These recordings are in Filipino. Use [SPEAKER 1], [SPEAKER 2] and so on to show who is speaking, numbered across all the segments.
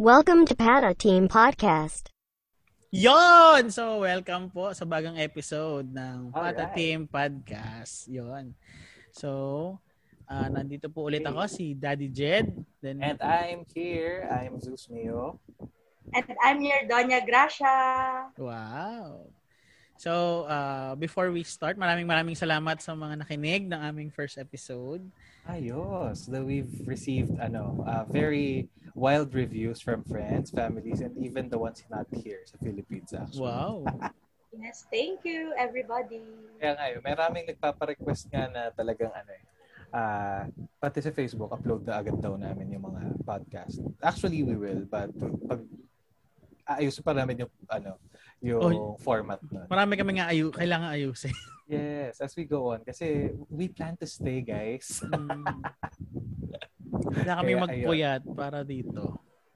[SPEAKER 1] Welcome to Pata Team Podcast.
[SPEAKER 2] Yon! So, welcome po sa bagang episode ng Pata
[SPEAKER 3] Alright.
[SPEAKER 2] Team Podcast. Yon. So, ah, nandito po ulit ako si Daddy Jed. Then,
[SPEAKER 3] And I'm here. I'm Zeus Mio.
[SPEAKER 4] And I'm your Doña Gracia.
[SPEAKER 2] wow! So, ah, before we start, maraming maraming salamat sa mga nakinig ng aming first episode.
[SPEAKER 3] Ayos. Though we've received ano, uh, very wild reviews from friends, families, and even the ones not here sa Philippines actually.
[SPEAKER 2] Wow!
[SPEAKER 4] Yes, thank you everybody.
[SPEAKER 3] Kaya nga, yun, maraming nagpaparequest nga na talagang ano eh. ah, pati sa Facebook, upload na agad daw namin yung mga podcast. Actually, we will, but pag aayusin pa namin yung ano, yung
[SPEAKER 2] Oh.
[SPEAKER 3] format nun.
[SPEAKER 2] Marami kami nga ayu kailangan ayusin.
[SPEAKER 3] Yes, as we go on. Kasi we plan to stay, guys.
[SPEAKER 2] Mm. Kailangan kami
[SPEAKER 3] Kaya, ayun.
[SPEAKER 2] magpuyat para dito.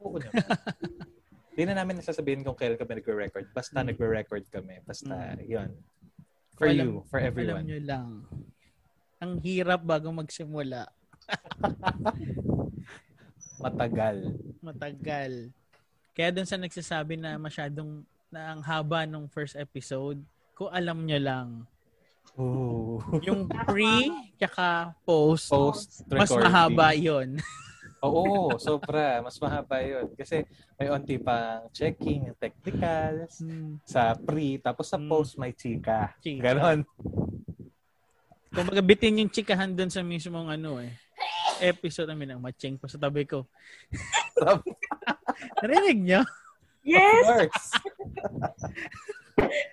[SPEAKER 3] Oo naman. Hindi na namin nasasabihin kung kailan kami nagre-record. Basta
[SPEAKER 2] Mm.
[SPEAKER 3] nagre-record kami. Basta,
[SPEAKER 2] Mm.
[SPEAKER 3] yun. For
[SPEAKER 2] Alam-
[SPEAKER 3] you, for
[SPEAKER 2] Alam
[SPEAKER 3] everyone.
[SPEAKER 2] nyo lang, ang hirap bago magsimula.
[SPEAKER 3] Matagal.
[SPEAKER 2] matagal. Kaya dun sa nagsasabi na masyadong na ang haba nung first episode, ko alam nyo lang,
[SPEAKER 3] Ooh.
[SPEAKER 2] yung pre tsaka post, mas
[SPEAKER 3] Post-recording.
[SPEAKER 2] mahaba yon
[SPEAKER 3] Oo, sobra. Mas mahaba yun. Kasi may onti pang checking, technicals, sa pre, tapos sa
[SPEAKER 2] Mm.
[SPEAKER 3] post may chika.
[SPEAKER 2] Chika.
[SPEAKER 3] Ganon.
[SPEAKER 2] Kung bitin yung chikahan dun sa mismong ano eh. Episode namin ang matching pa sa tabi ko. Narinig nyo?
[SPEAKER 3] Of
[SPEAKER 4] Yes,
[SPEAKER 3] course.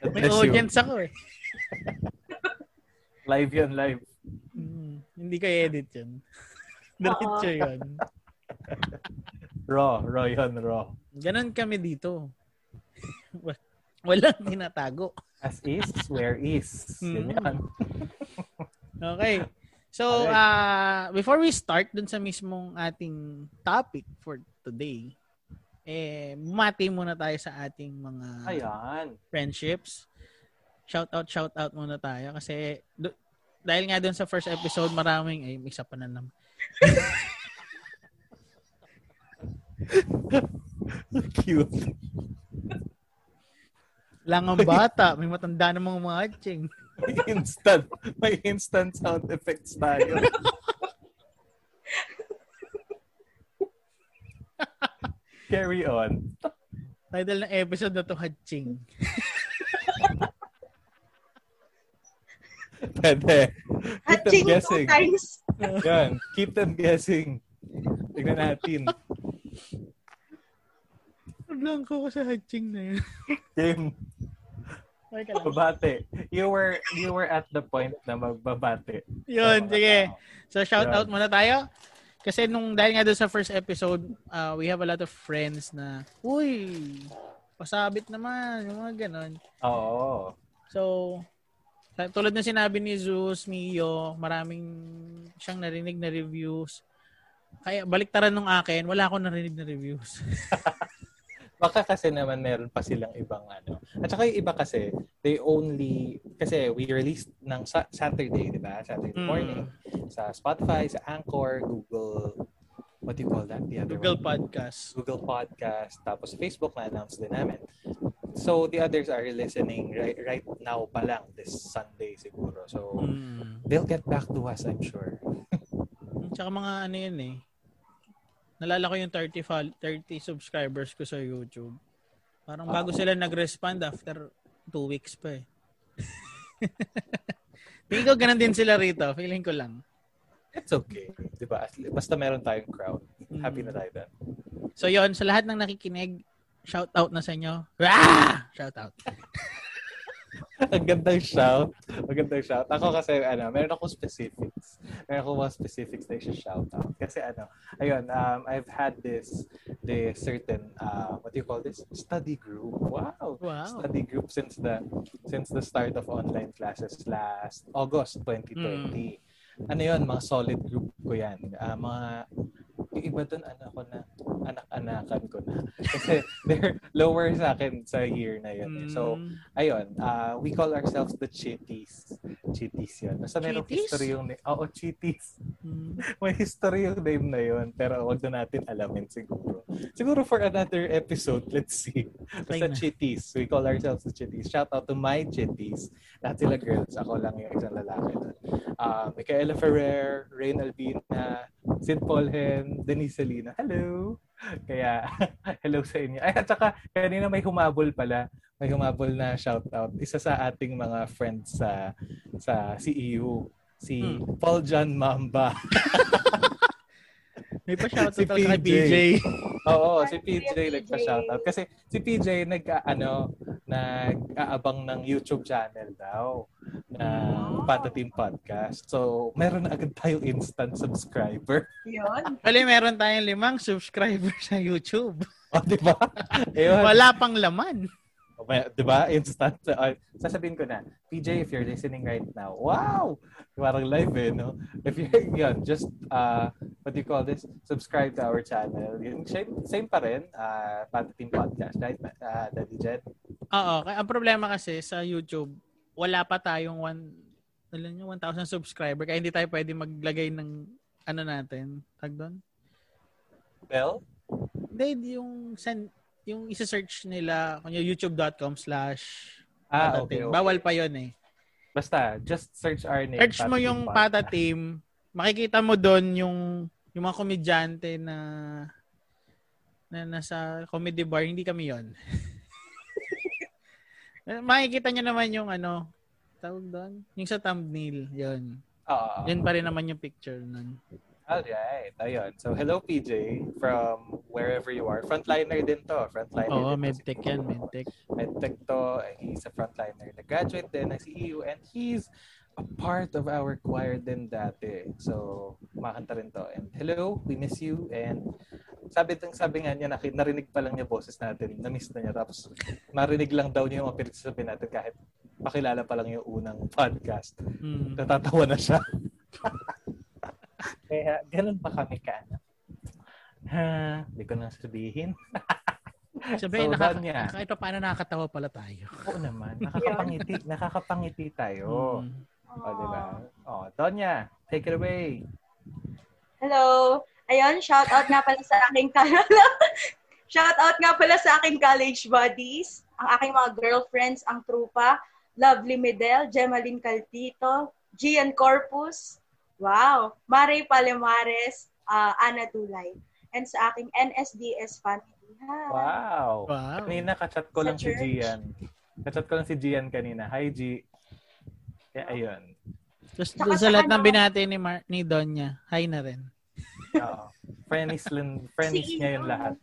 [SPEAKER 3] God
[SPEAKER 2] May
[SPEAKER 3] bless you.
[SPEAKER 2] audience ako eh.
[SPEAKER 3] Live yun, live.
[SPEAKER 2] Mm, hindi ko edit yun. Diretso yun.
[SPEAKER 3] Raw, raw yun, raw.
[SPEAKER 2] Ganon kami dito. Walang tinatago.
[SPEAKER 3] As is, swear is.
[SPEAKER 2] Mm.
[SPEAKER 3] Yun yan.
[SPEAKER 2] Okay. So,
[SPEAKER 3] Alright.
[SPEAKER 2] uh, before we start dun sa mismong ating topic for today, eh, bumati muna tayo sa ating mga
[SPEAKER 3] Ayan.
[SPEAKER 2] friendships. Shout out, shout out muna tayo kasi do- dahil nga dun sa first episode, maraming, ay, isa pa na naman.
[SPEAKER 3] Cute.
[SPEAKER 2] Lang ang bata, may matanda na mga matching.
[SPEAKER 3] May instant. May instant sound effects tayo. Carry on.
[SPEAKER 2] Title ng episode na to, Hatching.
[SPEAKER 3] Pwede. Keep them
[SPEAKER 4] hatching two
[SPEAKER 3] guessing.
[SPEAKER 4] times.
[SPEAKER 3] Yan. Keep them guessing. Tignan natin.
[SPEAKER 2] Blanco ko sa Hatching na yun.
[SPEAKER 3] Game.
[SPEAKER 2] Okay ka lang.
[SPEAKER 3] Babate. You were you were at the point na magbabate.
[SPEAKER 2] Yun,
[SPEAKER 3] Sa mga
[SPEAKER 2] sige.
[SPEAKER 3] tao.
[SPEAKER 2] So shout
[SPEAKER 3] Yun.
[SPEAKER 2] out muna tayo. Kasi nung dahil nga doon sa first episode, uh, we have a lot of friends na, uy, pasabit naman, yung mga ganon.
[SPEAKER 3] Oo.
[SPEAKER 2] So, sa- tulad na sinabi ni Zeus, Mio, maraming siyang narinig na reviews. Kaya baliktaran nung akin, wala akong narinig na reviews.
[SPEAKER 3] Baka kasi naman meron pa silang ibang ano. At saka yung iba kasi, they only, kasi we released ng sa- Saturday, di ba? Saturday
[SPEAKER 2] Mm.
[SPEAKER 3] morning. Sa Spotify, sa Anchor, Google, what do you call that? The other
[SPEAKER 2] Google
[SPEAKER 3] one?
[SPEAKER 2] Podcast.
[SPEAKER 3] Google Podcast, tapos sa Facebook, na-announce din namin. So, the others are listening right, right now pa lang, this Sunday siguro. So,
[SPEAKER 2] Mm.
[SPEAKER 3] they'll get back to us, I'm sure.
[SPEAKER 2] Tsaka mga ano yun eh. Nalala ko yung 30, fol- 30 subscribers ko sa YouTube. Parang bago
[SPEAKER 3] Ah.
[SPEAKER 2] sila nag-respond after two weeks pa eh. Tingin ko ganun din sila rito. Feeling ko lang.
[SPEAKER 3] It's okay. Di ba? At- Basta meron tayong crowd.
[SPEAKER 2] Mm.
[SPEAKER 3] Happy na tayo dun.
[SPEAKER 2] So yon sa lahat ng nakikinig, shout out na sa inyo. Ah! Shout out.
[SPEAKER 3] Ang gandang shout. Ang gandang shout. Ako kasi, ano, meron akong specifics. Meron akong mga specifics na isa-shout out. Kasi ano, ayun, um, I've had this, this certain, uh, what do you call this? Study group. Wow!
[SPEAKER 2] Wow.
[SPEAKER 3] Study group since the since the start of online classes last August 2020. Ano yun, mga solid group ko yan. Ah, mga, yung iba dun, anak ko na, anak-anakan ko na. Kasi they're lower sa akin sa year na yun. eh. So,
[SPEAKER 2] Mm.
[SPEAKER 3] ayun, uh, we call ourselves the Chitties. Chitties yun. Basta merong
[SPEAKER 2] Chitties?
[SPEAKER 3] history yung... Oo, Chitties.
[SPEAKER 2] Mm.
[SPEAKER 3] May history yung name na yun, pero wag na natin alamin siguro. Siguro for another episode, let's see. Basta
[SPEAKER 2] na.
[SPEAKER 3] Chitties. We call ourselves the Chitties. Shout out to my Chitties. Lahat sila girls. Ako lang yung isang lalaki doon. Um, Micaela Ferrer, Rain Albina, Sid Polhen, Denise Salina. Hello! Kaya, hello sa inyo. Ay, at saka, kanina may humabol pala. May humabol na shout out. Isa sa ating mga friends sa sa CEU. Si
[SPEAKER 2] Hmm.
[SPEAKER 3] Paul John Mamba.
[SPEAKER 2] May pa shoutout
[SPEAKER 3] Si
[SPEAKER 2] si kay
[SPEAKER 3] PJ.
[SPEAKER 2] PJ.
[SPEAKER 3] Oo,
[SPEAKER 4] Ay,
[SPEAKER 3] si
[SPEAKER 4] Kuya
[SPEAKER 3] PJ
[SPEAKER 4] PJ.
[SPEAKER 3] nagpa-shoutout. Kasi si PJ nag, ano, nag-aabang ng YouTube channel daw na Pata Team Podcast. So, meron na agad tayong instant subscriber.
[SPEAKER 4] Yun.
[SPEAKER 2] Actually, meron tayong limang subscribers sa YouTube.
[SPEAKER 3] O, Oh, di ba? Ayun.
[SPEAKER 2] Wala pang laman.
[SPEAKER 3] O, may- Di ba? Instant. Uh, sasabihin ko na, PJ, if you're listening right now, wow! Parang live eh, no? If you're, yun, just, uh, what do you call this? Subscribe to our channel. Yun, same, same pa rin, uh, Pata Team Podcast, right? Uh, Daddy Jet?
[SPEAKER 2] Oo. Kaya ang problema kasi sa YouTube, wala pa tayong one, alam nyo, 1,000 subscriber. Kaya hindi tayo pwede maglagay ng ano natin. Tag doon?
[SPEAKER 3] Bell?
[SPEAKER 2] Hindi, yung send, yung isa-search nila, kunya youtube.com slash
[SPEAKER 3] Ah,
[SPEAKER 2] Pata
[SPEAKER 3] okay,
[SPEAKER 2] Team.
[SPEAKER 3] okay.
[SPEAKER 2] Bawal pa yon eh.
[SPEAKER 3] Basta, just search our name.
[SPEAKER 2] Search mo
[SPEAKER 3] Patatim
[SPEAKER 2] yung
[SPEAKER 3] Podcast.
[SPEAKER 2] Pata Team, makikita mo doon yung yung mga komedyante na na nasa comedy bar, hindi kami yon. makikita nyo naman yung ano, tawag doon, yung sa thumbnail, yon.
[SPEAKER 3] Oo.
[SPEAKER 2] Yun pa rin naman yung picture nun.
[SPEAKER 3] Ah, Alright. Ayun. So, hello PJ from wherever you are. Frontliner din to. Frontliner
[SPEAKER 2] Oo,
[SPEAKER 3] din to
[SPEAKER 2] medtech
[SPEAKER 3] si-
[SPEAKER 2] yan, medtech.
[SPEAKER 3] Medtech to. He's a frontliner. Nag-graduate din ng CEU and he's a part of our choir din dati. So, makanta rin to. And hello, we miss you. And sabi ng sabi nga niya, naki- narinig pa lang niya boses natin. Na-miss na niya. Tapos, marinig lang daw niya yung mga pinagsasabi natin kahit pakilala pa lang yung unang podcast.
[SPEAKER 2] Hmm.
[SPEAKER 3] Natatawa na siya. Kaya, ganun pa kami ka. ano? Ha, hindi ko na sabihin.
[SPEAKER 2] Sabi,
[SPEAKER 3] So,
[SPEAKER 2] nakaka-
[SPEAKER 3] done yan.
[SPEAKER 2] kahit pa paano nakakatawa pala tayo.
[SPEAKER 3] Oo naman, nakakapangiti, nakakapangiti tayo.
[SPEAKER 2] Hmm.
[SPEAKER 3] O, Oh, di ba? O, Tonya, take it away.
[SPEAKER 4] Hello. Ayun, shout out nga pala sa aking shout out nga pala sa aking college buddies, ang aking mga girlfriends, ang trupa, Lovely Medel, Gemaline Caltito, Gian Corpus, wow, Mare Palomares, ah, Ana Dulay, and sa aking NSDS family. Hi.
[SPEAKER 3] Wow.
[SPEAKER 2] Wow.
[SPEAKER 3] Kanina, kachat ko lang
[SPEAKER 4] Sa
[SPEAKER 3] si
[SPEAKER 4] church.
[SPEAKER 3] Gian. Kachat ko lang si Gian kanina. Hi, G. Kaya, ayun.
[SPEAKER 2] Tapos
[SPEAKER 4] Tsaka
[SPEAKER 2] doon sa
[SPEAKER 4] sa
[SPEAKER 2] lahat ng
[SPEAKER 4] ano-
[SPEAKER 2] binati ni, Mar- ni Donya, hi na rin.
[SPEAKER 3] Oo. Friends, lin- friends
[SPEAKER 4] Si
[SPEAKER 3] niya yun
[SPEAKER 4] Ino.
[SPEAKER 3] lahat.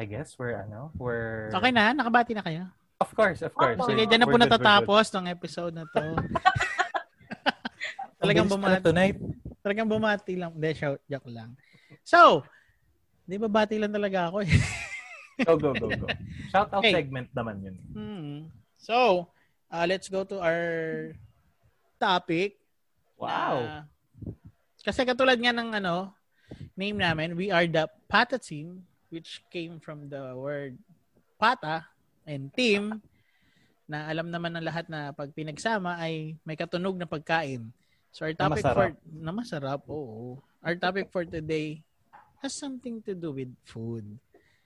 [SPEAKER 3] I guess we're, ano, we're...
[SPEAKER 2] Okay na, nakabati na kayo.
[SPEAKER 3] Of course, of course.
[SPEAKER 4] Opo.
[SPEAKER 2] So,
[SPEAKER 4] Sige,
[SPEAKER 3] We're-
[SPEAKER 2] dyan na po
[SPEAKER 3] we're good, we're good.
[SPEAKER 2] natatapos ng episode na to. Talagang
[SPEAKER 3] Ang bilis
[SPEAKER 2] bumati.
[SPEAKER 3] pala ano, tonight.
[SPEAKER 2] Talagang bumati lang. Hindi, shout, joke lang. So, di ba bati lang talaga ako eh.
[SPEAKER 3] Go, go, go, go. Shout out
[SPEAKER 2] Okay.
[SPEAKER 3] segment naman yun.
[SPEAKER 2] Hmm. So, uh, let's go to our topic.
[SPEAKER 3] Wow.
[SPEAKER 2] na- kasi katulad nga ng ano, name namin, we are the Pata Team, which came from the word Pata and Team, na alam naman ng lahat na pag pinagsama ay may katunog na pagkain. So our
[SPEAKER 3] Na
[SPEAKER 2] topic
[SPEAKER 3] masarap.
[SPEAKER 2] for na masarap, oo. Our topic for today has something to do with food.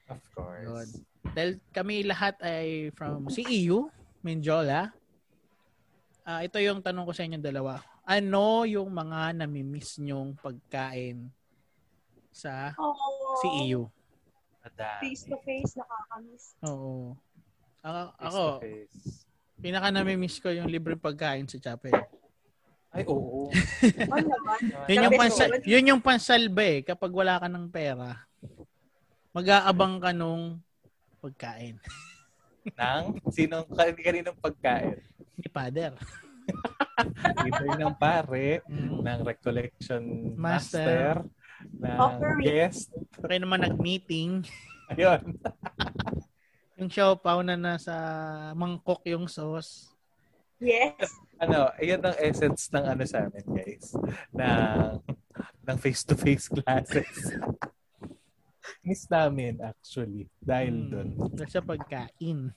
[SPEAKER 3] Of course.
[SPEAKER 2] Yun. Dahil kami lahat ay from CEU, Menjola. Ah, ito yung tanong ko sa inyong dalawa. Ano yung mga namimiss nyong pagkain sa E
[SPEAKER 4] Oh,
[SPEAKER 2] CEU?
[SPEAKER 3] Madami.
[SPEAKER 4] Face to face, nakakamiss.
[SPEAKER 2] Oo. Ako,
[SPEAKER 3] Face
[SPEAKER 2] ako
[SPEAKER 3] to face.
[SPEAKER 2] pinaka namimiss ko yung libreng pagkain sa chapel.
[SPEAKER 3] Ay, oo.
[SPEAKER 4] Oh, naman.
[SPEAKER 2] Yun yung,
[SPEAKER 4] Grabe,
[SPEAKER 2] pansal,
[SPEAKER 4] solid.
[SPEAKER 2] yun yung pansalba eh, kapag wala ka ng pera. Mag-aabang ka nung pagkain
[SPEAKER 3] Nang, sinong, kan- kaninong pagkain?
[SPEAKER 2] ni Father.
[SPEAKER 3] Either ng pare,
[SPEAKER 2] Mm.
[SPEAKER 3] ng recollection master,
[SPEAKER 2] Master.
[SPEAKER 3] ng
[SPEAKER 4] Offering.
[SPEAKER 3] guest.
[SPEAKER 2] Kaya naman nag-meeting.
[SPEAKER 3] Ayun.
[SPEAKER 2] Yung siopaw na nasa mangkok yung sauce.
[SPEAKER 4] Yes.
[SPEAKER 3] Ano, ayun ang essence ng ano sa amin, guys. Ng, ng face-to-face classes. Miss namin, actually. Dahil
[SPEAKER 2] Hmm,
[SPEAKER 3] dun.
[SPEAKER 2] Nasa pagkain.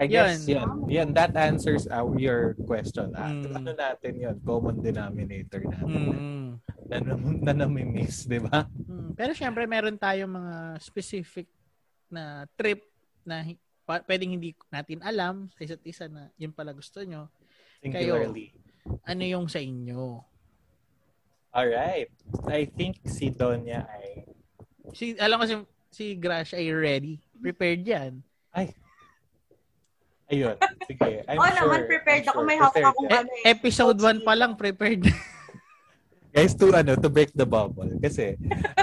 [SPEAKER 3] I guess
[SPEAKER 2] Yun.
[SPEAKER 3] yun. Yun, that answers our, your question. Ah,
[SPEAKER 2] Mm.
[SPEAKER 3] Ano natin yun? Common denominator natin.
[SPEAKER 2] Mm.
[SPEAKER 3] Na, na, na namimiss, di ba?
[SPEAKER 2] Mm, Pero syempre meron tayong mga specific na trip na hi- pa- pwedeng hindi natin alam sa isa't isa na yun pala gusto nyo.
[SPEAKER 3] Singularly.
[SPEAKER 2] Ano yung sa inyo?
[SPEAKER 3] Alright. I think si Donya ay...
[SPEAKER 2] Si, alam ko si, si Grash ay ready. Prepared yan.
[SPEAKER 3] Ayun. Sige. I'm
[SPEAKER 4] Oo
[SPEAKER 3] sure.
[SPEAKER 4] naman, prepared
[SPEAKER 3] I'm
[SPEAKER 4] ako.
[SPEAKER 3] sure.
[SPEAKER 4] May hawak
[SPEAKER 3] Prepared
[SPEAKER 4] akong
[SPEAKER 3] yan.
[SPEAKER 4] ano eh.
[SPEAKER 2] E, Episode 1 pa lang prepared.
[SPEAKER 3] Guys, to ano, to break the bubble. Kasi,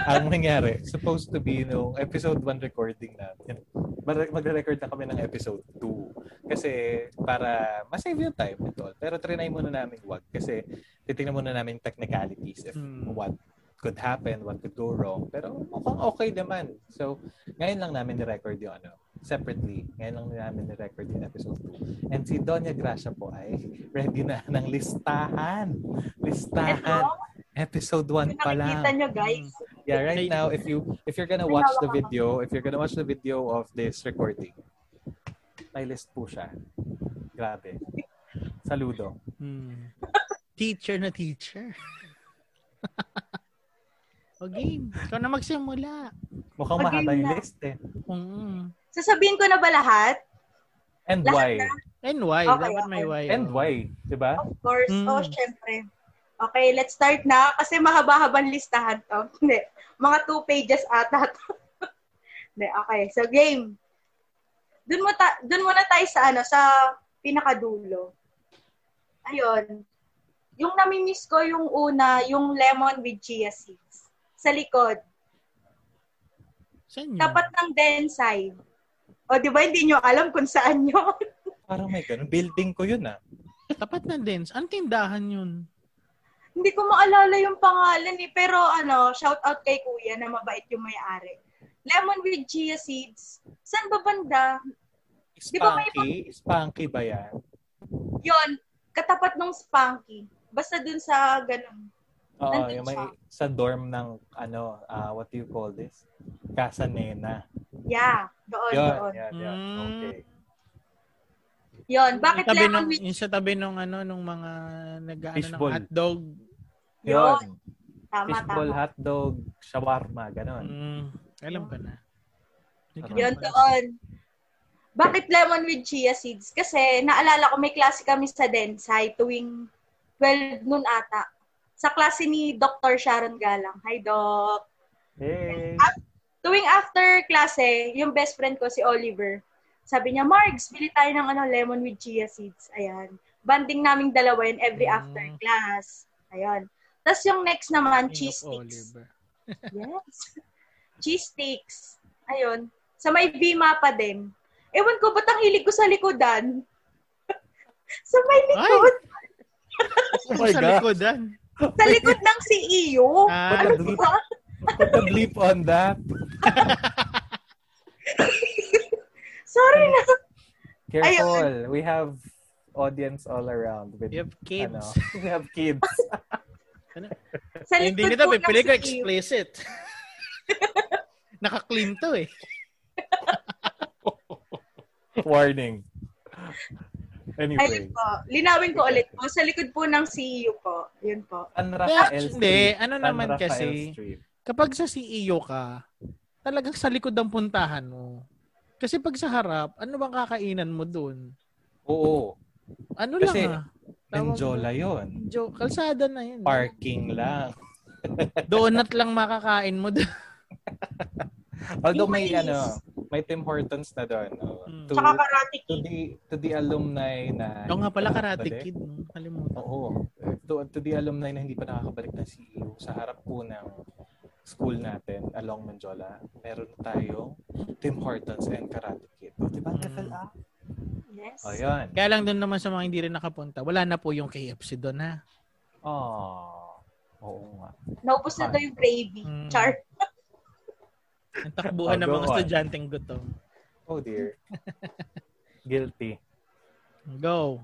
[SPEAKER 3] ang nangyari, supposed to be nung episode 1 recording natin, mag- magre-record na kami ng episode 2. Kasi, para masave yung time and all. Pero trinay muna namin wag. Kasi, titignan muna namin technicalities if
[SPEAKER 2] Hmm.
[SPEAKER 3] what could happen, what could go wrong. Pero mukhang okay naman. So, ngayon lang namin ni-record yung ano, separately. Ngayon lang namin ni-record yung episode 2. And si Donya Gracia po ay ready na ng listahan. Listahan.
[SPEAKER 4] Ito,
[SPEAKER 3] Episode 1 pa
[SPEAKER 4] nakikita
[SPEAKER 3] lang.
[SPEAKER 4] nyo guys.
[SPEAKER 3] Mm. Yeah, right now if you if you're gonna watch the video, if you're gonna watch the video of this recording, may list po siya. Grabe. Saludo.
[SPEAKER 2] Hmm. Teacher na teacher. o game. Ikaw na magsimula.
[SPEAKER 3] Mukhang
[SPEAKER 4] Okay
[SPEAKER 3] mahaba yung
[SPEAKER 4] na.
[SPEAKER 3] list eh.
[SPEAKER 2] Mm.
[SPEAKER 4] Sasabihin ko na ba lahat?
[SPEAKER 3] And
[SPEAKER 4] Lahat
[SPEAKER 3] why?
[SPEAKER 2] And why?
[SPEAKER 4] Okay,
[SPEAKER 2] Dapat may why.
[SPEAKER 3] And
[SPEAKER 2] oh.
[SPEAKER 3] why? Diba?
[SPEAKER 4] Of course.
[SPEAKER 2] Mm.
[SPEAKER 4] Oh, syempre. Okay, let's start na. Kasi mahaba-habang listahan to. Hindi. Mga two pages ata to. Hindi, okay. So, game. Dun, mo ta- dun muna tayo sa ano, sa pinakadulo. Ayun. Yung namimiss ko yung una, yung lemon with chia seeds. Sa likod.
[SPEAKER 2] Saan yun?
[SPEAKER 4] Tapat ng Densai. O, di ba hindi nyo alam kung saan yun?
[SPEAKER 3] Parang may ganun. Building ko yun ah.
[SPEAKER 2] Tapat na din. Anong tindahan yun?
[SPEAKER 4] Hindi ko maalala yung pangalan eh. Pero ano, shout out kay kuya na mabait yung may-ari. Lemon with chia seeds. Saan ba banda? Di ba may
[SPEAKER 3] Spunky? Spunky ba yan?
[SPEAKER 4] Yun, katapat nung Spunky. Basta dun sa ganun.
[SPEAKER 3] Oo,
[SPEAKER 4] Nandun
[SPEAKER 3] yung may
[SPEAKER 4] siya.
[SPEAKER 3] sa dorm ng ano, ah, what do you call this? Casa Nena.
[SPEAKER 4] Yeah, doon,
[SPEAKER 3] Yun,
[SPEAKER 4] doon.
[SPEAKER 3] yun, yun.
[SPEAKER 2] Mm.
[SPEAKER 3] Okay.
[SPEAKER 4] Yun, bakit
[SPEAKER 2] yung tabi
[SPEAKER 4] lemon
[SPEAKER 2] nung,
[SPEAKER 4] with...
[SPEAKER 2] yung sa tabi nung ano nung mga nag-ano ng
[SPEAKER 3] Fishball.
[SPEAKER 2] hotdog.
[SPEAKER 4] Yun,
[SPEAKER 3] Yun.
[SPEAKER 4] tama,
[SPEAKER 3] Fishball,
[SPEAKER 4] tama.
[SPEAKER 3] hotdog, shawarma, ganun.
[SPEAKER 2] Mm, alam ko na. Hindi ko
[SPEAKER 4] Yun,
[SPEAKER 2] na-
[SPEAKER 4] doon. Bakit lemon with chia seeds? Kasi naalala ko may klase kami sa Densai tuwing 12 noon ata. Sa klase ni Dr. Sharon Galang. Hi, Doc.
[SPEAKER 3] Hey.
[SPEAKER 4] tuwing after klase, yung best friend ko, si Oliver, sabi niya, Margs, bili tayo ng ano, lemon with chia seeds. Ayan. Banding naming dalawa yun every
[SPEAKER 2] Mm.
[SPEAKER 4] after class. Ayan. Tapos yung next naman,
[SPEAKER 2] King
[SPEAKER 4] cheese
[SPEAKER 2] of
[SPEAKER 4] sticks.
[SPEAKER 2] Oliver.
[SPEAKER 4] Yes. cheese sticks. Ayun. Sa may Bima pa din. Ewan ko, ba't ang hilig ko sa likodan? sa may likod.
[SPEAKER 2] Oh
[SPEAKER 3] my
[SPEAKER 2] sa
[SPEAKER 3] God.
[SPEAKER 2] likodan.
[SPEAKER 4] Sa likod ng CEO.
[SPEAKER 2] Ah.
[SPEAKER 4] ano ba?
[SPEAKER 3] Put a bleep on that.
[SPEAKER 4] Sorry na.
[SPEAKER 3] Careful. We have audience all around with
[SPEAKER 2] You have kids.
[SPEAKER 3] Ano, we have kids.
[SPEAKER 4] Sa
[SPEAKER 2] Eh, Hindi
[SPEAKER 4] likod
[SPEAKER 2] nito,
[SPEAKER 4] po ng E
[SPEAKER 2] pipili ko
[SPEAKER 4] CEO.
[SPEAKER 2] explicit. Naka-clean to eh.
[SPEAKER 3] Warning.
[SPEAKER 4] Ayun
[SPEAKER 2] eh.
[SPEAKER 3] Anyway.
[SPEAKER 4] po. Linawin ko ulit po. Sa likod po ng CU po. Yun po.
[SPEAKER 3] San
[SPEAKER 2] Pero,
[SPEAKER 3] Rafael
[SPEAKER 2] hindi,
[SPEAKER 3] Street.
[SPEAKER 2] ano
[SPEAKER 3] San
[SPEAKER 2] naman
[SPEAKER 3] Rafael
[SPEAKER 2] kasi,
[SPEAKER 3] Street.
[SPEAKER 2] kapag sa CEO ka, talagang sa likod ang puntahan mo. Kasi pag sa harap, ano bang kakainan mo dun?
[SPEAKER 3] Oo.
[SPEAKER 2] Ano
[SPEAKER 3] Kasi,
[SPEAKER 2] lang ah. Tawag
[SPEAKER 3] Benjola yun.
[SPEAKER 2] Jo, kalsada na yun.
[SPEAKER 3] Parking lang.
[SPEAKER 2] Donut lang makakain mo doon.
[SPEAKER 3] Although may
[SPEAKER 4] Yes.
[SPEAKER 3] ano, may Tim Hortons na doon. oh.
[SPEAKER 2] Mm.
[SPEAKER 3] To,
[SPEAKER 4] Tsaka karate
[SPEAKER 3] to
[SPEAKER 4] kid.
[SPEAKER 3] the to the alumni na ano,
[SPEAKER 2] Oo nga pala, karate
[SPEAKER 3] Balik.
[SPEAKER 2] kid. no? Kalimutan.
[SPEAKER 3] Oo. To, to the alumni na hindi pa nakakabalik ng CEO, sa harap po ng school natin, along Manjola, meron tayong Tim Hortons and Karate Kid. O, di ba?
[SPEAKER 2] Mm.
[SPEAKER 3] Mm. Ah.
[SPEAKER 4] Yes.
[SPEAKER 3] O, yun.
[SPEAKER 2] Kaya lang doon naman sa mga hindi rin nakapunta, wala na po yung KFC doon ha.
[SPEAKER 3] Oh. Oo nga.
[SPEAKER 4] Naupos na daw yung gravy.
[SPEAKER 2] Mm.
[SPEAKER 4] Char.
[SPEAKER 2] Ang takbuhan ng
[SPEAKER 3] Oh, go
[SPEAKER 2] mga
[SPEAKER 3] on.
[SPEAKER 2] estudyanteng gutom.
[SPEAKER 3] Oh, dear. Guilty.
[SPEAKER 2] Go.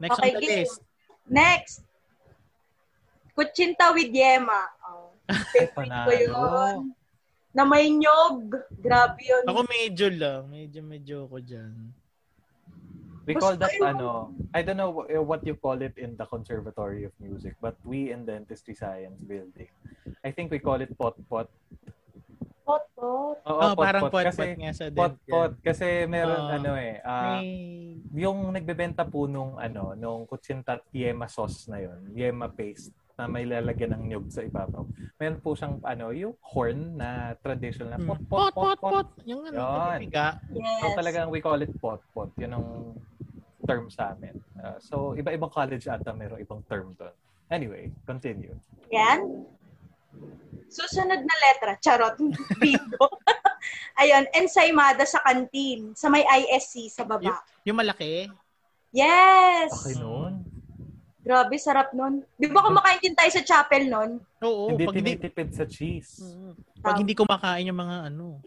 [SPEAKER 2] Next
[SPEAKER 4] Okay,
[SPEAKER 2] on the
[SPEAKER 4] game.
[SPEAKER 2] list.
[SPEAKER 4] Next. Kuchinta with yema. Oh. Favorite
[SPEAKER 3] Ano?
[SPEAKER 4] ko yun.
[SPEAKER 3] Panalo.
[SPEAKER 4] Na may nyog. Grabe yun.
[SPEAKER 2] Ako medyo lang. Medyo medyo ko dyan.
[SPEAKER 3] We call
[SPEAKER 4] Basta
[SPEAKER 3] that
[SPEAKER 4] yun.
[SPEAKER 3] ano, I don't know wh- what you call it in the Conservatory of Music, but we in dentistry science building, I think we call it pot-pot.
[SPEAKER 4] Pot, pot.
[SPEAKER 3] Oo,
[SPEAKER 2] Oh, parang
[SPEAKER 3] pot-pot.
[SPEAKER 2] pot-pot
[SPEAKER 3] Kasi,
[SPEAKER 2] nga sa dent.
[SPEAKER 3] pot-pot. Kasi meron
[SPEAKER 2] Oo.
[SPEAKER 3] ano eh, ah,
[SPEAKER 2] May...
[SPEAKER 3] yung nagbebenta po nung ano, nung kutsintat yema sauce na yon, yema paste na may lalagyan ng nyug sa ibabaw. Meron po siyang ano, yung horn na traditional na
[SPEAKER 2] Mm.
[SPEAKER 3] pot
[SPEAKER 2] Pot, pot, pot. Yung ano,
[SPEAKER 3] Yun.
[SPEAKER 2] kapiga.
[SPEAKER 4] Yes.
[SPEAKER 3] So talagang we call it pot pot. Yun ang term sa amin. Uh, so iba-ibang college ata merong ibang term doon. Anyway, continue.
[SPEAKER 4] Yan. Susunod na letra, charot, bigo. Ayun, ensaymada sa kantin, sa may ISC sa baba.
[SPEAKER 2] Yung malaki.
[SPEAKER 4] Yes!
[SPEAKER 3] Okay noon.
[SPEAKER 4] Grabe, sarap nun. Di ba kumakain din tayo sa chapel nun?
[SPEAKER 2] Oo,
[SPEAKER 3] hindi
[SPEAKER 2] Oh, pag hindi,
[SPEAKER 3] tinitipid sa cheese.
[SPEAKER 2] Mm. pag hindi kumakain yung mga ano,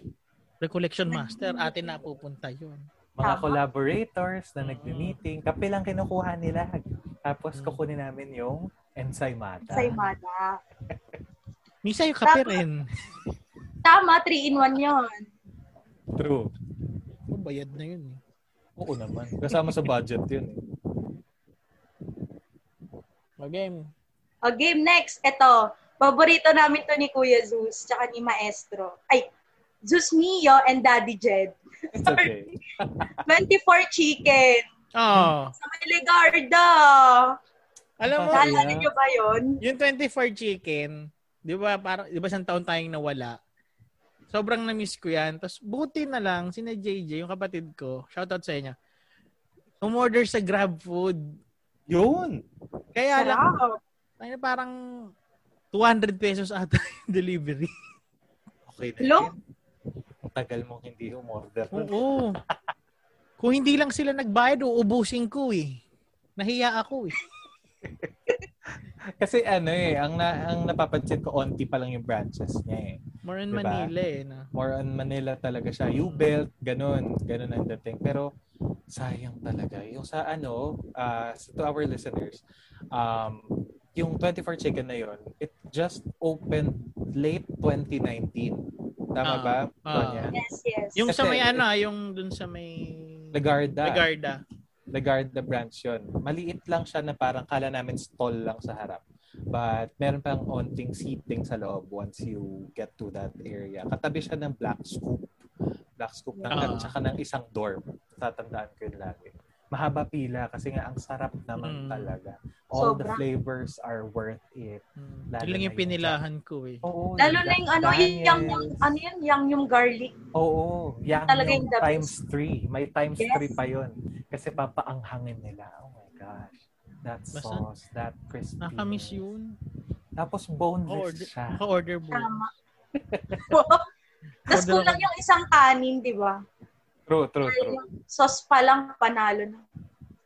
[SPEAKER 2] recollection master, atin na pupunta yun.
[SPEAKER 3] Mga
[SPEAKER 4] Tama.
[SPEAKER 3] collaborators na
[SPEAKER 2] Mm.
[SPEAKER 3] nagme-meeting, kape lang kinukuha nila.
[SPEAKER 2] Mm.
[SPEAKER 3] Tapos kukunin namin yung ensaymada.
[SPEAKER 4] Ensaymada.
[SPEAKER 2] Misa yung kape
[SPEAKER 4] Tapos-
[SPEAKER 2] rin.
[SPEAKER 4] Tama, 3-in-1 yun.
[SPEAKER 3] True.
[SPEAKER 2] Oh, bayad na yun. eh.
[SPEAKER 3] Oo naman. Kasama sa budget yun. eh.
[SPEAKER 2] Okay.
[SPEAKER 4] O, game next. Ito, paborito namin to ni Kuya Zeus, tsaka ni Maestro. Ay, Zeus Mio and Daddy Jed.
[SPEAKER 3] It's okay.
[SPEAKER 4] 24 chicken.
[SPEAKER 2] Oh,
[SPEAKER 3] Hmm.
[SPEAKER 4] Sa may Legarda.
[SPEAKER 2] alam mo,
[SPEAKER 3] Dahil-
[SPEAKER 4] Naalala niyo ba yun?
[SPEAKER 2] yung 24 chicken, di ba, parang, di ba isang taon tayong nawala? Sobrang na-miss ko yan. Tapos buti na lang, si na JJ, yung kapatid ko, shoutout sa inyo, umorder sa Grab Food.
[SPEAKER 3] Yun!
[SPEAKER 2] Kaya lang,
[SPEAKER 4] Sarap.
[SPEAKER 2] Ay, parang 200 pesos ata yung delivery.
[SPEAKER 3] Okay na
[SPEAKER 4] Hello?
[SPEAKER 3] yun. Ang tagal mong hindi umorder.
[SPEAKER 2] Oo. Kung hindi lang sila nagbayad, uubusin ko eh. Nahiya ako eh.
[SPEAKER 3] Kasi ano eh, ang, na, ang napapansin ko, onti pa lang yung branches niya eh.
[SPEAKER 2] More in
[SPEAKER 3] Diba?
[SPEAKER 2] Manila eh. No?
[SPEAKER 3] More on Manila talaga siya. U-Belt, ganun. Ganun ang dating. Pero sayang talaga. Yung sa ano, ah, to our listeners, um, yung 24 Chicken na yun, it just opened late 2019. Tama
[SPEAKER 2] Ah,
[SPEAKER 3] ba?
[SPEAKER 2] ah.
[SPEAKER 3] Tonya?
[SPEAKER 4] Yes, yes.
[SPEAKER 2] Yung sa
[SPEAKER 3] Kasi
[SPEAKER 2] may
[SPEAKER 3] it-
[SPEAKER 2] ano ah, yung dun sa may...
[SPEAKER 3] Lagarda.
[SPEAKER 2] Lagarda.
[SPEAKER 3] Lagarda branch yun. Maliit lang siya na parang kala namin stall lang sa harap. But meron pang onting seating sa loob once you get to that area. Katabi siya ng black scoop. Black scoop ng,
[SPEAKER 2] Ah.
[SPEAKER 3] at saka ng isang dorm. Tatandaan ko yun lagi. Mahaba pila kasi nga ang sarap
[SPEAKER 2] Mm.
[SPEAKER 3] naman talaga. All the
[SPEAKER 4] Sobra.
[SPEAKER 3] flavors are worth it.
[SPEAKER 2] Hmm. Yun lang
[SPEAKER 3] Lalo
[SPEAKER 2] yung
[SPEAKER 3] na yun.
[SPEAKER 2] pinilahan ko eh.
[SPEAKER 3] Oo,
[SPEAKER 4] Lalo na yung ano, yung, yung, yung,
[SPEAKER 3] Daniels.
[SPEAKER 4] ano yun, yung, yung garlic.
[SPEAKER 3] Oo, yang
[SPEAKER 4] Talaga
[SPEAKER 3] yung
[SPEAKER 4] yung the best.
[SPEAKER 3] times 3. May times
[SPEAKER 4] Yes.
[SPEAKER 3] 3 pa yun. Kasi papaanghangin nila. Oh my gosh. That
[SPEAKER 2] Basta-
[SPEAKER 3] sauce, that crispy.
[SPEAKER 2] Nakamiss yun.
[SPEAKER 3] Tapos boneless
[SPEAKER 2] Ka-order,
[SPEAKER 3] Hmm. siya.
[SPEAKER 2] ka-order mo.
[SPEAKER 4] Tama. Tapos
[SPEAKER 2] Order
[SPEAKER 4] kulang
[SPEAKER 2] ako.
[SPEAKER 4] yung isang kanin, di ba?
[SPEAKER 3] True, true,
[SPEAKER 4] Dahil
[SPEAKER 3] true.
[SPEAKER 4] yung sauce pa lang, panalo na.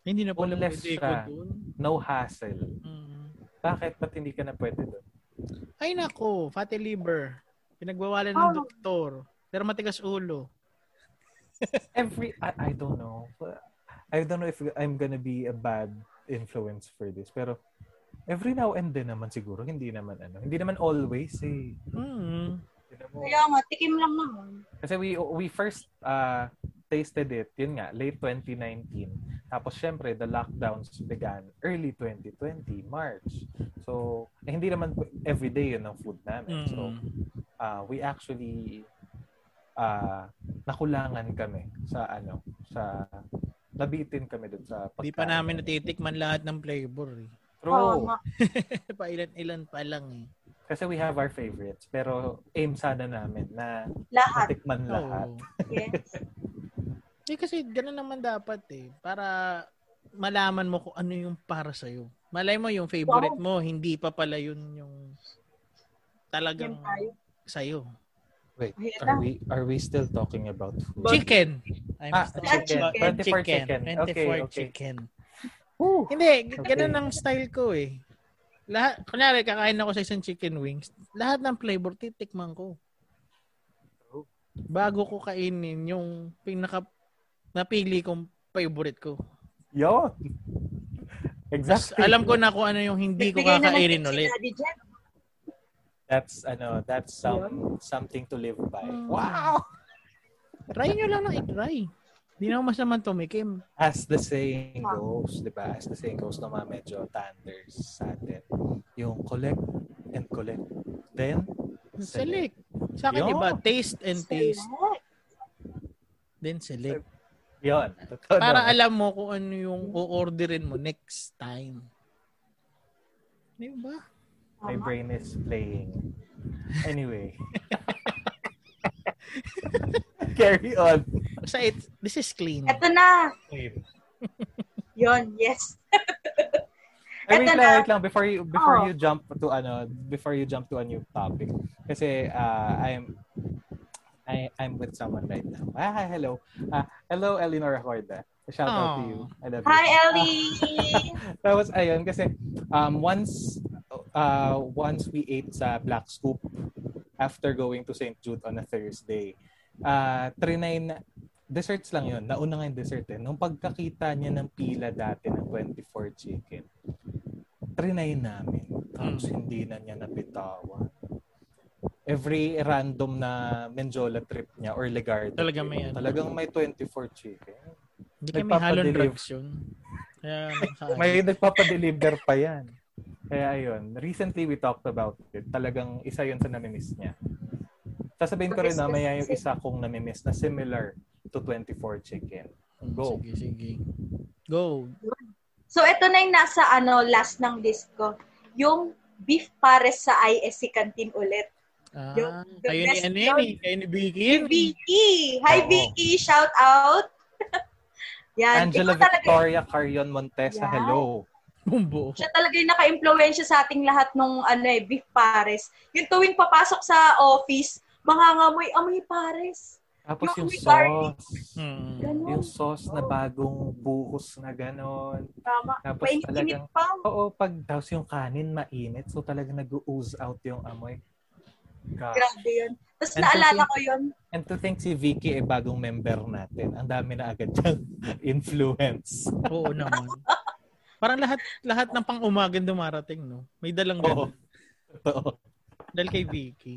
[SPEAKER 2] Hindi na pala
[SPEAKER 3] Boneless
[SPEAKER 2] pwede ko
[SPEAKER 3] siya.
[SPEAKER 2] dun.
[SPEAKER 3] No hassle.
[SPEAKER 2] Hmm.
[SPEAKER 3] Bakit ba't hindi ka na pwede doon?
[SPEAKER 2] Ay nako, fatty liver. Pinagbawalan ng
[SPEAKER 4] Oh.
[SPEAKER 2] doktor. Pero matigas ulo.
[SPEAKER 3] Every, I, I don't know. I don't know if I'm gonna be a bad influence for this. Pero every now and then naman siguro, hindi naman ano. Hindi naman always eh.
[SPEAKER 2] Hmm.
[SPEAKER 3] Tinan mo.
[SPEAKER 4] Kaya nga, tikim lang naman.
[SPEAKER 3] Kasi we we first uh, tasted it, yun nga, late 2019. Tapos syempre, the lockdowns began early 2020, March. So, eh, hindi naman po- everyday yun ang food namin. So,
[SPEAKER 2] Hmm.
[SPEAKER 3] uh, we actually uh, nakulangan kami sa ano, sa nabitin kami dun sa pagkain.
[SPEAKER 2] Hindi pa namin natitikman lahat ng flavor eh.
[SPEAKER 4] Oo
[SPEAKER 3] True.
[SPEAKER 4] nga.
[SPEAKER 2] pa ilan-ilan pa lang eh.
[SPEAKER 3] Kasi we have our favorites. Pero aim sana namin na
[SPEAKER 4] Lahat,
[SPEAKER 3] matikman lahat.
[SPEAKER 2] Oo.
[SPEAKER 4] yes.
[SPEAKER 2] Eh kasi ganun naman dapat eh. Para malaman mo kung ano yung para sa'yo. Malay mo yung favorite mo, hindi pa pala yun yung
[SPEAKER 4] Yan
[SPEAKER 2] talagang
[SPEAKER 4] tayo.
[SPEAKER 2] sa'yo.
[SPEAKER 3] Wait,
[SPEAKER 4] Ayan na.
[SPEAKER 3] are we are we still talking about food?
[SPEAKER 2] Chicken! I'm
[SPEAKER 3] Ah,
[SPEAKER 2] still
[SPEAKER 4] chicken.
[SPEAKER 2] about
[SPEAKER 3] 24 chicken.
[SPEAKER 2] 24
[SPEAKER 3] Okay, okay.
[SPEAKER 2] chicken.
[SPEAKER 3] Woo!
[SPEAKER 2] Hindi, g- ganun ang style ko eh. Lahat, kunyari, kakain ako sa isang chicken wings, lahat ng flavor titikman ko. Bago ko kainin yung pinaka napili kong favorite ko.
[SPEAKER 3] Yun.
[SPEAKER 2] Mas
[SPEAKER 3] Exactly.
[SPEAKER 2] alam ko na kung ano yung hindi ko
[SPEAKER 4] Nagbigay na ng
[SPEAKER 2] kakainin
[SPEAKER 4] tips si
[SPEAKER 2] ulit.
[SPEAKER 4] Daddy Jen.
[SPEAKER 3] That's ano, that's some something to live by.
[SPEAKER 2] Mm.
[SPEAKER 3] Wow.
[SPEAKER 2] Try nyo lang na i-try. Di naman masama tumikim.
[SPEAKER 3] As the saying goes, di ba? As the saying goes naman medyo thunders sa atin. Yung collect and collect. Then,
[SPEAKER 2] Select. Sa akin,
[SPEAKER 3] Yun.
[SPEAKER 2] iba, taste and taste,
[SPEAKER 4] Select.
[SPEAKER 2] then select.
[SPEAKER 3] yun. Totoo
[SPEAKER 2] Para
[SPEAKER 3] naman.
[SPEAKER 2] alam mo kung ano yung o-orderin mo next time. Di ba?
[SPEAKER 3] My
[SPEAKER 4] Tama.
[SPEAKER 3] brain is playing. Anyway. Carry on.
[SPEAKER 2] Basta it, this is clean.
[SPEAKER 4] Eto na.
[SPEAKER 3] Wait.
[SPEAKER 4] Yon, yes.
[SPEAKER 3] Ay, wait
[SPEAKER 4] Eto
[SPEAKER 3] lang,
[SPEAKER 4] na. Oh.
[SPEAKER 3] wait lang. Before you, before
[SPEAKER 4] Oo.
[SPEAKER 3] you jump to ano, before you jump to a new topic. Kasi uh, I'm I, I'm with someone right now. Ah, hi, hello. Ah, hello, Eleanor Acorda. Shout out to
[SPEAKER 2] Aw.
[SPEAKER 3] you. I love you.
[SPEAKER 4] Oh. Hi,
[SPEAKER 3] Ah,
[SPEAKER 4] Ellie!
[SPEAKER 3] Tapos ayun kasi um once uh once we ate sa Black Scoop after going to St. Jude on a Thursday. Uh trinay na desserts lang yun. Nauna nga yung dessert eh. Nung pagkakita niya ng pila dati ng 24 chicken, trinay namin.
[SPEAKER 2] Hmm.
[SPEAKER 3] Tapos hindi na niya napitawan. Every random na Menjola trip niya or Legarda.
[SPEAKER 2] Talaga
[SPEAKER 3] trip,
[SPEAKER 2] may ano.
[SPEAKER 3] Talagang may 24 chicken.
[SPEAKER 2] Hindi kami
[SPEAKER 3] nagpapadelive.
[SPEAKER 2] halon drugs yun. Kaya, nakaayos.
[SPEAKER 3] May nagpapadeliver pa yan. Kaya ayun, recently we talked about it. Talagang isa yun sa namimiss niya. Sasabihin ko rin na maya yung isa kong namimiss na similar to 24 Chicken. Go.
[SPEAKER 2] Hmm, Sige, sige. Go.
[SPEAKER 4] so, eto na yung nasa ano, last ng list ko. Yung beef pares sa ISC canteen ulit.
[SPEAKER 2] Ah,
[SPEAKER 4] Yung- the
[SPEAKER 2] kayo ni
[SPEAKER 4] best
[SPEAKER 2] ano yan eh. Kayo ni Vicky yan eh.
[SPEAKER 4] Vicky! Hi,
[SPEAKER 3] Oo.
[SPEAKER 4] Vicky! Shout out! Yan.
[SPEAKER 3] Angela
[SPEAKER 4] ikaw talaga
[SPEAKER 3] Victoria Carrion Montesa,
[SPEAKER 4] Yeah.
[SPEAKER 3] hello.
[SPEAKER 2] Bumbo.
[SPEAKER 4] siya talaga yung naka-impluensya sa ating lahat nung ano eh, beef pares. Yung tuwing papasok sa office, mangangamoy, amoy pares.
[SPEAKER 3] Tapos
[SPEAKER 4] Yung Mm.
[SPEAKER 3] yung
[SPEAKER 4] garlic.
[SPEAKER 3] sauce.
[SPEAKER 2] Hmm.
[SPEAKER 4] Ganun.
[SPEAKER 3] Yung sauce na bagong buhos na ganon.
[SPEAKER 4] Tama.
[SPEAKER 3] Tapos
[SPEAKER 4] Painit-init
[SPEAKER 3] talagang,
[SPEAKER 4] pa.
[SPEAKER 3] oo, pag tapos yung kanin mainit, so talagang nag-ooze out yung amoy. Gosh.
[SPEAKER 4] Grabe yun. Tapos
[SPEAKER 3] And
[SPEAKER 4] naalala
[SPEAKER 3] kasi-
[SPEAKER 4] ko yun.
[SPEAKER 3] And to think si Vicky ay bagong member natin. Ang dami na agad siyang influence.
[SPEAKER 2] Oo naman. Parang lahat lahat ng pang-umagan dumarating, no? May dalang
[SPEAKER 3] Oo.
[SPEAKER 2] ganun.
[SPEAKER 3] Totoo.
[SPEAKER 2] Dahil kay Vicky.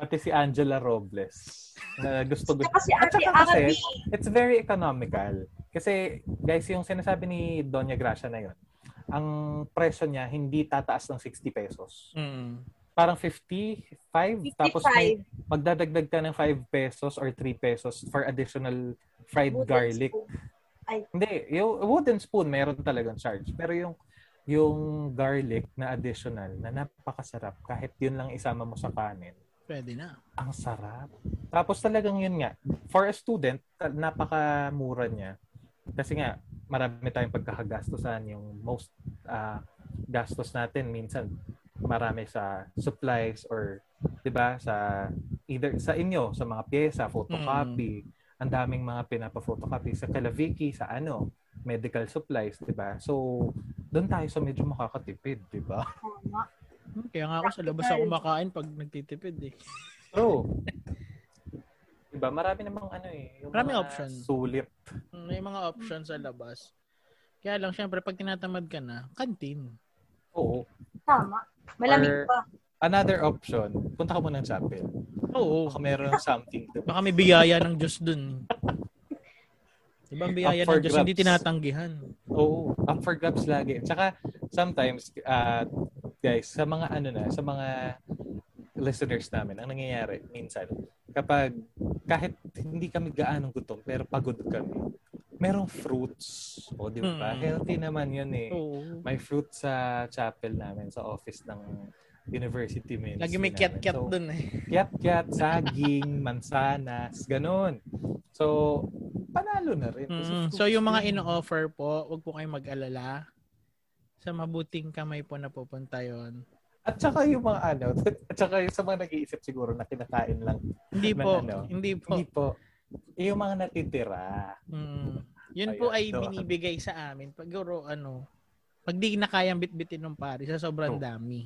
[SPEAKER 3] Pati si Angela Robles. Na gusto gusto.
[SPEAKER 4] Tsaka si
[SPEAKER 3] At
[SPEAKER 4] Ate
[SPEAKER 3] saka
[SPEAKER 4] Abby.
[SPEAKER 3] kasi, it's very economical. Kasi, guys, yung sinasabi ni Doña Gracia na yon, ang presyo niya hindi tataas ng 60 pesos.
[SPEAKER 2] Mm.
[SPEAKER 3] Parang 55, tapos may
[SPEAKER 4] 55.
[SPEAKER 3] magdadagdag ka ng 5 pesos or 3 pesos for additional fried
[SPEAKER 4] Wooden
[SPEAKER 3] garlic.
[SPEAKER 4] spoon.
[SPEAKER 3] Hindi, yung wooden spoon, meron talagang charge. Pero yung yung garlic na additional na napakasarap kahit yun lang isama mo sa kanin
[SPEAKER 2] Pwede na.
[SPEAKER 3] ang sarap tapos talagang yun nga for a student ta- napakamura niya kasi nga marami tayong pagkakagastusan yung most ah, gastos natin minsan marami sa supplies or 'di ba sa either sa inyo sa mga pyesa photocopy ang daming mga pinapa-photocopy sa Kalaviki sa ano medical supplies 'di ba so doon tayo sa medyo makakatipid 'di ba
[SPEAKER 4] Tama.
[SPEAKER 2] Hmm, Kaya nga ako sa labas ako makain pag nagtitipid eh.
[SPEAKER 3] True. diba? Marami namang ano eh. Yung
[SPEAKER 2] Maraming
[SPEAKER 3] mga
[SPEAKER 2] option.
[SPEAKER 3] Sulit.
[SPEAKER 2] May mga options sa labas. Kaya lang, syempre, pag tinatamad ka na, canteen.
[SPEAKER 3] Oo.
[SPEAKER 4] Tama. Malamig
[SPEAKER 3] Or-
[SPEAKER 4] pa.
[SPEAKER 3] Another option, punta ka muna ng chapel.
[SPEAKER 2] Oo.
[SPEAKER 3] Baka meron something to
[SPEAKER 2] Baka may biyaya ng Diyos dun. Diba ang biyaya
[SPEAKER 3] Up
[SPEAKER 2] ng
[SPEAKER 3] for
[SPEAKER 2] Diyos hindi
[SPEAKER 3] grabs.
[SPEAKER 2] tinatanggihan?
[SPEAKER 3] Oo. Up for grabs lagi. Tsaka, sometimes, uh, guys, sa mga ano na, sa mga listeners namin, ang nangyayari minsan, kapag kahit hindi kami gaanong gutom, pero pagod kami, merong fruits. O, di ba?
[SPEAKER 2] Hmm.
[SPEAKER 3] Healthy naman yun eh.
[SPEAKER 2] Oo.
[SPEAKER 3] may fruit sa chapel namin, sa office ng university ministry.
[SPEAKER 2] Lagi may
[SPEAKER 3] namin.
[SPEAKER 2] kiat-kiat
[SPEAKER 3] So,
[SPEAKER 2] dun eh.
[SPEAKER 3] Kiat-kiat, saging, mansanas, ganun. So, panalo na rin. Kasi
[SPEAKER 2] Mm,
[SPEAKER 3] fruits
[SPEAKER 2] so yung mga
[SPEAKER 3] yun.
[SPEAKER 2] ino-offer po, wag po kayong mag-alala. Sa mabuting kamay po napupunta yon.
[SPEAKER 3] At saka yung mga ano, at saka yung sa mga nag-iisip siguro na kinakain lang.
[SPEAKER 2] Hindi
[SPEAKER 3] Man,
[SPEAKER 2] po,
[SPEAKER 3] ano?
[SPEAKER 2] hindi po.
[SPEAKER 3] Hindi po. Yung mga natitira.
[SPEAKER 2] Mm, yun po
[SPEAKER 3] Ayan,
[SPEAKER 2] ay
[SPEAKER 3] so- ano?
[SPEAKER 2] binibigay sa amin. Paguro ano, pag di na kayang bitbitin ng pari sa sobrang
[SPEAKER 3] True.
[SPEAKER 2] dami.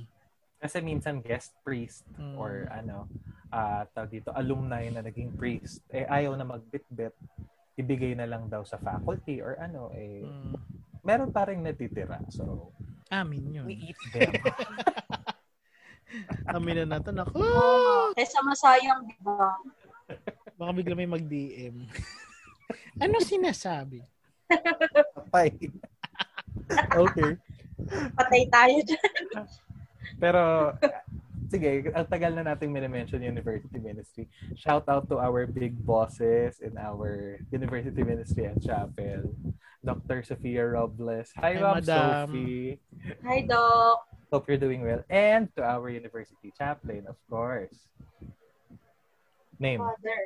[SPEAKER 3] Kasi minsan guest priest
[SPEAKER 2] Mm.
[SPEAKER 3] or ano, ah tawag dito, alumni na naging priest, eh ayaw na magbitbit, ibigay na lang daw sa faculty or ano, eh
[SPEAKER 2] Mm,
[SPEAKER 3] meron pa rin natitira. So,
[SPEAKER 2] amin yun.
[SPEAKER 3] we eat them.
[SPEAKER 2] Amin na natin. Ako,
[SPEAKER 4] Kesa masayang, di ba?
[SPEAKER 2] baka bigla may mag-DM. Ano sinasabi?
[SPEAKER 3] Patay. okay.
[SPEAKER 4] Patay tayo dyan.
[SPEAKER 3] Pero, sige, ang tagal na nating minimension university ministry. Shout out to our big bosses in our university ministry at chapel. Dr. Sophia Robles.
[SPEAKER 2] Hi,
[SPEAKER 3] Hi, Ma'am
[SPEAKER 2] Madam.
[SPEAKER 3] Sophie.
[SPEAKER 4] Hi, Doc.
[SPEAKER 3] Hope you're doing well. And to our university chaplain, of course. Name.
[SPEAKER 4] Father.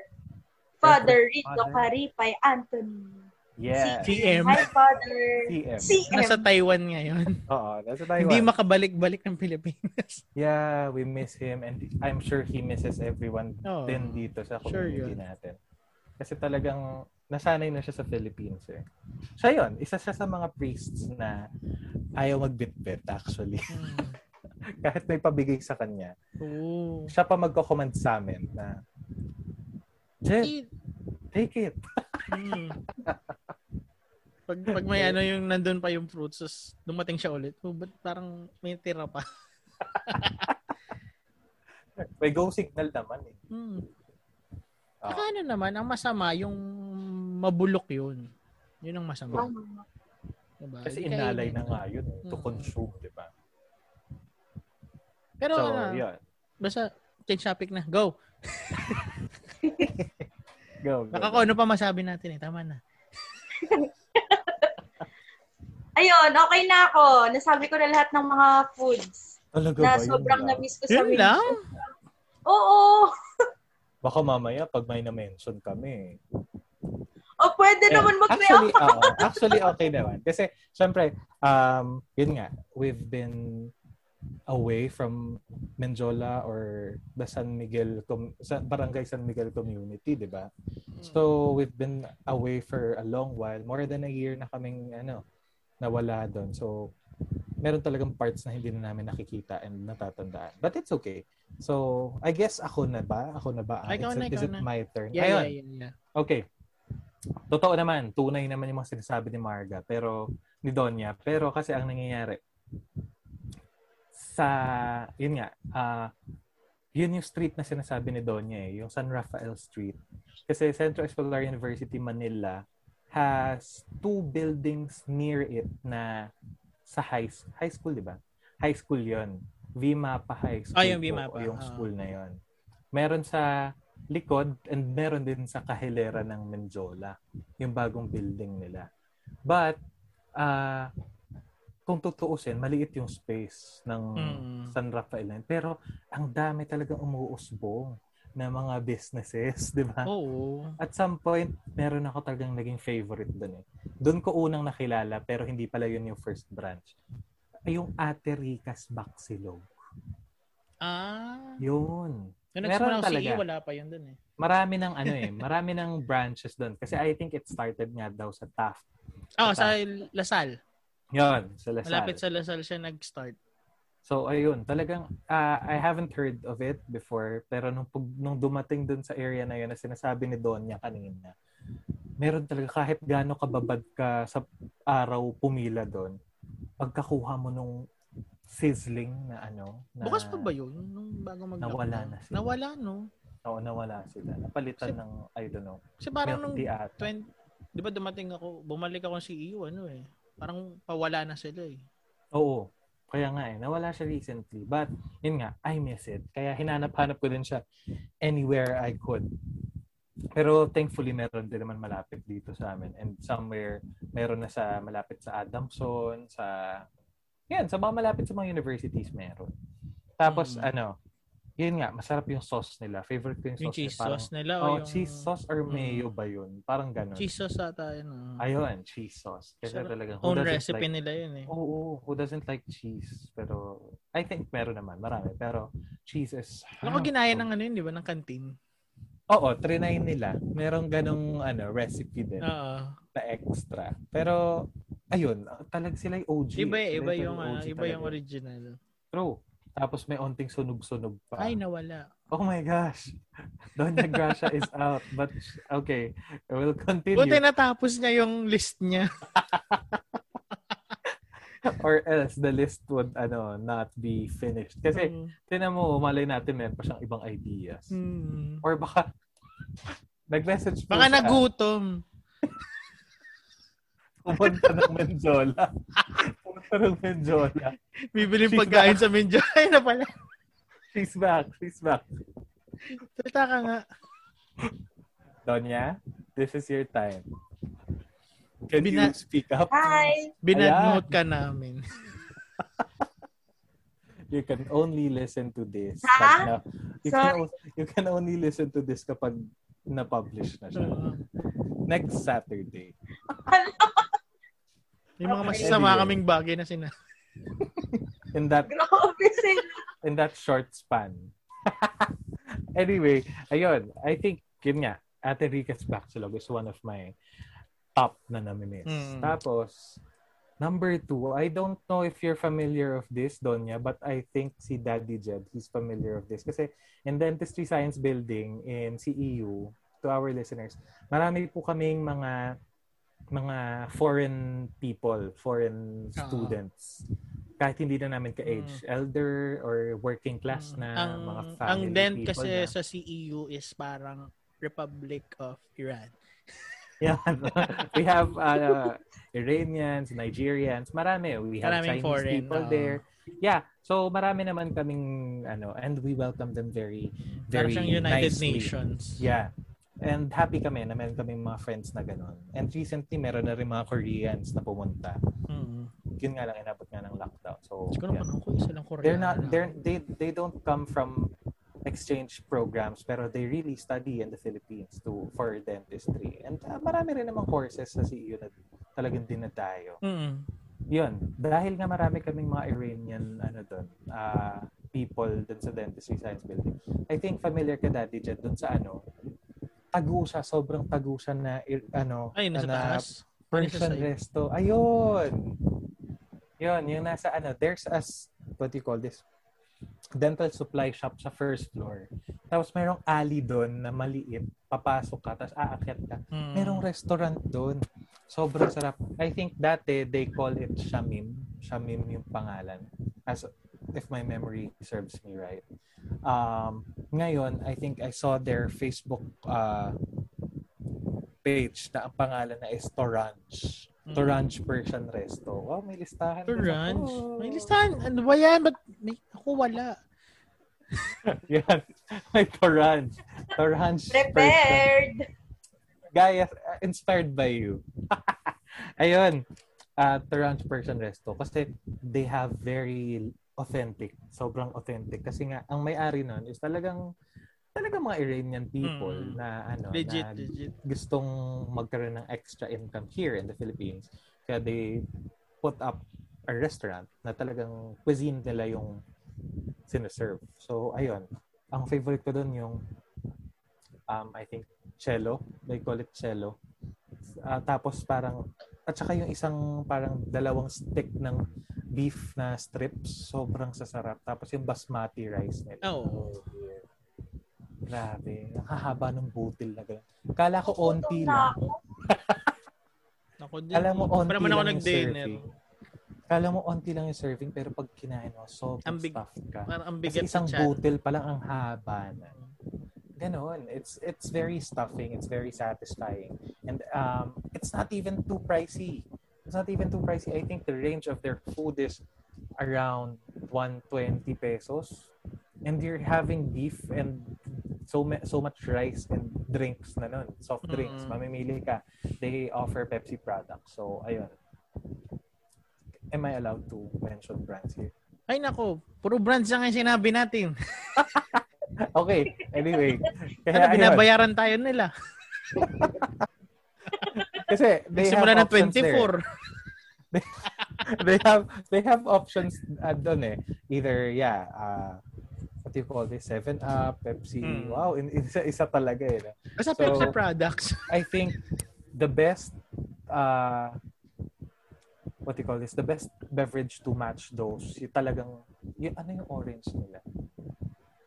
[SPEAKER 4] Father Rico Caripay Anthony.
[SPEAKER 3] Yeah.
[SPEAKER 2] CM.
[SPEAKER 4] Hi, Father.
[SPEAKER 3] CM.
[SPEAKER 4] CM.
[SPEAKER 2] Nasa Taiwan ngayon.
[SPEAKER 3] Oo, nasa Taiwan.
[SPEAKER 2] Hindi makabalik-balik ng Pilipinas.
[SPEAKER 3] yeah, we miss him and I'm sure he misses everyone
[SPEAKER 2] Oo.
[SPEAKER 3] din dito sa
[SPEAKER 2] Um, Sure yun.
[SPEAKER 3] community natin. Kasi talagang nasanay na siya sa Philippines eh. Siya yun, isa siya sa mga priests na ayaw magbitbit actually.
[SPEAKER 2] Hmm.
[SPEAKER 3] Kahit may pabigay sa kanya,
[SPEAKER 2] Oo.
[SPEAKER 3] siya pa magko-command sa amin na Jeff, take it.
[SPEAKER 2] Hmm. Pag, pag may ano yung nandun pa yung fruits, tapos dumating siya ulit, oh, ba't parang may tira pa?
[SPEAKER 3] May go signal naman eh.
[SPEAKER 2] Hmm.
[SPEAKER 3] Oo.
[SPEAKER 2] Saka ano naman, ang masama, yung mabulok yun. Yun ang masama.
[SPEAKER 4] Mama.
[SPEAKER 2] Diba? Di
[SPEAKER 3] Kasi
[SPEAKER 2] kainin.
[SPEAKER 3] inalay na nga yun eh, to
[SPEAKER 2] Mm.
[SPEAKER 3] consume, di ba?
[SPEAKER 2] Pero
[SPEAKER 3] So,
[SPEAKER 2] ano,
[SPEAKER 3] yun.
[SPEAKER 2] basta change topic na. Go!
[SPEAKER 3] Go, go.
[SPEAKER 2] Baka kung ano pa masabi natin eh. Tama na.
[SPEAKER 4] Ayun, okay na ako. Nasabi ko na lahat ng mga foods
[SPEAKER 3] Talaga
[SPEAKER 4] na
[SPEAKER 3] ba yun ah?
[SPEAKER 4] sobrang
[SPEAKER 3] lang?
[SPEAKER 4] na-miss ko sa
[SPEAKER 2] Yun
[SPEAKER 4] Wings.
[SPEAKER 2] lang?
[SPEAKER 4] Oo.
[SPEAKER 3] Baka mamaya pag may na-mention kami. eh,
[SPEAKER 4] O Oh, pwede
[SPEAKER 3] Ayun.
[SPEAKER 4] naman mag-react.
[SPEAKER 3] Eh, Actually, oo. actually okay naman. Kasi, syempre, um, yun nga, we've been away from Menjola or the San Miguel, com- sa Barangay San Miguel community, di ba?
[SPEAKER 2] Mm.
[SPEAKER 3] So, we've been away for a long while. More than a year na kaming, ano, nawala doon. So, meron talagang parts na hindi na namin nakikita and natatandaan. But it's okay. So, I guess ako na ba? Ako na ba?
[SPEAKER 2] Ikaw
[SPEAKER 3] Is
[SPEAKER 2] na,
[SPEAKER 3] it- is
[SPEAKER 2] ikaw
[SPEAKER 3] it
[SPEAKER 2] na.
[SPEAKER 3] my turn?
[SPEAKER 2] Yeah,
[SPEAKER 3] Ayun.
[SPEAKER 2] yeah, yeah, yeah.
[SPEAKER 3] Okay. Totoo naman, tunay naman yung mga sinasabi ni Marga, pero ni Donya, pero kasi ang nangyayari sa yun nga, ah yun yung street na sinasabi ni Donya eh, yung San Rafael Street. Kasi Central Escolar University Manila has two buildings near it na sa high, high school, di ba? High school yon VMAPA High School.
[SPEAKER 2] Ah, yung
[SPEAKER 3] po,
[SPEAKER 2] VMAPA,
[SPEAKER 3] Yung
[SPEAKER 2] ah.
[SPEAKER 3] school na yon. Meron sa likod and meron din sa kahilera ng Menjola, yung bagong building nila. But, ah kung tutuusin, maliit yung space ng
[SPEAKER 2] Mm.
[SPEAKER 3] San Rafael na yun. Pero, ang dami talagang umuusbong na mga businesses, di
[SPEAKER 2] Oh.
[SPEAKER 3] ba?
[SPEAKER 2] Oo.
[SPEAKER 3] At some point, meron ako talagang naging favorite doon eh. Doon ko unang nakilala pero hindi pala yun yung first branch. Ay, Yung Ate Rica's Baxilog.
[SPEAKER 2] Ah.
[SPEAKER 3] Yun.
[SPEAKER 2] Nung
[SPEAKER 3] Meron
[SPEAKER 2] nagsimula ako
[SPEAKER 3] talaga.
[SPEAKER 2] CE, wala pa yun dun eh.
[SPEAKER 3] Marami ng ano eh, marami ng branches doon. Kasi I think it started nga daw sa Taft.
[SPEAKER 2] Oh,
[SPEAKER 3] Sa
[SPEAKER 2] sa Lasal.
[SPEAKER 3] Yun, sa Lasal.
[SPEAKER 2] Malapit sa Lasal siya nag-start.
[SPEAKER 3] So ayun, talagang ah, I haven't heard of it before pero nung pag- nung dumating dun sa area na yun na sinasabi ni Donya kanina. Meron talaga kahit gaano kababad ka sa araw pumila doon. Pagkakuha mo nung sizzling na ano na
[SPEAKER 2] Bukas pa ba yun? Nung bago mag
[SPEAKER 3] Nawala na sila.
[SPEAKER 2] Nawala, no?
[SPEAKER 3] Oo, nawala sila. Napalitan
[SPEAKER 2] Kasi-
[SPEAKER 3] ng I don't know.
[SPEAKER 2] Kasi parang nung
[SPEAKER 3] milk tea ata.
[SPEAKER 2] 20, di ba dumating ako, bumalik ako sa EU, ano eh. Parang pawala na sila eh.
[SPEAKER 3] Oo. Kaya nga eh, nawala siya recently. But, yun nga, I miss it. Kaya hinanap-hanap ko din siya anywhere I could. Pero thankfully, meron din naman malapit dito sa amin. And somewhere, meron na sa malapit sa Adamson, sa... Yan, sa mga malapit sa mga universities meron. Tapos,
[SPEAKER 2] Mm.
[SPEAKER 3] ano, yun nga, masarap yung sauce nila. Favorite ko yung sauce.
[SPEAKER 2] Yung cheese
[SPEAKER 3] nila. Parang-
[SPEAKER 2] sauce nila.
[SPEAKER 3] Oh,
[SPEAKER 2] o yung
[SPEAKER 3] cheese sauce or
[SPEAKER 2] Mm.
[SPEAKER 3] mayo ba yun? Parang ganun.
[SPEAKER 2] Cheese sauce ata yun. ah.
[SPEAKER 3] Ayun, cheese sauce. Kasi
[SPEAKER 2] Sarap.
[SPEAKER 3] talaga, who
[SPEAKER 2] Own
[SPEAKER 3] doesn't
[SPEAKER 2] recipe
[SPEAKER 3] like Oh,
[SPEAKER 2] nila yun eh.
[SPEAKER 3] Oo, who doesn't like cheese? Pero, I think meron naman, marami. Pero, cheese is...
[SPEAKER 2] Alam ko ginaya ng ano yun, di ba? Ng kantin.
[SPEAKER 3] Oo, trinay nila. Merong ganong ano, recipe din
[SPEAKER 2] Oo.
[SPEAKER 3] na extra. Pero, ayun, talag sila yung OG.
[SPEAKER 2] Iba eh,
[SPEAKER 3] Sila
[SPEAKER 2] iba yung,
[SPEAKER 3] OG
[SPEAKER 2] ah, iba
[SPEAKER 3] talaga.
[SPEAKER 2] yung original.
[SPEAKER 3] True. Tapos may onting sunog-sunog pa.
[SPEAKER 2] Ay, nawala.
[SPEAKER 3] Oh my gosh. Doña Gracia is out. But, okay. We'll continue.
[SPEAKER 2] Buti natapos niya yung list niya.
[SPEAKER 3] Or else, the list would ano not be finished.
[SPEAKER 2] Mm.
[SPEAKER 3] Kasi, tinan mo, malay natin, meron pa siyang ibang ideas.
[SPEAKER 2] Hmm.
[SPEAKER 3] Or baka nag-message po
[SPEAKER 2] Baka
[SPEAKER 3] siya.
[SPEAKER 2] nagutom.
[SPEAKER 3] Pumunta ng Menjola. Pumunta ng Menjola.
[SPEAKER 2] Bibili
[SPEAKER 3] She's
[SPEAKER 2] pagkain sa Menjoy na pala.
[SPEAKER 3] She's back. She's back.
[SPEAKER 2] Salita ka nga.
[SPEAKER 3] Donya, this is your time. Can you
[SPEAKER 2] Bina-
[SPEAKER 3] speak up?
[SPEAKER 4] Hi!
[SPEAKER 2] Binadnote ka namin.
[SPEAKER 3] You can only listen to this.
[SPEAKER 4] Ha?
[SPEAKER 3] pag na- you, can,
[SPEAKER 4] Sorry.
[SPEAKER 3] o- you can only listen to this kapag na-publish na siya. Next Saturday.
[SPEAKER 2] May mga
[SPEAKER 4] Okay.
[SPEAKER 2] masasama kaming bagay na sina.
[SPEAKER 3] In that
[SPEAKER 4] Grabe sila.
[SPEAKER 3] in that short span. anyway, ayun. I think, yun nga, Ate Rica's Backlog is one of my top na namimiss.
[SPEAKER 2] Mm.
[SPEAKER 3] Tapos, number two, I don't know if you're familiar of this, Donya, but I think si Daddy Jed, he's familiar of this. Kasi in Dentistry Science Building in CEU, to our listeners, marami po kaming mga mga foreign people, foreign
[SPEAKER 2] Ah.
[SPEAKER 3] students. Kahit hindi na namin ka-age, elder or working class na
[SPEAKER 2] Mm. ang,
[SPEAKER 3] mga family
[SPEAKER 2] ang dent
[SPEAKER 3] people
[SPEAKER 2] kasi
[SPEAKER 3] na.
[SPEAKER 2] sa CEU is parang Republic of Iran.
[SPEAKER 3] Yan. We have uh, Iranians, Nigerians, marami. We have
[SPEAKER 2] Maraming
[SPEAKER 3] Chinese
[SPEAKER 2] foreign, um,
[SPEAKER 3] people
[SPEAKER 2] oo.
[SPEAKER 3] there. Yeah. So marami naman kaming ano and we welcome them very
[SPEAKER 2] Parang
[SPEAKER 3] very
[SPEAKER 2] siyang United
[SPEAKER 3] nicely.
[SPEAKER 2] Nations.
[SPEAKER 3] Yeah. And happy kami na meron kaming mga friends na ganun. And recently, meron na rin mga Koreans na pumunta.
[SPEAKER 2] Mm.
[SPEAKER 3] Yun nga lang, inabot nga ng lockdown. So,
[SPEAKER 2] Siguro
[SPEAKER 3] yeah.
[SPEAKER 2] panahon ko isa lang Koreano.
[SPEAKER 3] they're not
[SPEAKER 2] na.
[SPEAKER 3] they're they they don't come from exchange programs pero they really study in the Philippines to for dentistry and uh, marami rin namang courses sa CEU na talagang dinadayo
[SPEAKER 2] Mm.
[SPEAKER 3] yun dahil nga marami kaming mga Iranian ano doon uh, people dun sa dentistry science building I think familiar ka daddy Jed dun sa ano tagusa sobrang tagusa na ir- ano
[SPEAKER 2] Ay, nasa
[SPEAKER 3] na
[SPEAKER 2] taas.
[SPEAKER 3] Persian
[SPEAKER 2] Nasa side.
[SPEAKER 3] resto. Ayun! Yun, yung nasa ano, there's as, what do you call this? Dental supply shop sa first floor. Tapos merong alley doon na maliit. Papasok ka, tapos aakyat ka.
[SPEAKER 2] Mm.
[SPEAKER 3] Merong restaurant doon. Sobrang sarap. I think dati, they call it Shamim. Shamim yung pangalan. As if my memory serves me right. Um, ngayon, I think I saw their Facebook uh, page na ang pangalan na is Torange.
[SPEAKER 2] Mm.
[SPEAKER 3] Torange Persian Resto. Wow, may listahan. din ako.
[SPEAKER 2] Orange. May listahan. Ano ba yan? Ba't may, ako wala.
[SPEAKER 3] Yan. May Torange. Torange Persian.
[SPEAKER 4] Prepared!
[SPEAKER 3] Gaya, uh, inspired by you. Ayun. Uh, Torange Persian Resto. Kasi they have very authentic. Sobrang authentic. Kasi nga, ang may-ari nun is talagang talagang mga Iranian people
[SPEAKER 2] Mm.
[SPEAKER 3] na ano
[SPEAKER 2] Legit,
[SPEAKER 3] na
[SPEAKER 2] legit.
[SPEAKER 3] gustong magkaroon ng extra income here in the Philippines. Kaya they put up a restaurant na talagang cuisine nila yung sinaserve. So, ayun. Ang favorite ko doon yung um, I think cello. They call it cello. Ah, tapos parang at saka yung isang parang dalawang stick ng beef na strips. Sobrang sasarap. Tapos yung basmati rice nila.
[SPEAKER 2] Oo.
[SPEAKER 3] Grabe. Nakahaba ng butil na gano'n. Kala ko onti
[SPEAKER 4] Gutom na
[SPEAKER 3] lang.
[SPEAKER 4] ako.
[SPEAKER 2] Ako din.
[SPEAKER 3] Kala mo onti
[SPEAKER 2] Para man ako
[SPEAKER 3] lang yung
[SPEAKER 2] nag-dinner.
[SPEAKER 3] serving. Kala mo onti lang yung serving pero pag kinain mo, sobrang
[SPEAKER 2] Ang big-
[SPEAKER 3] stuffed ka.
[SPEAKER 2] Parang ang
[SPEAKER 3] Kasi
[SPEAKER 2] bigat sa
[SPEAKER 3] isang
[SPEAKER 2] chan.
[SPEAKER 3] butil pa lang ang haba na. Ganon. It's, it's very stuffing. It's very satisfying. And um, it's not even too pricey. It's not even too pricey. I think the range of their food is around 120 pesos. And you're having beef and so ma- so much rice and drinks na nun. Soft drinks.
[SPEAKER 2] Mm.
[SPEAKER 3] Mamimili ka. They offer Pepsi products. So, ayun. Am I allowed to mention brands here?
[SPEAKER 2] Ay nako, puro brands lang yung sinabi natin.
[SPEAKER 3] Okay. Anyway.
[SPEAKER 2] Ano,
[SPEAKER 3] Kaya, ayun.
[SPEAKER 2] binabayaran tayo nila.
[SPEAKER 3] Kasi they
[SPEAKER 2] Simula ng
[SPEAKER 3] have options
[SPEAKER 2] 24.
[SPEAKER 3] there. They have they have options uh, doon eh. Either yeah, uh, what do you call this? 7 Up, Pepsi.
[SPEAKER 2] Mm.
[SPEAKER 3] Wow, in, isa isa talaga eh. no?
[SPEAKER 2] Basta
[SPEAKER 3] So-
[SPEAKER 2] Pepsi products.
[SPEAKER 3] I think the best uh what do you call this? The best beverage to match those. Yung talagang yung ano yung orange nila?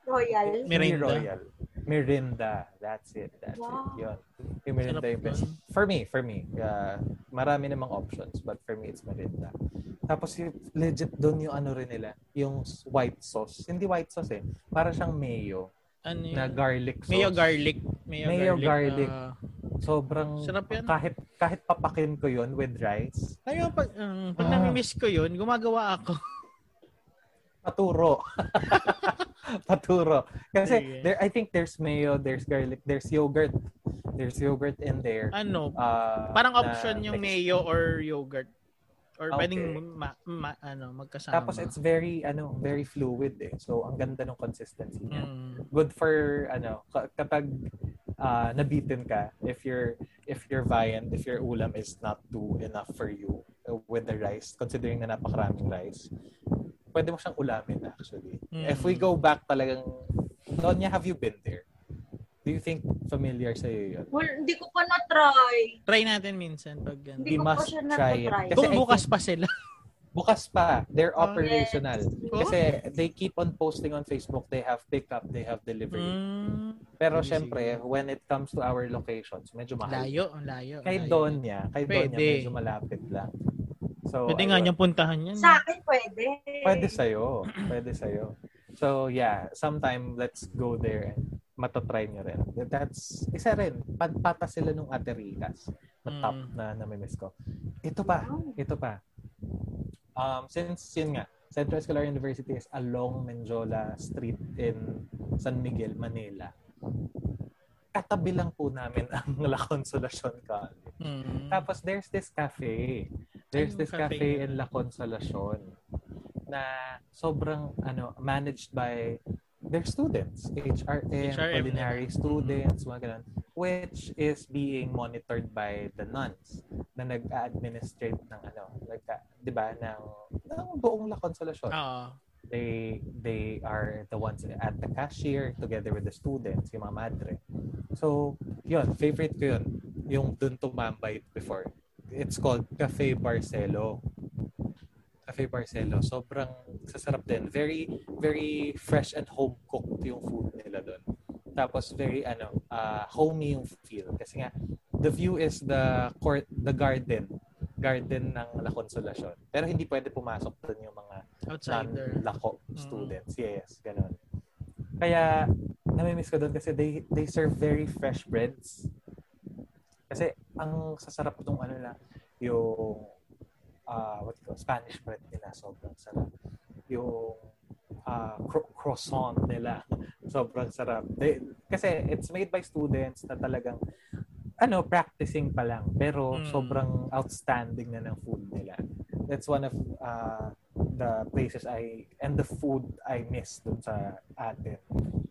[SPEAKER 4] Royal.
[SPEAKER 3] Hindi
[SPEAKER 2] Mirinda.
[SPEAKER 3] Royal. Mirinda. That's it. That's
[SPEAKER 4] Wow.
[SPEAKER 3] it. Yun. Yung Mirinda
[SPEAKER 2] Sarap
[SPEAKER 3] yung best.
[SPEAKER 2] nun.
[SPEAKER 3] For me, for me. Uh, marami namang options, but for me, it's Mirinda. Tapos yung legit doon yung ano rin nila, yung s- white sauce. Hindi white sauce eh. Para siyang mayo
[SPEAKER 2] Ano yun?
[SPEAKER 3] na garlic sauce.
[SPEAKER 2] Mayo garlic. Mayo,
[SPEAKER 3] Mayo garlic.
[SPEAKER 2] ah,
[SPEAKER 3] Sobrang
[SPEAKER 2] Sarap yan.
[SPEAKER 3] kahit kahit papakin ko 'yon with rice,
[SPEAKER 2] Kaya pag, um, pag
[SPEAKER 3] Ah.
[SPEAKER 2] nami-miss ko yun, gumagawa ako.
[SPEAKER 3] paturo. paturo. Kasi
[SPEAKER 2] Sige.
[SPEAKER 3] there I think there's mayo, there's garlic, there's yogurt. There's yogurt in there.
[SPEAKER 2] Ano,
[SPEAKER 3] Ah,
[SPEAKER 2] parang
[SPEAKER 3] na
[SPEAKER 2] option yung
[SPEAKER 3] mix.
[SPEAKER 2] mayo or yogurt. Or
[SPEAKER 3] Okay.
[SPEAKER 2] pwedeng ma, ma- ano, magkasama.
[SPEAKER 3] Tapos it's very ano, very fluid eh. So ang ganda ng consistency niya.
[SPEAKER 2] Mm.
[SPEAKER 3] Good for ano, ka- kapag ah, nabitin ka if your if your viand, if your ulam is not too enough for you uh, with the rice, considering na napakaraming rice. Pwede mo siyang ulamin actually.
[SPEAKER 2] Mm.
[SPEAKER 3] If we go back talagang Donya, have you been there? Do you think familiar sa yun?
[SPEAKER 4] Well, hindi ko pa na-try.
[SPEAKER 2] Try natin minsan pag ano.
[SPEAKER 3] We
[SPEAKER 4] Hindi ko pa
[SPEAKER 3] must
[SPEAKER 4] siya
[SPEAKER 3] try it.
[SPEAKER 4] na-try.
[SPEAKER 3] Kasi
[SPEAKER 2] Kung
[SPEAKER 3] I
[SPEAKER 2] bukas pa sila.
[SPEAKER 3] Bukas pa. They're
[SPEAKER 2] Oh,
[SPEAKER 3] operational.
[SPEAKER 4] yes.
[SPEAKER 3] Kasi they keep on posting on Facebook. They have pickup. They have delivery.
[SPEAKER 2] Mm.
[SPEAKER 3] Pero
[SPEAKER 2] Sige,
[SPEAKER 3] syempre,
[SPEAKER 2] sige.
[SPEAKER 3] when it comes to our locations, medyo mahal.
[SPEAKER 2] Layo, ang layo. ang
[SPEAKER 3] Kay
[SPEAKER 2] layo.
[SPEAKER 3] Donya, kay Donya,
[SPEAKER 2] Pwede.
[SPEAKER 3] medyo malapit lang. So,
[SPEAKER 2] Pwede nga
[SPEAKER 3] ayun.
[SPEAKER 2] niyang puntahan yan.
[SPEAKER 4] Sa akin, pwede.
[SPEAKER 3] Pwede sa'yo. Pwede sa'yo. So, yeah. Sometime, let's go there and matatry nyo rin. That's, isa rin. Pagpata sila nung Ateritas. Na top
[SPEAKER 2] Mm.
[SPEAKER 3] na namimiss ko. Ito pa. Ito pa. Um, since, yun nga, Centro Escolar University is along Menjola Street in San Miguel, Manila. Katabi lang po namin ang La Consolacion College.
[SPEAKER 2] Mm.
[SPEAKER 3] Tapos there's this cafe. There's
[SPEAKER 2] Anong
[SPEAKER 3] this
[SPEAKER 2] cafe
[SPEAKER 3] cafe,
[SPEAKER 2] yun?
[SPEAKER 3] in La Consolacion na sobrang ano managed by their students, HRM,
[SPEAKER 2] HRM
[SPEAKER 3] culinary
[SPEAKER 2] nila.
[SPEAKER 3] students, mga ganun, which is being monitored by the nuns na nag-administrate ng ano, like, 'di ba, ng, ng buong La Consolacion
[SPEAKER 2] Oo.
[SPEAKER 3] they they are the ones at the cashier together with the students, yung mga madre. So, yun, favorite ko yun. Yung dun tumambay before. It's called Cafe Barcelo. Cafe Barcelo. Sobrang sasarap din. Very, very fresh and home-cooked yung food nila dun. Tapos very, ano, ah, homey yung feel. Kasi nga, the view is the court, the garden. Garden ng La Consolacion. Pero hindi pwede pumasok dun yung mga
[SPEAKER 2] outsider.
[SPEAKER 3] lako
[SPEAKER 2] Mm.
[SPEAKER 3] students. Yes, ganun. Kaya, namimiss ko doon kasi they, they serve very fresh breads. Kasi, ang sasarap nung ano na, yung, ah what you call, Spanish bread nila, sobrang sarap. Yung ah, cro- croissant nila, sobrang sarap. They, kasi, it's made by students na talagang, ano, practicing pa lang. Pero,
[SPEAKER 2] Mm.
[SPEAKER 3] sobrang outstanding na ng food nila. That's one of, ah, the places I and the food I miss dun sa atin.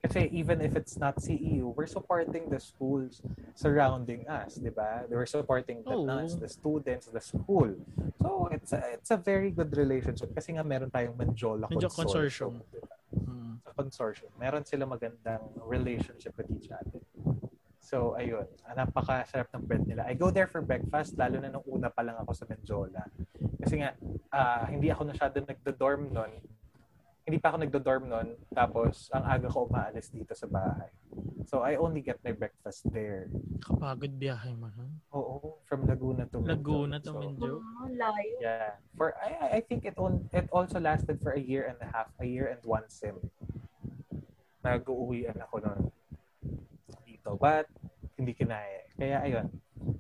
[SPEAKER 3] Kasi even if it's not CEU, we're supporting the schools surrounding us, di ba? We're supporting the
[SPEAKER 2] Oo.
[SPEAKER 3] nuns, the students, the school. So it's a, it's a very good relationship kasi nga meron tayong Manjola
[SPEAKER 2] Medyo
[SPEAKER 3] Consortium. di ba?
[SPEAKER 2] Mm.
[SPEAKER 3] Sa consortium, meron sila magandang relationship with each other. So, ayun. ah, Napakasarap ng bread nila. I go there for breakfast, lalo na nung una pa lang ako sa Menjola. Kasi nga, ah, hindi ako masyado nagdo-dorm nun. Hindi pa ako nagdo-dorm nun. Tapos, ang aga ko umaalis dito sa bahay. So, I only get my breakfast there.
[SPEAKER 2] Kapagod biyahe mo. ha?
[SPEAKER 3] Oo, from Laguna to Mindoro.
[SPEAKER 2] Laguna to
[SPEAKER 3] So,
[SPEAKER 2] Minjo.
[SPEAKER 4] Oh, layo.
[SPEAKER 3] Yeah. For I I- I think it on it also lasted for a year and a half, a year and one sim. Nag-uuwian ako noon dito. But hindi kinaya. Kaya ayun.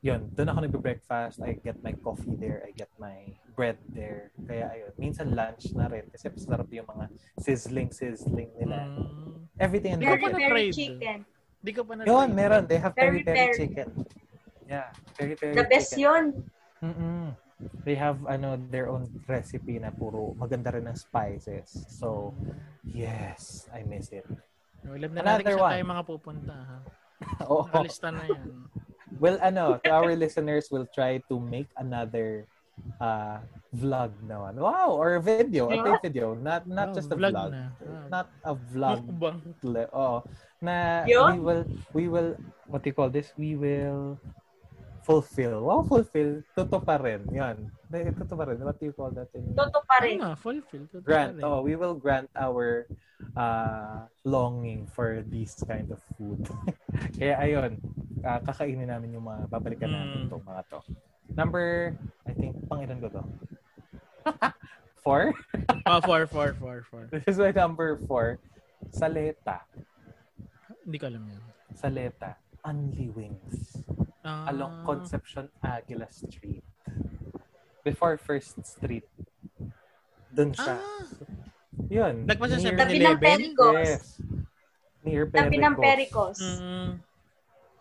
[SPEAKER 3] Yun, doon ako nagbe-breakfast. I get my coffee there. I get my bread there. Kaya ayun. Minsan lunch na rin. Kasi masarap yung mga sizzling-sizzling nila.
[SPEAKER 2] Mm.
[SPEAKER 3] Everything in
[SPEAKER 2] Hindi ko
[SPEAKER 4] Very,
[SPEAKER 2] pa
[SPEAKER 3] there.
[SPEAKER 4] very
[SPEAKER 2] na-try
[SPEAKER 4] chicken.
[SPEAKER 2] Di ko pa na
[SPEAKER 3] Yun, meron. They have
[SPEAKER 4] Peri-peri.
[SPEAKER 3] peri-peri chicken. Yeah, peri-peri
[SPEAKER 4] The best
[SPEAKER 3] chicken.
[SPEAKER 4] yun.
[SPEAKER 3] Mm-mm. They have ano their own recipe na puro maganda rin ng spices. So, yes, I miss it.
[SPEAKER 2] Alam na natin
[SPEAKER 3] Another
[SPEAKER 2] saan
[SPEAKER 3] one.
[SPEAKER 2] tayo mga pupunta. Ha?
[SPEAKER 3] Oo.
[SPEAKER 2] Nakalista na yan.
[SPEAKER 3] Oh, Well, ano, to our listeners, we'll try to make another uh, vlog naman. Wow, or a video, a
[SPEAKER 4] Yeah.
[SPEAKER 3] video, not
[SPEAKER 2] Oh,
[SPEAKER 3] not just a
[SPEAKER 2] vlog
[SPEAKER 3] vlog.
[SPEAKER 2] na.
[SPEAKER 3] Not a vlog.
[SPEAKER 2] Mukbang.
[SPEAKER 3] Le- oh, na
[SPEAKER 4] Yun?
[SPEAKER 3] we will we will what do you call this? We will fulfill. Wow, fulfill. Totoo pa rin. Yun. Totoo pa rin. What do you call that? in-
[SPEAKER 4] Totoo pa
[SPEAKER 2] Ano
[SPEAKER 4] rin.
[SPEAKER 2] nga, fulfill. Totoo
[SPEAKER 3] grant
[SPEAKER 2] rin.
[SPEAKER 3] oh we will grant our uh, longing for this kind of food kaya ayun ah, kakainin namin yung mga babalikan namin
[SPEAKER 2] Mm.
[SPEAKER 3] to mga to number I think pangilan ko to four
[SPEAKER 2] Ah, four, four, four, four.
[SPEAKER 3] this is my number four Saleta
[SPEAKER 2] Hindi ko alam yan.
[SPEAKER 3] Saleta Only Wings
[SPEAKER 2] Ah.
[SPEAKER 3] along Concepcion Aguila Street. Before First Street. Doon siya.
[SPEAKER 2] Ah,
[SPEAKER 3] Yun.
[SPEAKER 2] Nagpa siya sa
[SPEAKER 3] Near-
[SPEAKER 4] Tabi
[SPEAKER 2] 11?
[SPEAKER 4] ng Pericos.
[SPEAKER 3] Yes. Near
[SPEAKER 4] Tabi ng
[SPEAKER 3] Pericos.
[SPEAKER 4] Pericos.
[SPEAKER 2] mm,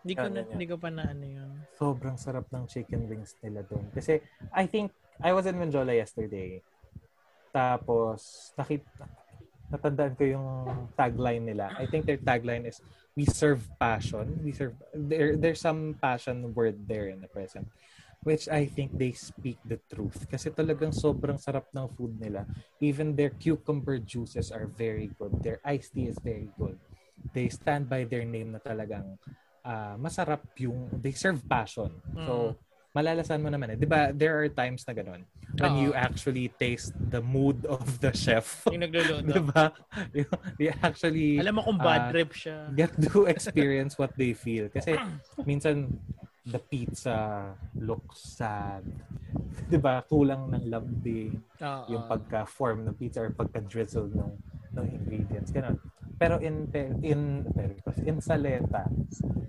[SPEAKER 2] hindi ko
[SPEAKER 3] Yan,
[SPEAKER 2] na,
[SPEAKER 3] yan, yan.
[SPEAKER 2] hindi ko pa na ano yun.
[SPEAKER 3] Sobrang sarap ng chicken wings nila doon. Kasi I think I was in Manjola yesterday. Tapos nakita natandaan ko yung tagline nila. I think their tagline is we serve passion. We serve there there's some passion word there in the present which I think they speak the truth kasi talagang sobrang sarap ng food nila. Even their cucumber juices are very good. Their iced tea is very good. They stand by their name na talagang ah, masarap yung they serve passion. So malalasan mo naman eh. 'Di ba? There are times na ganun when
[SPEAKER 2] Oo.
[SPEAKER 3] you actually taste the mood of the chef.
[SPEAKER 2] Yung nagluluto.
[SPEAKER 3] 'Di ba? You, you actually
[SPEAKER 2] Alam mo kung
[SPEAKER 3] Ah,
[SPEAKER 2] bad trip siya.
[SPEAKER 3] get to experience what they feel. Kasi minsan, the pizza looks sad. 'Di ba Kulang ng lambing.
[SPEAKER 2] Oo.
[SPEAKER 3] Yung pagka-form ng pizza or pagka-drizzle ng, ng ingredients. Ganun. Pero in Pe- in Pericos, in Saleta,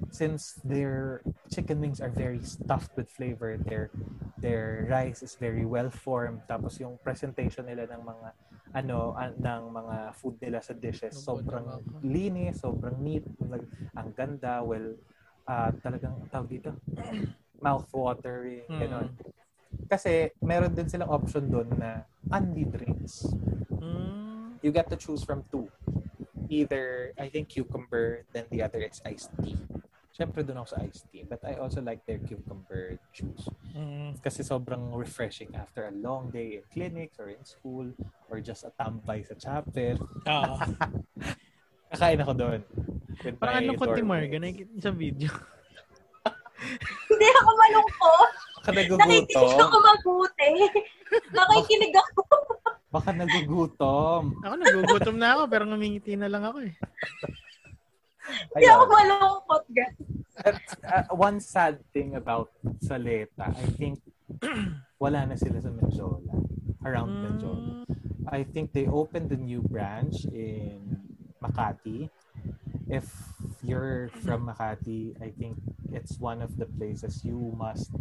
[SPEAKER 3] since their chicken wings are very stuffed with flavor, their their rice is very well formed. Tapos yung presentation nila ng mga ano ah, ng mga food nila sa dishes
[SPEAKER 2] Lungkot
[SPEAKER 3] sobrang
[SPEAKER 2] ako.
[SPEAKER 3] linis, sobrang neat, like, ang ganda, well ah, talagang tawag dito mouth watering,
[SPEAKER 2] Mm.
[SPEAKER 3] ganun. Kasi meron din silang option doon na only drinks.
[SPEAKER 2] Mm,
[SPEAKER 3] You get to choose from two. Either, I think, cucumber, then the other is iced tea. Siyempre, doon ako sa iced tea. But I also like their cucumber juice.
[SPEAKER 2] mm,
[SPEAKER 3] Kasi sobrang refreshing after a long day in clinics or in school or just a tambay sa chapel.
[SPEAKER 2] Oo.
[SPEAKER 3] Kakain ako doon. with
[SPEAKER 2] Parang
[SPEAKER 3] my
[SPEAKER 2] ano ko
[SPEAKER 3] dorm
[SPEAKER 2] Marga,
[SPEAKER 3] mates.
[SPEAKER 2] nakikita sa video.
[SPEAKER 4] Hindi ako malungkot.
[SPEAKER 3] Baka nagugutom.
[SPEAKER 4] Nakikinig ako mabuti. Nakikinig ako.
[SPEAKER 3] Baka nagugutom.
[SPEAKER 2] Ako nagugutom na ako pero ngumingiti na lang ako eh.
[SPEAKER 4] Hindi ako
[SPEAKER 3] Ayun.
[SPEAKER 4] malungkot. guys.
[SPEAKER 3] uh, one sad thing about Saleta, I think wala na sila sa Menjola. Around Menjola.
[SPEAKER 2] Mm,
[SPEAKER 3] I think they opened the new branch in Makati. If you're from Makati, I think it's one of the places you must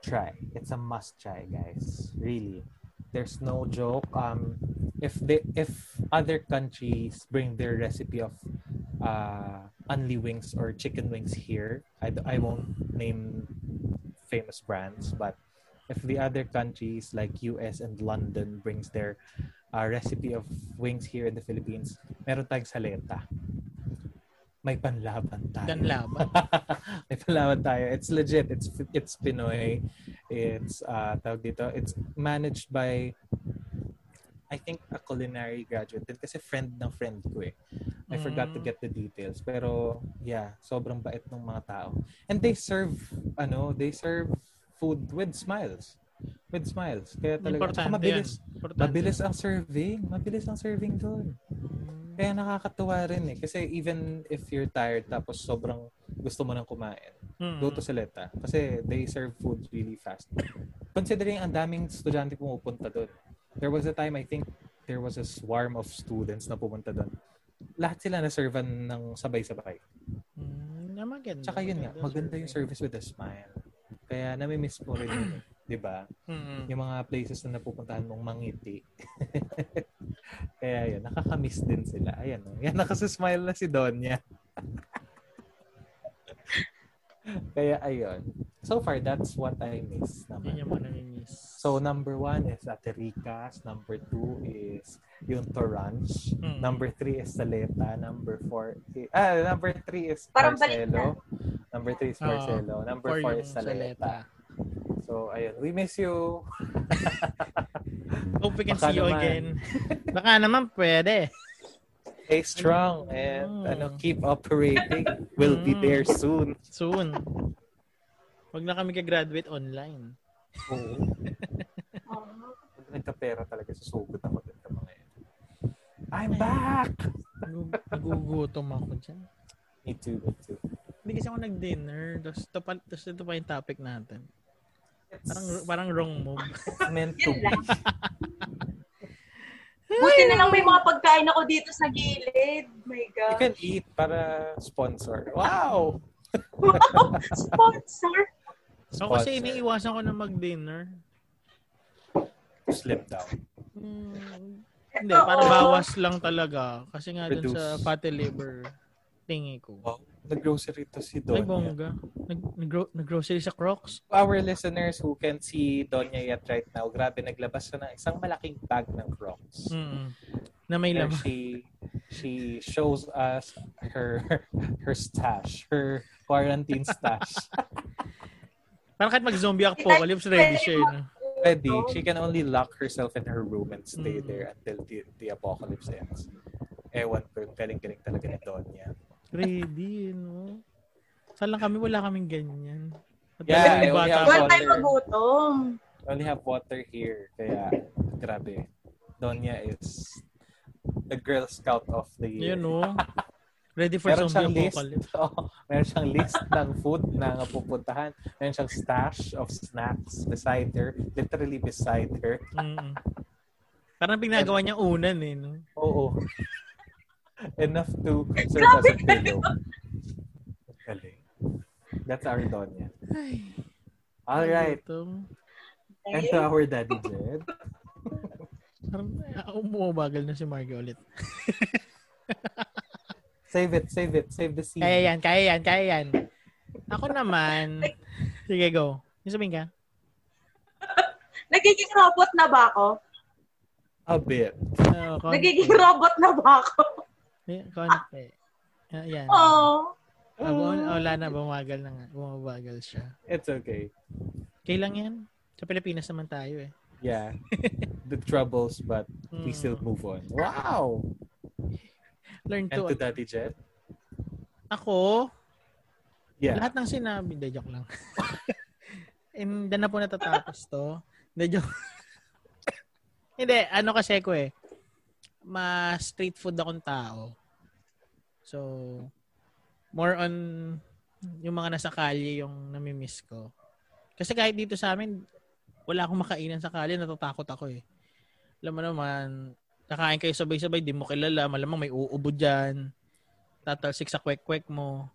[SPEAKER 3] try. It's a must try, guys. Really. There's no joke. Um if they if other countries bring their recipe of uh only wings or chicken wings here, I I won't name famous brands, but if the other countries like US and London brings their uh, recipe of wings here in the Philippines, meron tayong salenta. May panlaban tayo.
[SPEAKER 2] Danlaban.
[SPEAKER 3] May panlaban tayo. It's legit. It's it's Pinoy. It's uh, tawag dito. It's managed by I think a culinary graduate din kasi friend ng friend ko eh. I forgot to
[SPEAKER 2] Mm.
[SPEAKER 3] get the details pero yeah, sobrang bait ng mga tao. And they serve ano, they serve food with smiles. With smiles. Kaya talaga Tsaka
[SPEAKER 2] Importante
[SPEAKER 3] mabilis.
[SPEAKER 2] yan. Importante.
[SPEAKER 3] Mabilis ang serving. Mabilis ang serving doon. Kaya nakakatuwa rin eh. Kasi even if you're tired tapos sobrang gusto mo nang kumain,
[SPEAKER 2] Mm.
[SPEAKER 3] go to Saleta. Kasi they serve food really fast. Considering ang daming estudyante pumupunta doon. There was a time I think there was a swarm of students na pumunta doon. Lahat sila na-servan ng sabay-sabay.
[SPEAKER 2] Mm, na maganda.
[SPEAKER 3] Tsaka yun nga, maganda yung service with a smile. Kaya nami-miss mo rin yun eh. 'Di ba?
[SPEAKER 2] Mm.
[SPEAKER 3] yung mga places na napupuntahan mong mangiti. Kaya yun, nakakamiss din sila. Ayan, oh. yan, nakasasmile na si Donya. Kaya ayun. So far, that's what I miss
[SPEAKER 2] Yun
[SPEAKER 3] naman.
[SPEAKER 2] yung mga namimiss.
[SPEAKER 3] So, number one is Atericas. Number two is yung Toranch.
[SPEAKER 2] Mm.
[SPEAKER 3] Number three is Saleta. Number four is... Ah, number three is
[SPEAKER 4] Parang
[SPEAKER 3] Marcelo. Number three is
[SPEAKER 2] Oo.
[SPEAKER 3] Marcelo. number
[SPEAKER 2] Or
[SPEAKER 3] four
[SPEAKER 2] Ah, yung
[SPEAKER 3] is Saleta. So, ayun. We miss you.
[SPEAKER 2] Hope we can
[SPEAKER 3] Baka
[SPEAKER 2] see you
[SPEAKER 3] naman.
[SPEAKER 2] again. Baka naman pwede.
[SPEAKER 3] Stay strong and
[SPEAKER 2] Mm.
[SPEAKER 3] ano keep operating. We'll
[SPEAKER 2] Mm.
[SPEAKER 3] be there soon.
[SPEAKER 2] Soon. Huwag na kami ka-graduate online.
[SPEAKER 3] Oo.
[SPEAKER 4] Oh.
[SPEAKER 3] Nagkapera talaga susugod ako dun sa mga yun. I'm back!
[SPEAKER 2] Nagu- Nagugutom ako dyan.
[SPEAKER 3] Me too, me too.
[SPEAKER 2] Hindi kasi ako nag-dinner. Tapos ito pa, tapos ito pa yung topic natin.
[SPEAKER 3] It's
[SPEAKER 2] Parang, parang wrong move.
[SPEAKER 3] meant to
[SPEAKER 4] Yun
[SPEAKER 3] be.
[SPEAKER 4] lang. Buti na lang may mga pagkain ako dito sa gilid. My
[SPEAKER 3] You
[SPEAKER 4] God.
[SPEAKER 3] can eat para sponsor. Wow!
[SPEAKER 4] Wow! Sponsor!
[SPEAKER 2] Ako kasi iniiwasan ko na mag-dinner.
[SPEAKER 3] Slim down.
[SPEAKER 2] Hmm, Hindi,
[SPEAKER 4] Oo.
[SPEAKER 2] para bawas lang talaga. Kasi nga dun sa
[SPEAKER 3] Reduce.
[SPEAKER 2] fatty liver tingi ko.
[SPEAKER 3] Oh, nag-grocery to si
[SPEAKER 2] Ay,
[SPEAKER 3] Donya.
[SPEAKER 2] bongga. Nag- nag- nag-grocery sa Crocs.
[SPEAKER 3] Our listeners who can see Donya yet right now, grabe, naglabas siya ng isang malaking bag ng Crocs.
[SPEAKER 2] Mm-mm. Na may
[SPEAKER 3] There
[SPEAKER 2] laman.
[SPEAKER 3] she she shows us her her stash, her quarantine stash.
[SPEAKER 2] Parang kahit mag-zombie apocalypse, ready siya. eh, No?
[SPEAKER 3] Ready, she can only lock herself in her room and stay
[SPEAKER 2] Mm.
[SPEAKER 3] there until the, the apocalypse ends. Ewan ko, galing-galing talaga ni Donya.
[SPEAKER 2] Ready, eh, no? Saan lang kami, wala kaming ganyan. At
[SPEAKER 3] Yeah,
[SPEAKER 2] talagang
[SPEAKER 3] eh, we
[SPEAKER 2] bata
[SPEAKER 3] have
[SPEAKER 2] ako.
[SPEAKER 4] One time magutom.
[SPEAKER 3] Only have water here, kaya grabe. Donya is the Girl Scout of the year.
[SPEAKER 2] Yun, no? Ready for
[SPEAKER 3] meron siyang
[SPEAKER 2] zombie
[SPEAKER 3] list.
[SPEAKER 2] apocalypse.
[SPEAKER 3] Oo, meron siyang list ng food na pupuntahan. Meron siyang stash of snacks beside her. Literally beside her.
[SPEAKER 2] Mm-mm. Parang pinagawa niya unan, eh. No?
[SPEAKER 3] Oo. Enough to serve as a pillow. Galing. That's our Donya. All right.
[SPEAKER 2] Ito.
[SPEAKER 3] And to our daddy, Jed.
[SPEAKER 2] Parang ah, umuwabagal na si Margie ulit.
[SPEAKER 3] Save it, save it, save the scene.
[SPEAKER 2] Kaya yan, kaya yan, kaya yan. Ako naman. Sige, go. Yung sabihin ka?
[SPEAKER 4] Nagiging robot na ba ako?
[SPEAKER 3] A bit.
[SPEAKER 2] Uh, kon-
[SPEAKER 4] Nagiging robot na ba ako?
[SPEAKER 2] eh, konti. Ah, yan.
[SPEAKER 4] Oh.
[SPEAKER 2] Ah, bu- wala na, bumagal na nga. Bumabagal siya.
[SPEAKER 3] It's okay.
[SPEAKER 2] Kailang yan? Sa Pilipinas naman tayo eh.
[SPEAKER 3] Yeah. the troubles, but we
[SPEAKER 2] Mm.
[SPEAKER 3] still move on. Wow!
[SPEAKER 2] Learn
[SPEAKER 3] And
[SPEAKER 2] to. ano.
[SPEAKER 3] to Daddy Jed?
[SPEAKER 2] Ako,
[SPEAKER 3] Yeah.
[SPEAKER 2] lahat ng sinabi, de joke lang. And doon na po natatapos to. De joke. Hindi, ano kasi ko eh. Mas street food akong tao. So, more on yung mga nasa kalye yung namimiss ko. Kasi kahit dito sa amin, wala akong makainan sa kalye, natatakot ako eh. Alam mo naman, kakain kayo sabay-sabay, di mo kilala, malamang may uubo dyan, tatalsik sa kwek-kwek mo.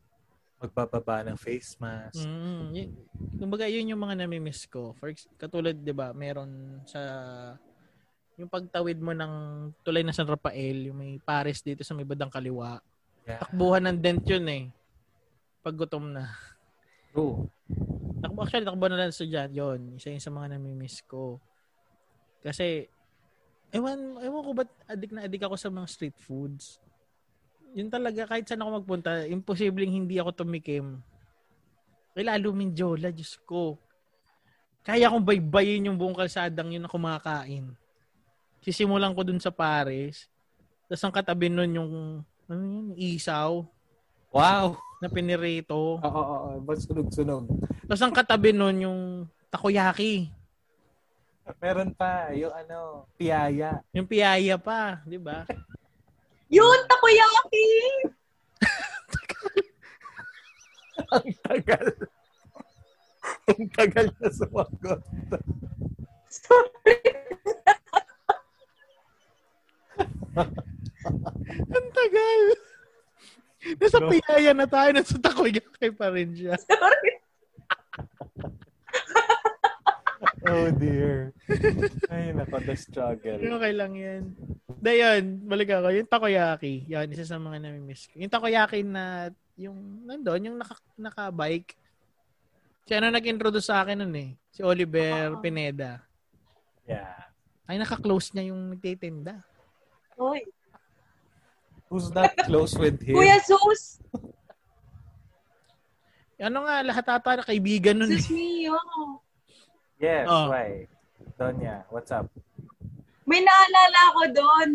[SPEAKER 3] Magbababa ng face mask.
[SPEAKER 2] Mm, yun, kumbaga yun yung mga namimiss ko. For ex- katulad 'di ba, meron sa yung pagtawid mo ng tulay na San Rafael, yung may pares dito sa may badang kaliwa.
[SPEAKER 3] Yeah.
[SPEAKER 2] Takbuhan ng dent yun eh. Pag gutom na.
[SPEAKER 3] True.
[SPEAKER 2] Takbo, actually, takbo na lang sa dyan. Yun, isa yun sa mga namimiss ko. Kasi, ewan, ewan ko ba't adik na adik ako sa mga street foods. Yun talaga, kahit saan ako magpunta, imposibleng hindi ako tumikim. Kaya lalo Mindiola, Diyos ko. Kaya kong baybayin yung buong kalsadang yun na kumakain. Sisimulan ko dun sa Paris. Tapos ang katabi nun yung, ano yun, isaw
[SPEAKER 3] Wow!
[SPEAKER 2] na pinirito.
[SPEAKER 3] Oo, oo, oo. Mas sunog-sunog.
[SPEAKER 2] Tapos ang katabi nun yung takoyaki.
[SPEAKER 3] Meron pa, yung ano, piyaya.
[SPEAKER 2] Yung piyaya pa, di ba?
[SPEAKER 4] Yun, takoyaki!
[SPEAKER 3] Ang tagal. Ang tagal na sumagot.
[SPEAKER 4] Sorry.
[SPEAKER 2] Ang tagal. Nasa
[SPEAKER 3] No.
[SPEAKER 2] piyaya na tayo, nasa takoyaki pa rin siya.
[SPEAKER 4] Sorry.
[SPEAKER 3] Oh dear. Ay, nako, the struggle.
[SPEAKER 2] Yung okay lang yan. Da yun, balik ako. Yung takoyaki, yan, isa sa mga namimiss ko. Yung takoyaki na, yung nandun, yung naka, naka-bike. Si ano nag-introduce sa akin nun eh. Si Oliver
[SPEAKER 4] Oo.
[SPEAKER 2] Pineda.
[SPEAKER 3] Yeah.
[SPEAKER 2] Ay, naka-close niya yung nagtitinda.
[SPEAKER 4] Uy.
[SPEAKER 3] Who's not close with him?
[SPEAKER 4] Kuya Zeus,
[SPEAKER 2] Ano nga, lahat ata kaibigan nun eh.
[SPEAKER 4] Zeus Mio.
[SPEAKER 3] Yes,
[SPEAKER 2] Oh.
[SPEAKER 3] why? Donya, what's up?
[SPEAKER 4] May naalala ako doon.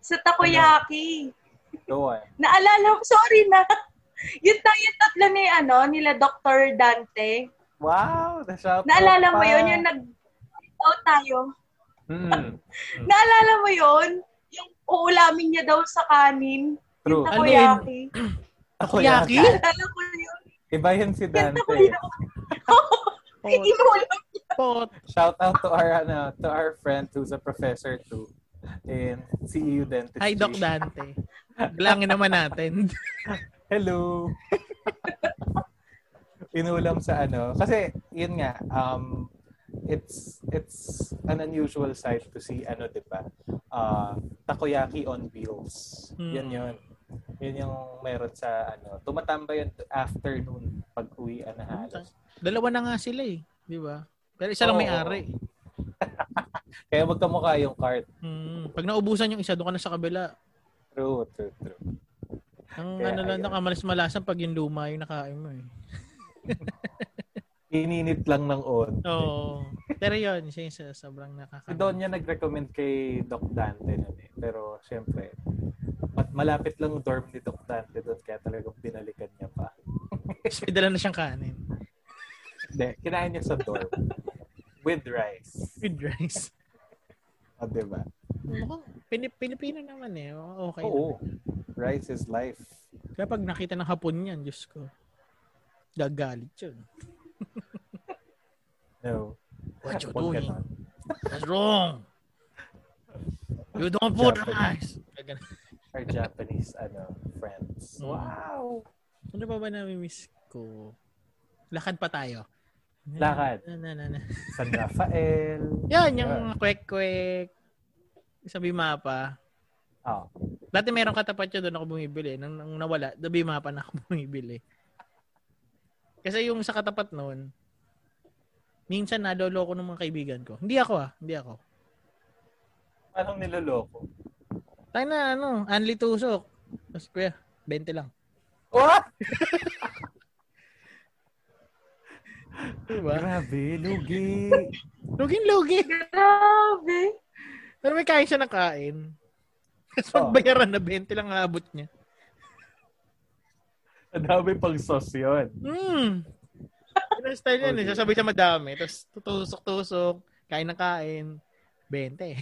[SPEAKER 4] Sa takoyaki.
[SPEAKER 3] Go on.
[SPEAKER 4] Naalala, sorry na. Yun tayong tatlo ni, ano, nila Dr. Dante.
[SPEAKER 3] Wow, the shout
[SPEAKER 4] Naalala mo yun, yung nag out tayo.
[SPEAKER 3] Mm,
[SPEAKER 4] Naalala mo yun? Yung uulamin niya daw sa kanin.
[SPEAKER 3] true.
[SPEAKER 2] Ano
[SPEAKER 4] Takoyaki.
[SPEAKER 2] Takoyaki?
[SPEAKER 4] Naalala ko yun.
[SPEAKER 3] Iba yun si
[SPEAKER 4] Yung
[SPEAKER 3] Dante. Oh.
[SPEAKER 4] takoyaki. Inuulam niya.
[SPEAKER 2] Pot.
[SPEAKER 3] Shout out to our ano, to our friend who's a professor too in CEU dentistry.
[SPEAKER 2] Hi, Doc Dante. Bilangin naman natin.
[SPEAKER 3] Hello. Inulam sa ano. Kasi, yun nga, um, it's it's an unusual sight to see ano 'di ba uh, takoyaki on wheels
[SPEAKER 2] Hmm.
[SPEAKER 3] yan yun yun yung meron sa ano tumatamba yun afternoon pag uwi na halos
[SPEAKER 2] Dalawa na nga sila eh. Di ba? Pero isa lang
[SPEAKER 3] Oo.
[SPEAKER 2] may ari.
[SPEAKER 3] kaya magkamukha yung cart
[SPEAKER 2] Mm. Pag naubusan yung isa, doon ka na sa kabila.
[SPEAKER 3] true true true
[SPEAKER 2] Ang
[SPEAKER 3] Kaya
[SPEAKER 2] ano lang,
[SPEAKER 3] ayun.
[SPEAKER 2] nakamalas-malasan pag yung luma yung nakain mo eh.
[SPEAKER 3] ininit lang ng on
[SPEAKER 2] Oo. Pero yun, siya yung sa- sobrang
[SPEAKER 3] si
[SPEAKER 2] nakaka...
[SPEAKER 3] Donya nag-recommend kay Doc Dante nun eh pero syempre mat- malapit lang dorm ni Doc Dante doon kaya talagang binalikan niya pa
[SPEAKER 2] Tapos may dala na siyang kanin.
[SPEAKER 3] hindi kinain niya sa dorm with rice
[SPEAKER 2] With rice.
[SPEAKER 3] o diba
[SPEAKER 2] Mukhang Pini- Pilipino naman eh. Okay.
[SPEAKER 3] Oo. Rice is life.
[SPEAKER 2] Kaya pag nakita ng hapon yan, Diyos ko. Gagalit yun.
[SPEAKER 3] No.
[SPEAKER 2] What you
[SPEAKER 3] Huwag
[SPEAKER 2] doing?
[SPEAKER 3] ganon.
[SPEAKER 2] That's wrong. You don't put rice. Ganon.
[SPEAKER 3] Our Japanese ano, friends.
[SPEAKER 2] Mm.
[SPEAKER 3] Wow.
[SPEAKER 2] Ano pa ba nami-miss ko? Lakad pa tayo.
[SPEAKER 3] Lakad.
[SPEAKER 2] Na, na, na, na.
[SPEAKER 3] San Rafael.
[SPEAKER 2] Yan, yung mga kwek-kwek. Sa Bimapa.
[SPEAKER 3] Oh.
[SPEAKER 2] Dati meron katapat yun, doon ako bumibili. Nang, nang nawala, the Bimapa na ako bumibili. Kasi yung sa katapat noon, minsan naloloko ng mga kaibigan ko. Hindi ako ah, hindi ako.
[SPEAKER 3] Anong niloloko?
[SPEAKER 2] Tayo na, ano, Anli Tusok. Tapos, kuya, 20 lang.
[SPEAKER 3] What?
[SPEAKER 2] Diba?
[SPEAKER 3] Grabe, lugi.
[SPEAKER 2] Lugin-lugi.
[SPEAKER 4] Grabe.
[SPEAKER 2] Pero may kain siya ng kain. Tapos pagbayaran na 20 lang ang abot niya.
[SPEAKER 3] Madami pang sauce yun.
[SPEAKER 2] Hmm. Yun ang style yan eh. Sasabay siya madami. Tapos tutusok-tusok. Kain ng kain. 20.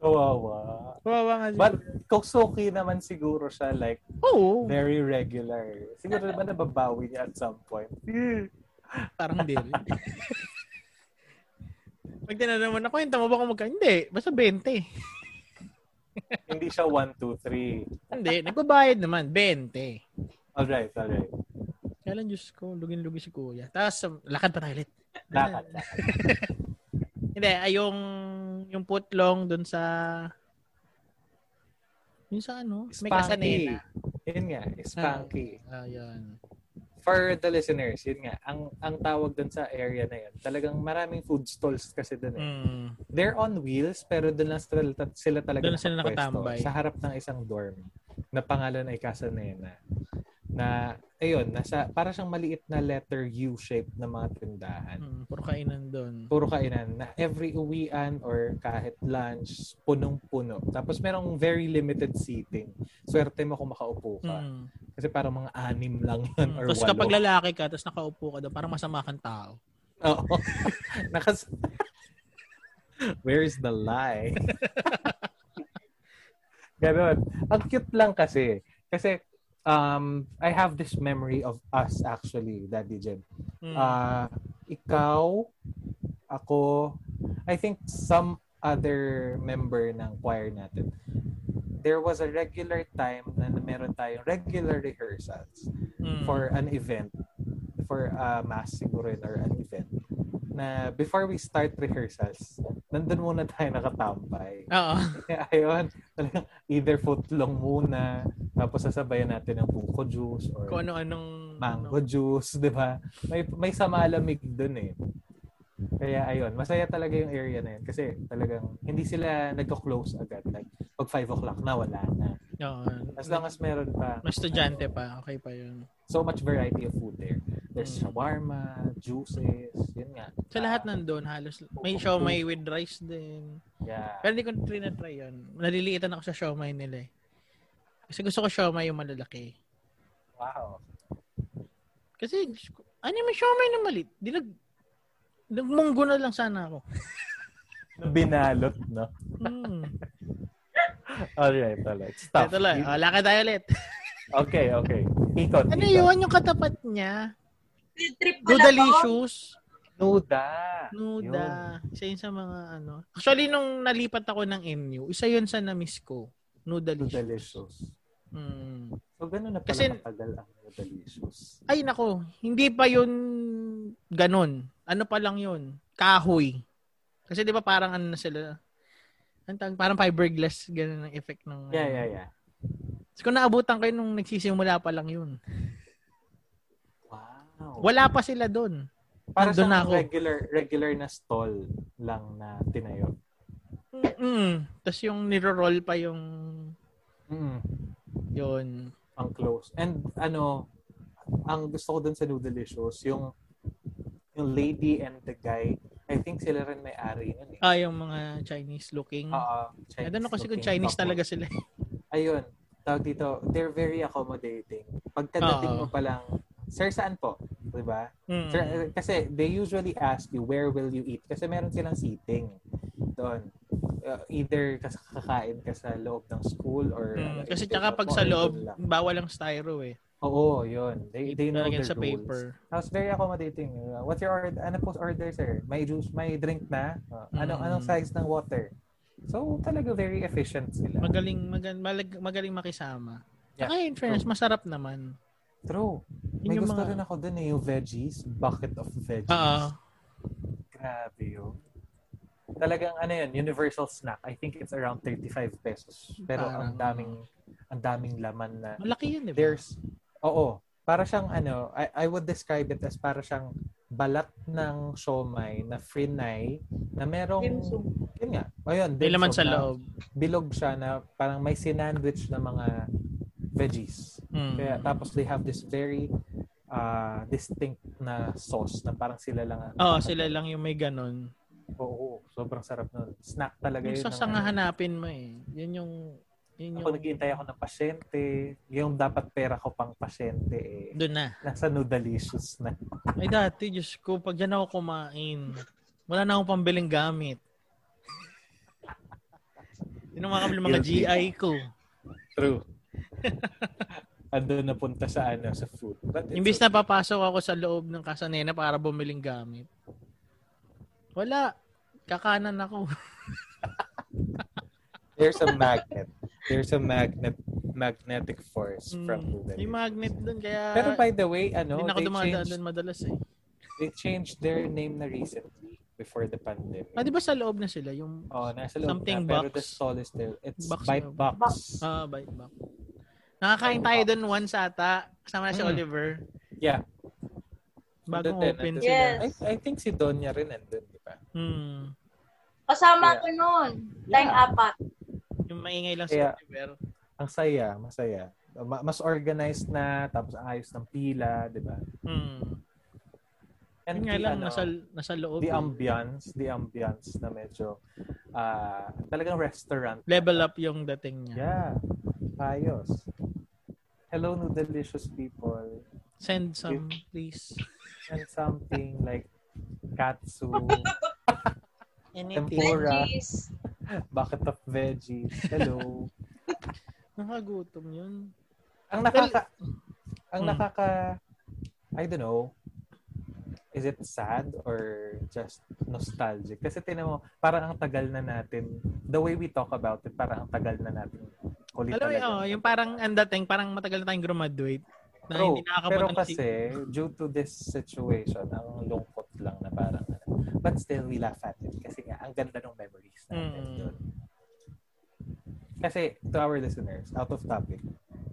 [SPEAKER 3] Kawawa.
[SPEAKER 2] Kawawa nga siya.
[SPEAKER 3] But Koksoki naman siguro siya like
[SPEAKER 2] Oo.
[SPEAKER 3] very regular. Siguro naman nababawi niya at some point.
[SPEAKER 2] Parang deal. Pag tinanong mo na, kwenta mo ba kung magka? Hindi. Basta 20.
[SPEAKER 3] Hindi siya 1, 2, 3.
[SPEAKER 2] Hindi. Nagbabayad naman. 20.
[SPEAKER 3] Alright, alright.
[SPEAKER 2] Kaya lang, Diyos ko, lugin-lugi si Kuya. Tapos, um, lakad pa tayo ulit.
[SPEAKER 3] Lakad, lakad.
[SPEAKER 2] Hindi, ay yung, yung putlong dun sa, yung sa ano? May kasanena.
[SPEAKER 3] Yun nga, Spanky.
[SPEAKER 2] Ah, yun.
[SPEAKER 3] For the listeners, yun nga, ang ang tawag dun sa area na yun, talagang maraming food stalls kasi dun eh.
[SPEAKER 2] Mm.
[SPEAKER 3] They're on wheels, pero dun lang sila, sila talaga
[SPEAKER 2] Dun lang sila
[SPEAKER 3] nakapwesto,
[SPEAKER 2] nakatambay.
[SPEAKER 3] Sa harap ng isang dorm na pangalan ay Casanena. Na, ayun, nasa, para siyang maliit na letter U shape na mga tindahan.
[SPEAKER 2] Mm, puro kainan doon.
[SPEAKER 3] Puro kainan na every uwian or kahit lunch, punong-puno. Tapos merong very limited seating. Swerte mo kung makaupo ka.
[SPEAKER 2] Mm.
[SPEAKER 3] Kasi parang mga anim lang yun
[SPEAKER 2] Mm.
[SPEAKER 3] or
[SPEAKER 2] Tapos
[SPEAKER 3] walo.
[SPEAKER 2] kapag lalaki ka, tapos nakaupo ka doon, parang masama kang tao.
[SPEAKER 3] Oo. Nakas... Where's the lie? Ganon. Ang cute lang kasi. Kasi um, I have this memory of us actually, Daddy Jim.
[SPEAKER 2] Mm.
[SPEAKER 3] Ah, ikaw, ako, I think some other member ng choir natin. There was a regular time na meron tayong regular rehearsals
[SPEAKER 2] Mm.
[SPEAKER 3] for an event for a mass siguro yun, or an event na before we start rehearsals nandun muna tayo nakatambay
[SPEAKER 2] Oo.
[SPEAKER 3] kaya ayun talagang either footlong muna tapos sasabayan natin ng buko juice or
[SPEAKER 2] Kung ano-anong...
[SPEAKER 3] mango juice di ba may may samalamig dun eh kaya ayun masaya talaga yung area na yun kasi talagang hindi sila nagko-close agad like pag 5 o'clock na wala na
[SPEAKER 2] Oo.
[SPEAKER 3] as long as meron pa
[SPEAKER 2] Mas estudyante pa. Okay pa yun.
[SPEAKER 3] so much variety of food there. There's
[SPEAKER 2] Mm.
[SPEAKER 3] shawarma, juices, yun nga.
[SPEAKER 2] Sa lahat nandun, halos may siomay with rice din.
[SPEAKER 3] Yeah.
[SPEAKER 2] Pero hindi ko trinatry yun. Naliliitan ako sa siomay nila eh. Kasi gusto ko siomay yung malalaki.
[SPEAKER 3] Wow.
[SPEAKER 2] Kasi, Diyos ko, ano yung may siomay na malit? Di nag... Nagmunggo na lang sana ako.
[SPEAKER 3] Binalot, no?
[SPEAKER 2] Hmm.
[SPEAKER 3] Alright, alright. Stop.
[SPEAKER 2] Ito lang. O, lakad tayo ulit.
[SPEAKER 3] Okay, okay. Ikot.
[SPEAKER 2] Ano
[SPEAKER 3] ikot.
[SPEAKER 2] yun? Yung katapat niya?
[SPEAKER 4] Field trip ko na to.
[SPEAKER 2] Godalicious?
[SPEAKER 3] Nuda.
[SPEAKER 2] Nuda. Isa yun sa mga ano. Actually, nung nalipat ako ng NU, isa yun sa na-miss ko.
[SPEAKER 3] Yun.
[SPEAKER 2] Nudalicious.
[SPEAKER 3] Delicious.
[SPEAKER 2] Mm.
[SPEAKER 3] O ganun na pala
[SPEAKER 2] Kasi-
[SPEAKER 3] katagal ang model issues.
[SPEAKER 2] Ay nako, hindi pa yun ganun. Ano pa lang yun? Kahoy. Kasi di ba parang ano na sila, ang tawag, parang fiberglass, ganun ang effect ng... ano.
[SPEAKER 3] Yeah, yeah, yeah.
[SPEAKER 2] So, kung naabutan kayo nung nagsisimula pa lang yun.
[SPEAKER 3] Wow.
[SPEAKER 2] Wala pa sila doon.
[SPEAKER 3] Para
[SPEAKER 2] nandun
[SPEAKER 3] sa
[SPEAKER 2] na ako.
[SPEAKER 3] regular regular na stall lang na tinayo.
[SPEAKER 2] Mm-mm. Tapos yung niro-roll pa yung...
[SPEAKER 3] Mm.
[SPEAKER 2] Yun.
[SPEAKER 3] Ang close. And ano, ang gusto ko dun sa noodle issues, yung yung lady and the guy, I think sila rin may ari nun eh.
[SPEAKER 2] Ah, yung mga Chinese looking.
[SPEAKER 3] Oo.
[SPEAKER 2] I don't know kasi kung
[SPEAKER 3] Ah, looking
[SPEAKER 2] Chinese
[SPEAKER 3] couple.
[SPEAKER 2] talaga sila.
[SPEAKER 3] Ayun. Tawag dito, they're very accommodating. Pagkadating
[SPEAKER 2] Oo.
[SPEAKER 3] mo palang, Sir, saan po? Diba?
[SPEAKER 2] Mm.
[SPEAKER 3] Sir, eh, kasi they usually ask you where will you eat kasi meron silang seating doon. Uh, either kas kakain ka sa loob ng school or
[SPEAKER 2] Mm.
[SPEAKER 3] ano,
[SPEAKER 2] Kasi
[SPEAKER 3] either
[SPEAKER 2] tsaka
[SPEAKER 3] doon
[SPEAKER 2] pag
[SPEAKER 3] or
[SPEAKER 2] sa
[SPEAKER 3] doon
[SPEAKER 2] loob,
[SPEAKER 3] lang.
[SPEAKER 2] bawal ang styro eh.
[SPEAKER 3] Oo, yun. They, they know
[SPEAKER 2] Lalagyan
[SPEAKER 3] their
[SPEAKER 2] sa
[SPEAKER 3] rules.
[SPEAKER 2] paper.
[SPEAKER 3] I was very accommodating. Uh, What's your order? Ano po order, sir? May juice, may drink na? Uh, Anong,
[SPEAKER 2] Mm.
[SPEAKER 3] anong size ng water? So, talaga very efficient sila.
[SPEAKER 2] Magaling, magal, malag- magaling makisama.
[SPEAKER 3] Yeah.
[SPEAKER 2] Saka in fairness, masarap naman.
[SPEAKER 3] True. May
[SPEAKER 2] Yun yung
[SPEAKER 3] gusto
[SPEAKER 2] mga...
[SPEAKER 3] rin ako dun eh, yung veggies. Bucket of veggies.
[SPEAKER 2] Oo.
[SPEAKER 3] Grabe yun. Talagang ano yun, universal snack. I think it's around 35 pesos. Pero ang
[SPEAKER 2] Parang-
[SPEAKER 3] daming ang daming laman na
[SPEAKER 2] Malaki yun, di Ah. Ano ba?
[SPEAKER 3] there's Oo, para siyang ano, I, I would describe it as para siyang balat ng siomay na frinay na merong
[SPEAKER 4] Dim sum.
[SPEAKER 3] yun nga. Ayun,
[SPEAKER 2] May
[SPEAKER 3] dim
[SPEAKER 2] laman
[SPEAKER 3] sum
[SPEAKER 2] sa
[SPEAKER 3] na
[SPEAKER 2] loob.
[SPEAKER 3] Bilog siya na parang may sinandwich na mga veggies.
[SPEAKER 2] Mm.
[SPEAKER 3] Kaya tapos they have this very uh, distinct na sauce na parang sila lang ang
[SPEAKER 2] Oo, sila lang yung may ganun.
[SPEAKER 3] Oo, sobrang sarap nun. Snack talaga
[SPEAKER 2] Yung
[SPEAKER 3] yun.
[SPEAKER 2] sauce ang
[SPEAKER 3] ng- ano.
[SPEAKER 2] hahanapin mo eh. Yun yung... Yun yung...
[SPEAKER 3] Ako naghihintay ako ng pasyente. Yung dapat pera ko pang pasyente eh.
[SPEAKER 2] Doon na.
[SPEAKER 3] Nasa noodalicious na.
[SPEAKER 2] Ay dati, Diyos ko, pag yan ako kumain, wala na akong pambiling gamit. Yun ang mga kabili mga
[SPEAKER 3] Guilty.
[SPEAKER 2] GI ko.
[SPEAKER 3] True. Ando na punta sa ano, sa food. But it's
[SPEAKER 2] Imbis
[SPEAKER 3] okay.
[SPEAKER 2] na papasok ako sa loob ng kasanena para bumiling gamit. Wala. Kakanan ako.
[SPEAKER 3] There's a magnet. There's a magnet magnetic force from
[SPEAKER 2] Mm,
[SPEAKER 3] noodalicious.
[SPEAKER 2] May magnet doon, kaya
[SPEAKER 3] Pero by the way, ano,
[SPEAKER 2] hindi na ako
[SPEAKER 3] they
[SPEAKER 2] dumadaan
[SPEAKER 3] changed,
[SPEAKER 2] doon madalas eh.
[SPEAKER 3] they changed their name na recently before the pandemic.
[SPEAKER 2] Ah, di ba sa loob na sila? Yung
[SPEAKER 3] Oh, nasa loob
[SPEAKER 2] Something
[SPEAKER 3] na, pero
[SPEAKER 2] box.
[SPEAKER 3] the stall is still, it's
[SPEAKER 2] Box
[SPEAKER 3] bite
[SPEAKER 2] na-
[SPEAKER 3] box.
[SPEAKER 2] Ah, bite back. Nakakain tayo doon once ata. Kasama na si
[SPEAKER 3] Mm.
[SPEAKER 2] Oliver.
[SPEAKER 3] Yeah.
[SPEAKER 2] Bagong
[SPEAKER 3] Nandun din,
[SPEAKER 2] open
[SPEAKER 3] nandun
[SPEAKER 2] sila.
[SPEAKER 4] Yes.
[SPEAKER 3] I, I think si Donya rin nandun, di ba?
[SPEAKER 2] Mm.
[SPEAKER 4] Kasama
[SPEAKER 3] Yeah.
[SPEAKER 4] ko noon.
[SPEAKER 3] Yeah.
[SPEAKER 4] Tayong apat.
[SPEAKER 2] Yung maingay lang
[SPEAKER 3] Kaya-
[SPEAKER 2] sa Oliver.
[SPEAKER 3] Ang saya, masaya. Ma- Mas organized na, tapos ang ayos ng pila, di ba?
[SPEAKER 2] Mm.
[SPEAKER 3] And
[SPEAKER 2] Yun nga
[SPEAKER 3] the,
[SPEAKER 2] lang,
[SPEAKER 3] ano,
[SPEAKER 2] nasa, nasa loob. eh.
[SPEAKER 3] the ambience, the ambience na medyo, ah talagang restaurant.
[SPEAKER 2] Level up yung dating niya.
[SPEAKER 3] Yeah. Ayos. Hello, no delicious people.
[SPEAKER 2] Send some, please.
[SPEAKER 3] And something like katsu,
[SPEAKER 2] Anything.
[SPEAKER 3] tempura,
[SPEAKER 4] Veggies.
[SPEAKER 3] bucket of veggies. Hello.
[SPEAKER 2] Nakagutom yun.
[SPEAKER 3] Ang nakaka ang
[SPEAKER 2] Hmm.
[SPEAKER 3] nakaka I don't know. Is it sad or just nostalgic? Kasi tinan mo, parang ang tagal na natin, the way we talk about it, parang ang tagal na natin huli
[SPEAKER 2] Alam mo,
[SPEAKER 3] talaga.
[SPEAKER 2] oh, yung parang ang dating, parang matagal na tayong graduate. Na
[SPEAKER 3] True.
[SPEAKER 2] hindi nakakapunta
[SPEAKER 3] Oh, Pero
[SPEAKER 2] ng
[SPEAKER 3] kasi, due to this situation, ang lungkot lang na parang, ano. but still, we laugh at it. Kasi nga, ang ganda ng memories natin
[SPEAKER 2] Mm.
[SPEAKER 3] doon. Kasi, to our listeners, out of topic,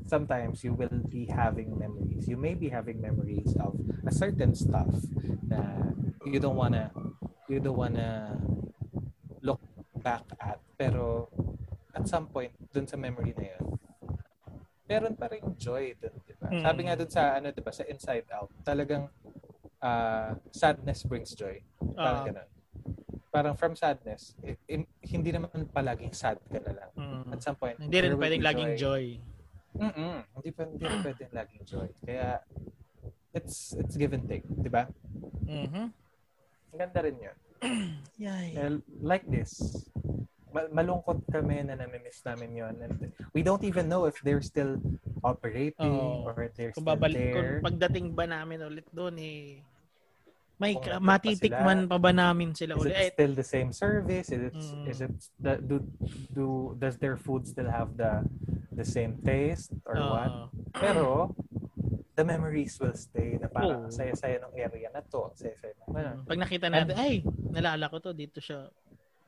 [SPEAKER 3] sometimes you will be having memories. You may be having memories of a certain stuff na you don't wanna, you don't wanna look back at. Pero, at some point, dun sa memory na yun, meron pa rin joy dun, di ba?
[SPEAKER 2] Mm.
[SPEAKER 3] Sabi nga dun sa, ano, di ba, sa Inside Out, talagang ah, sadness brings joy. Parang
[SPEAKER 2] Ah.
[SPEAKER 3] ganun. Parang from sadness, i- i- hindi naman palaging sad ka na lang.
[SPEAKER 2] Mm.
[SPEAKER 3] At some point,
[SPEAKER 2] Hindi rin
[SPEAKER 3] there will
[SPEAKER 2] pwedeng
[SPEAKER 3] be
[SPEAKER 2] laging joy.
[SPEAKER 3] Mm-mm. Hindi pa hindi rin pwedeng laging joy. Kaya it's it's give and take, 'di ba?
[SPEAKER 2] Mhm.
[SPEAKER 3] Ang ganda rin 'yun.
[SPEAKER 2] Yay.
[SPEAKER 3] Eh, Like this. Ma- malungkot kami na namimiss namin 'yon and we don't even know if they're still operating
[SPEAKER 2] Oo.
[SPEAKER 3] or they're
[SPEAKER 2] Kung
[SPEAKER 3] still
[SPEAKER 2] babalik,
[SPEAKER 3] there.
[SPEAKER 2] kung pagdating ba namin ulit doon eh, may
[SPEAKER 3] Kung
[SPEAKER 2] ka-
[SPEAKER 3] nandun pa
[SPEAKER 2] matitikman
[SPEAKER 3] sila.
[SPEAKER 2] pa ba namin sila
[SPEAKER 3] Is
[SPEAKER 2] ulit? Eh,
[SPEAKER 3] it still the same service? Is it
[SPEAKER 2] Mm.
[SPEAKER 3] is it the, do do does their food still have the the same taste or what.
[SPEAKER 2] Oo.
[SPEAKER 3] Pero, the memories will stay na
[SPEAKER 2] Mm. Oo.
[SPEAKER 3] parang
[SPEAKER 2] Mm.
[SPEAKER 3] ang saya-saya ng area na to. ang Saya-saya ano. ng ganun.
[SPEAKER 2] Pag nakita natin, ay, nalala ko to, dito siya,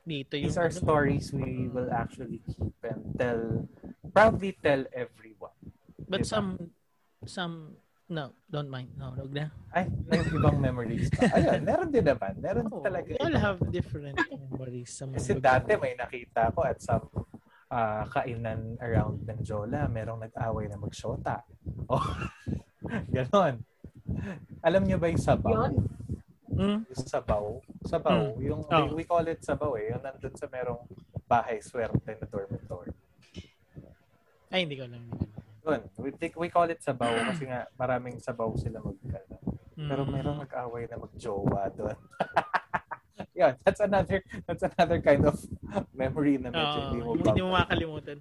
[SPEAKER 2] dito yung... ano
[SPEAKER 3] These are stories we
[SPEAKER 2] Mm.
[SPEAKER 3] will actually keep and tell, proudly tell everyone.
[SPEAKER 2] But
[SPEAKER 3] diba?
[SPEAKER 2] some, some, no, don't mind. No, wag na.
[SPEAKER 3] Ay, may ibang memories pa. Ayun, meron din naman. Meron
[SPEAKER 2] Oo,
[SPEAKER 3] Ano talaga. eh.
[SPEAKER 2] we all have different memories. Sa mga
[SPEAKER 3] Kasi
[SPEAKER 2] lugar.
[SPEAKER 3] dati may nakita ko at some ah, kainan around Benjola, merong nag-away na magsyota. Oh, ganon. Alam niyo ba yung sabaw?
[SPEAKER 4] Yun.
[SPEAKER 2] Hmm?
[SPEAKER 3] Yung sabaw? Sabaw. Yung,
[SPEAKER 2] Oh.
[SPEAKER 3] we, we call it sabaw eh. Yung nandun sa merong bahay swerte na dormitory.
[SPEAKER 2] Ay, hindi ko alam.
[SPEAKER 3] Yun. We, think we call it sabaw
[SPEAKER 2] Hmm.
[SPEAKER 3] kasi nga maraming sabaw sila mag ano. Pero
[SPEAKER 2] Mm.
[SPEAKER 3] merong nag-away na magjowa doon. Yun, that's another that's another kind of memory na medyo
[SPEAKER 2] Oo,
[SPEAKER 3] hindi mo
[SPEAKER 2] yung Oh, hindi mo makakalimutan.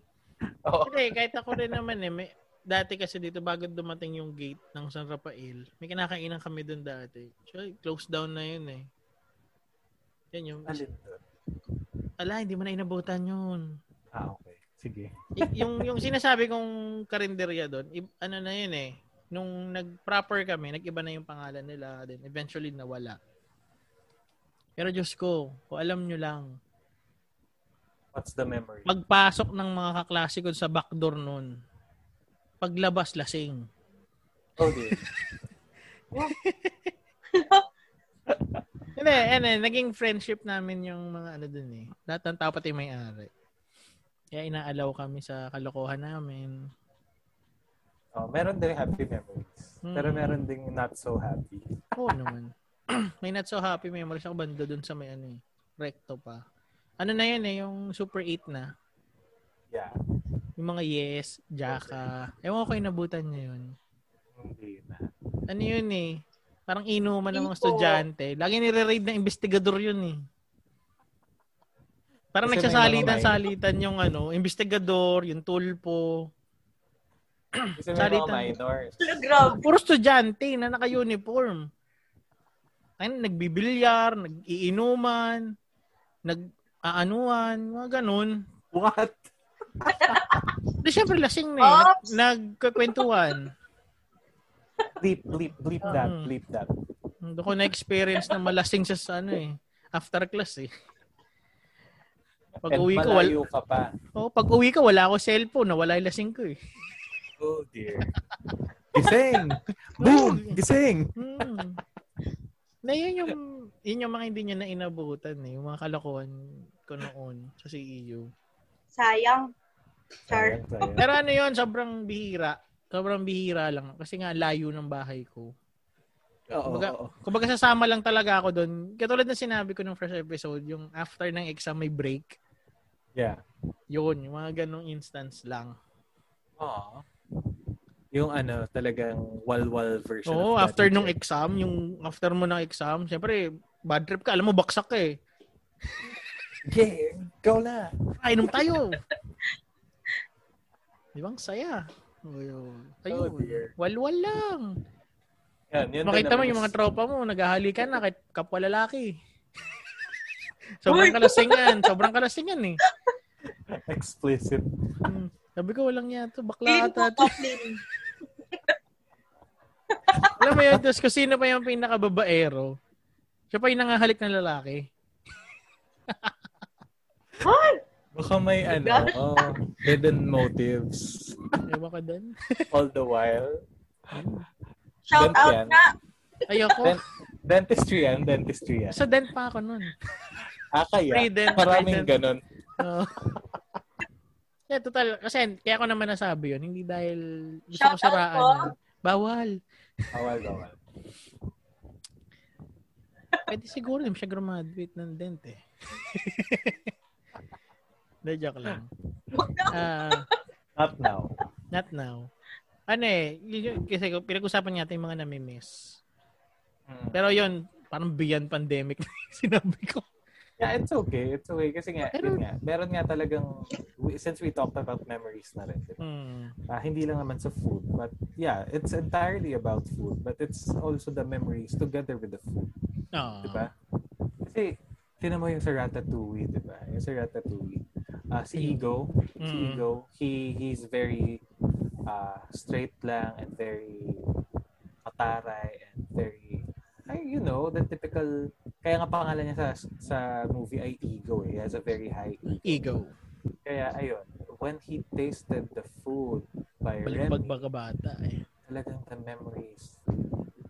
[SPEAKER 3] Oo.
[SPEAKER 2] Hindi, kahit ako rin naman eh. May, dati kasi dito bago dumating yung gate ng San Rafael, may kinakainan kami doon dati. So, close down na yun eh. Yan yung,
[SPEAKER 3] Alin doon?
[SPEAKER 2] ala, hindi mo na inabutan yun.
[SPEAKER 3] Ah, okay. Sige.
[SPEAKER 2] Y- yung, yung sinasabi kong karinderya doon, i- ano na yun eh, nung nag-proper kami, nag-iba na yung pangalan nila, then eventually nawala. Pero Diyos ko, kung alam nyo lang,
[SPEAKER 3] What's the memory?
[SPEAKER 2] pagpasok ng mga kaklase ko sa backdoor noon, paglabas lasing.
[SPEAKER 3] oh, dear.
[SPEAKER 2] Hindi, ano, eh, naging friendship namin yung mga ano dun eh. Lahat ng tao pati may ari. Kaya inaalaw kami sa kalokohan namin.
[SPEAKER 3] Oh, meron din happy memories. Pero
[SPEAKER 2] Mm.
[SPEAKER 3] meron ding not so happy.
[SPEAKER 2] Oo naman. may not so happy memories ako banda dun sa may ano eh. Recto pa. Ano na yun eh, yung Super 8 na.
[SPEAKER 3] Yeah.
[SPEAKER 2] Yung mga yes, jaka. Ewan ko kung inabutan niya yun.
[SPEAKER 3] Hindi na.
[SPEAKER 2] Ano yun eh. Parang inuman ng mga
[SPEAKER 4] Ipo.
[SPEAKER 2] estudyante. Lagi nire-raid ng investigador yun eh. Parang
[SPEAKER 3] Kasi may
[SPEAKER 2] nagsasalitan-salitan yung ano, investigador, yung tulpo.
[SPEAKER 3] Kasi may mga
[SPEAKER 2] Salitan.
[SPEAKER 3] minors.
[SPEAKER 4] Grab.
[SPEAKER 2] Puro estudyante na naka-uniform. Ay, nagbibilyar, nagiinuman, nag-aanuan, mga ganun.
[SPEAKER 3] What?
[SPEAKER 2] Di syempre lasing na eh. Nag-
[SPEAKER 4] Oops!
[SPEAKER 2] Nagkakwentuhan.
[SPEAKER 3] Bleep, bleep, bleep that,
[SPEAKER 2] Mm.
[SPEAKER 3] bleep that.
[SPEAKER 2] Hindi ko na-experience na malasing siya sa ano eh. After class eh. Pag
[SPEAKER 3] And
[SPEAKER 2] uwi ko, wal-
[SPEAKER 3] malayo ka pa.
[SPEAKER 2] oh, pag uwi ko, wala ako cellphone. Nawala yung lasing ko eh.
[SPEAKER 3] Oh, dear. Gising! Boom! Gising!
[SPEAKER 2] Hmm. na yun yung, yun yung mga hindi niya na inabutan eh. Yung mga kalokohan ko noon sa E CEU.
[SPEAKER 4] Sayang. Char.
[SPEAKER 3] Ayan, ayan.
[SPEAKER 2] Pero ano yun, sobrang bihira. Sobrang bihira lang. Kasi nga, layo ng bahay ko.
[SPEAKER 3] Oo,
[SPEAKER 2] Kumbaga,
[SPEAKER 3] oo.
[SPEAKER 2] kumbaga sasama lang talaga ako doon. Katulad na sinabi ko nung first episode, yung after ng exam may break.
[SPEAKER 3] Yeah.
[SPEAKER 2] Yun, yung mga ganong instance lang.
[SPEAKER 3] Aww. Yung ano, talagang walwal version.
[SPEAKER 2] Oo,
[SPEAKER 3] of that
[SPEAKER 2] after nung
[SPEAKER 3] year.
[SPEAKER 2] exam, yung after mo ng exam, syempre, bad trip ka. Alam mo, baksak ka eh.
[SPEAKER 3] Yeah, go na!
[SPEAKER 2] Ay, inom tayo. Di ba? Ang saya. Ayun.
[SPEAKER 3] Oh,
[SPEAKER 2] Ayun.
[SPEAKER 3] dear.
[SPEAKER 2] Walwal lang.
[SPEAKER 3] Yan, yun
[SPEAKER 2] Makita mo
[SPEAKER 3] talaga
[SPEAKER 2] yung mga
[SPEAKER 3] is-
[SPEAKER 2] tropa mo, naghahalikan na kahit kapwa lalaki. sobrang kalasingan. Sobrang kalasingan eh.
[SPEAKER 3] explicit.
[SPEAKER 2] Hmm. Sabi ko, walang yan to. Bakla
[SPEAKER 4] Clean po
[SPEAKER 2] ata
[SPEAKER 4] po,
[SPEAKER 2] to.
[SPEAKER 4] clean.
[SPEAKER 2] Alam mo yun, Diyos, kung sino pa yung pinakababaero, siya pa yung nangahalik na lalaki.
[SPEAKER 3] Baka may ano, oh, hidden motives
[SPEAKER 2] Ewan ka doon.
[SPEAKER 3] all the while.
[SPEAKER 4] Shout
[SPEAKER 3] Dent
[SPEAKER 4] out
[SPEAKER 3] yan.
[SPEAKER 4] na.
[SPEAKER 2] Ayoko.
[SPEAKER 3] Dent, dentistry yan, dentistry yan.
[SPEAKER 2] Sa dent pa ako nun.
[SPEAKER 3] Ah, kaya,
[SPEAKER 2] Free dent,
[SPEAKER 3] maraming
[SPEAKER 2] free dent.
[SPEAKER 3] ganun.
[SPEAKER 2] Oo. yeah, total. Kasi kaya ko naman nasabi yun. Hindi dahil gusto ko
[SPEAKER 4] Shout out
[SPEAKER 2] siraan.
[SPEAKER 4] po.
[SPEAKER 2] yun. Bawal.
[SPEAKER 3] Awal, awal.
[SPEAKER 2] Pwede siguro hindi siya graduate ng dent eh. Hindi, joke lang. Ah,
[SPEAKER 3] Not now.
[SPEAKER 2] not now. Ano eh, yun- yun- kasi pinag-usapan natin yung mga namimiss.
[SPEAKER 3] Mm.
[SPEAKER 2] Pero yun, parang beyond pandemic na yung sinabi ko.
[SPEAKER 3] Yeah, it's okay. It's okay. Kasi nga,
[SPEAKER 2] Pero-
[SPEAKER 3] yun nga, meron nga talagang, we- since we talked about memories na rin, di ba?
[SPEAKER 2] Hmm.
[SPEAKER 3] Ah, hindi lang naman sa food. But yeah, it's entirely about food. But it's also the memories together with the food.
[SPEAKER 2] Oo.
[SPEAKER 3] Diba? Kasi, tinan mo yung sa Ratatouille, diba? Yung sa Ratatouille. Ah, si Ego, si
[SPEAKER 2] Mm.
[SPEAKER 3] Ego, he he's very uh, straight lang and very mataray and very ay, you know, the typical kaya nga pangalan niya sa sa movie ay Ego eh. He has a very high
[SPEAKER 2] Ego.
[SPEAKER 3] kaya ayun, when he tasted the food by
[SPEAKER 2] Balimbag
[SPEAKER 3] Remy,
[SPEAKER 2] baga bata eh.
[SPEAKER 3] talagang the memories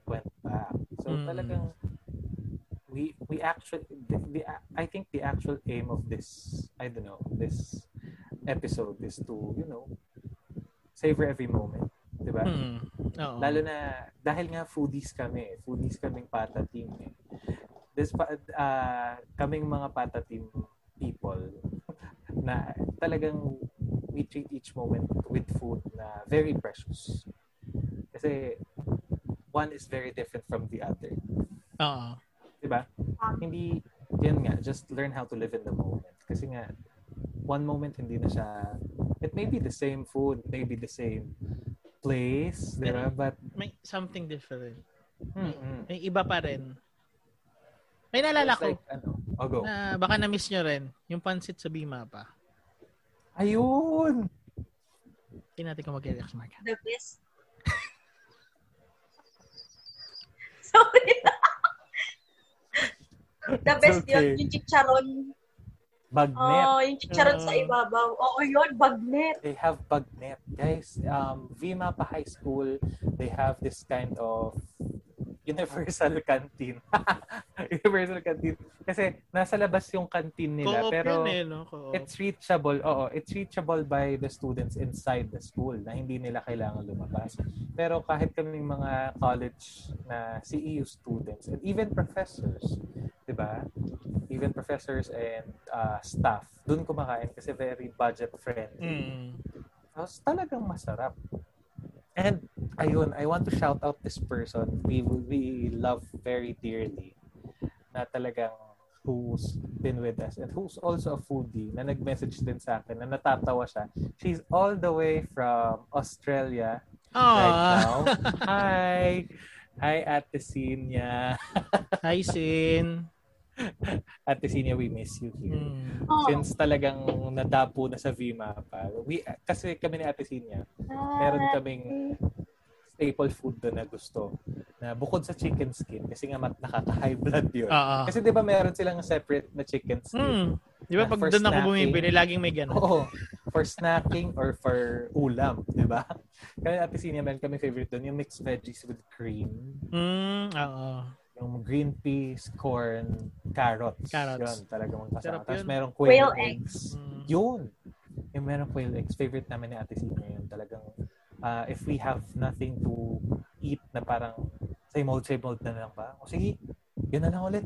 [SPEAKER 3] went back. So
[SPEAKER 2] Mm.
[SPEAKER 3] talagang we we actually the, the I think the actual aim of this I don't know this episode is to you know savor every moment, 'di ba?
[SPEAKER 2] Hmm. Oo.
[SPEAKER 3] Lalo na dahil nga foodies kami, foodies kaming pata team. Eh. This pa, ah, kaming mga pata team people na talagang we treat each moment with food na very precious. Kasi one is very different from the other.
[SPEAKER 2] Oo.
[SPEAKER 3] Diba? Hindi, yan nga, just learn how to live in the moment. Kasi nga, one moment hindi na siya, it may be the same food, it may be the same place, diba? But,
[SPEAKER 2] May something different.
[SPEAKER 3] mm
[SPEAKER 2] May iba pa rin. May naalala
[SPEAKER 3] It's
[SPEAKER 2] ko
[SPEAKER 3] Like, ano, oh, go.
[SPEAKER 2] na baka na-miss nyo rin yung pansit sa Bima pa.
[SPEAKER 3] Ayun!
[SPEAKER 2] Hindi natin kung mag-react Mark.
[SPEAKER 4] The best. Sorry. The
[SPEAKER 3] It's
[SPEAKER 4] best
[SPEAKER 3] okay.
[SPEAKER 4] yun, yung chicharon.
[SPEAKER 3] Bagnet.
[SPEAKER 4] Oh, yung chicharon sa
[SPEAKER 2] Oo.
[SPEAKER 3] Mm.
[SPEAKER 4] ibabaw. Oo, yun, bagnet.
[SPEAKER 3] They have bagnet. Guys, um, Vima pa high school, they have this kind of universal canteen. universal canteen. Kasi nasa labas yung canteen nila.
[SPEAKER 2] Co-op
[SPEAKER 3] pero
[SPEAKER 2] yun eh, no? Co-op.
[SPEAKER 3] it's reachable. Oo, it's reachable by the students inside the school na hindi nila kailangan lumabas. Pero kahit kaming mga college na CEU students and even professors, 'di ba? Even professors and uh, staff, doon kumakain kasi very budget friendly.
[SPEAKER 2] Mm.
[SPEAKER 3] Tapos talagang masarap. And ayun, I want to shout out this person we we love very dearly na talagang who's been with us and who's also a foodie na nag-message din sa akin na natatawa siya. She's all the way from Australia right
[SPEAKER 2] Ah,
[SPEAKER 3] now. Hi! Hi, Ate Sinya.
[SPEAKER 2] hi Sin.
[SPEAKER 3] Ate Sinya, we miss you here.
[SPEAKER 2] Mm.
[SPEAKER 4] Oh,
[SPEAKER 3] Since talagang nadapo na sa VMA pa. We, kasi kami ni Ate Sinya, meron kaming staple food doon na gusto. Na bukod sa chicken skin, kasi nga mat- nakaka-high blood yun.
[SPEAKER 2] Ah, ah.
[SPEAKER 3] Kasi di ba meron silang separate na chicken skin?
[SPEAKER 2] Mm. Di ba
[SPEAKER 3] Ah,
[SPEAKER 2] pag
[SPEAKER 3] for
[SPEAKER 2] doon ako
[SPEAKER 3] snacking.
[SPEAKER 2] bumibili, laging may ganun.
[SPEAKER 3] Oo. For snacking or for ulam, di ba? Kaya Ate Sinia, meron kami favorite doon, yung mixed veggies with cream.
[SPEAKER 2] Mm, oo.
[SPEAKER 3] Yung green peas, corn, carrots.
[SPEAKER 2] Carrots.
[SPEAKER 3] Yun, talaga mga kasama.
[SPEAKER 2] Sarap
[SPEAKER 3] Tapos
[SPEAKER 2] yun.
[SPEAKER 3] merong quail,
[SPEAKER 4] Quail
[SPEAKER 3] eggs.
[SPEAKER 2] Mm.
[SPEAKER 3] Yun. Yung merong quail eggs. Favorite namin ni Ate Sina yun. Talagang ah, if we have nothing to eat na parang same old, same old na lang ba? O sige, yun na lang ulit.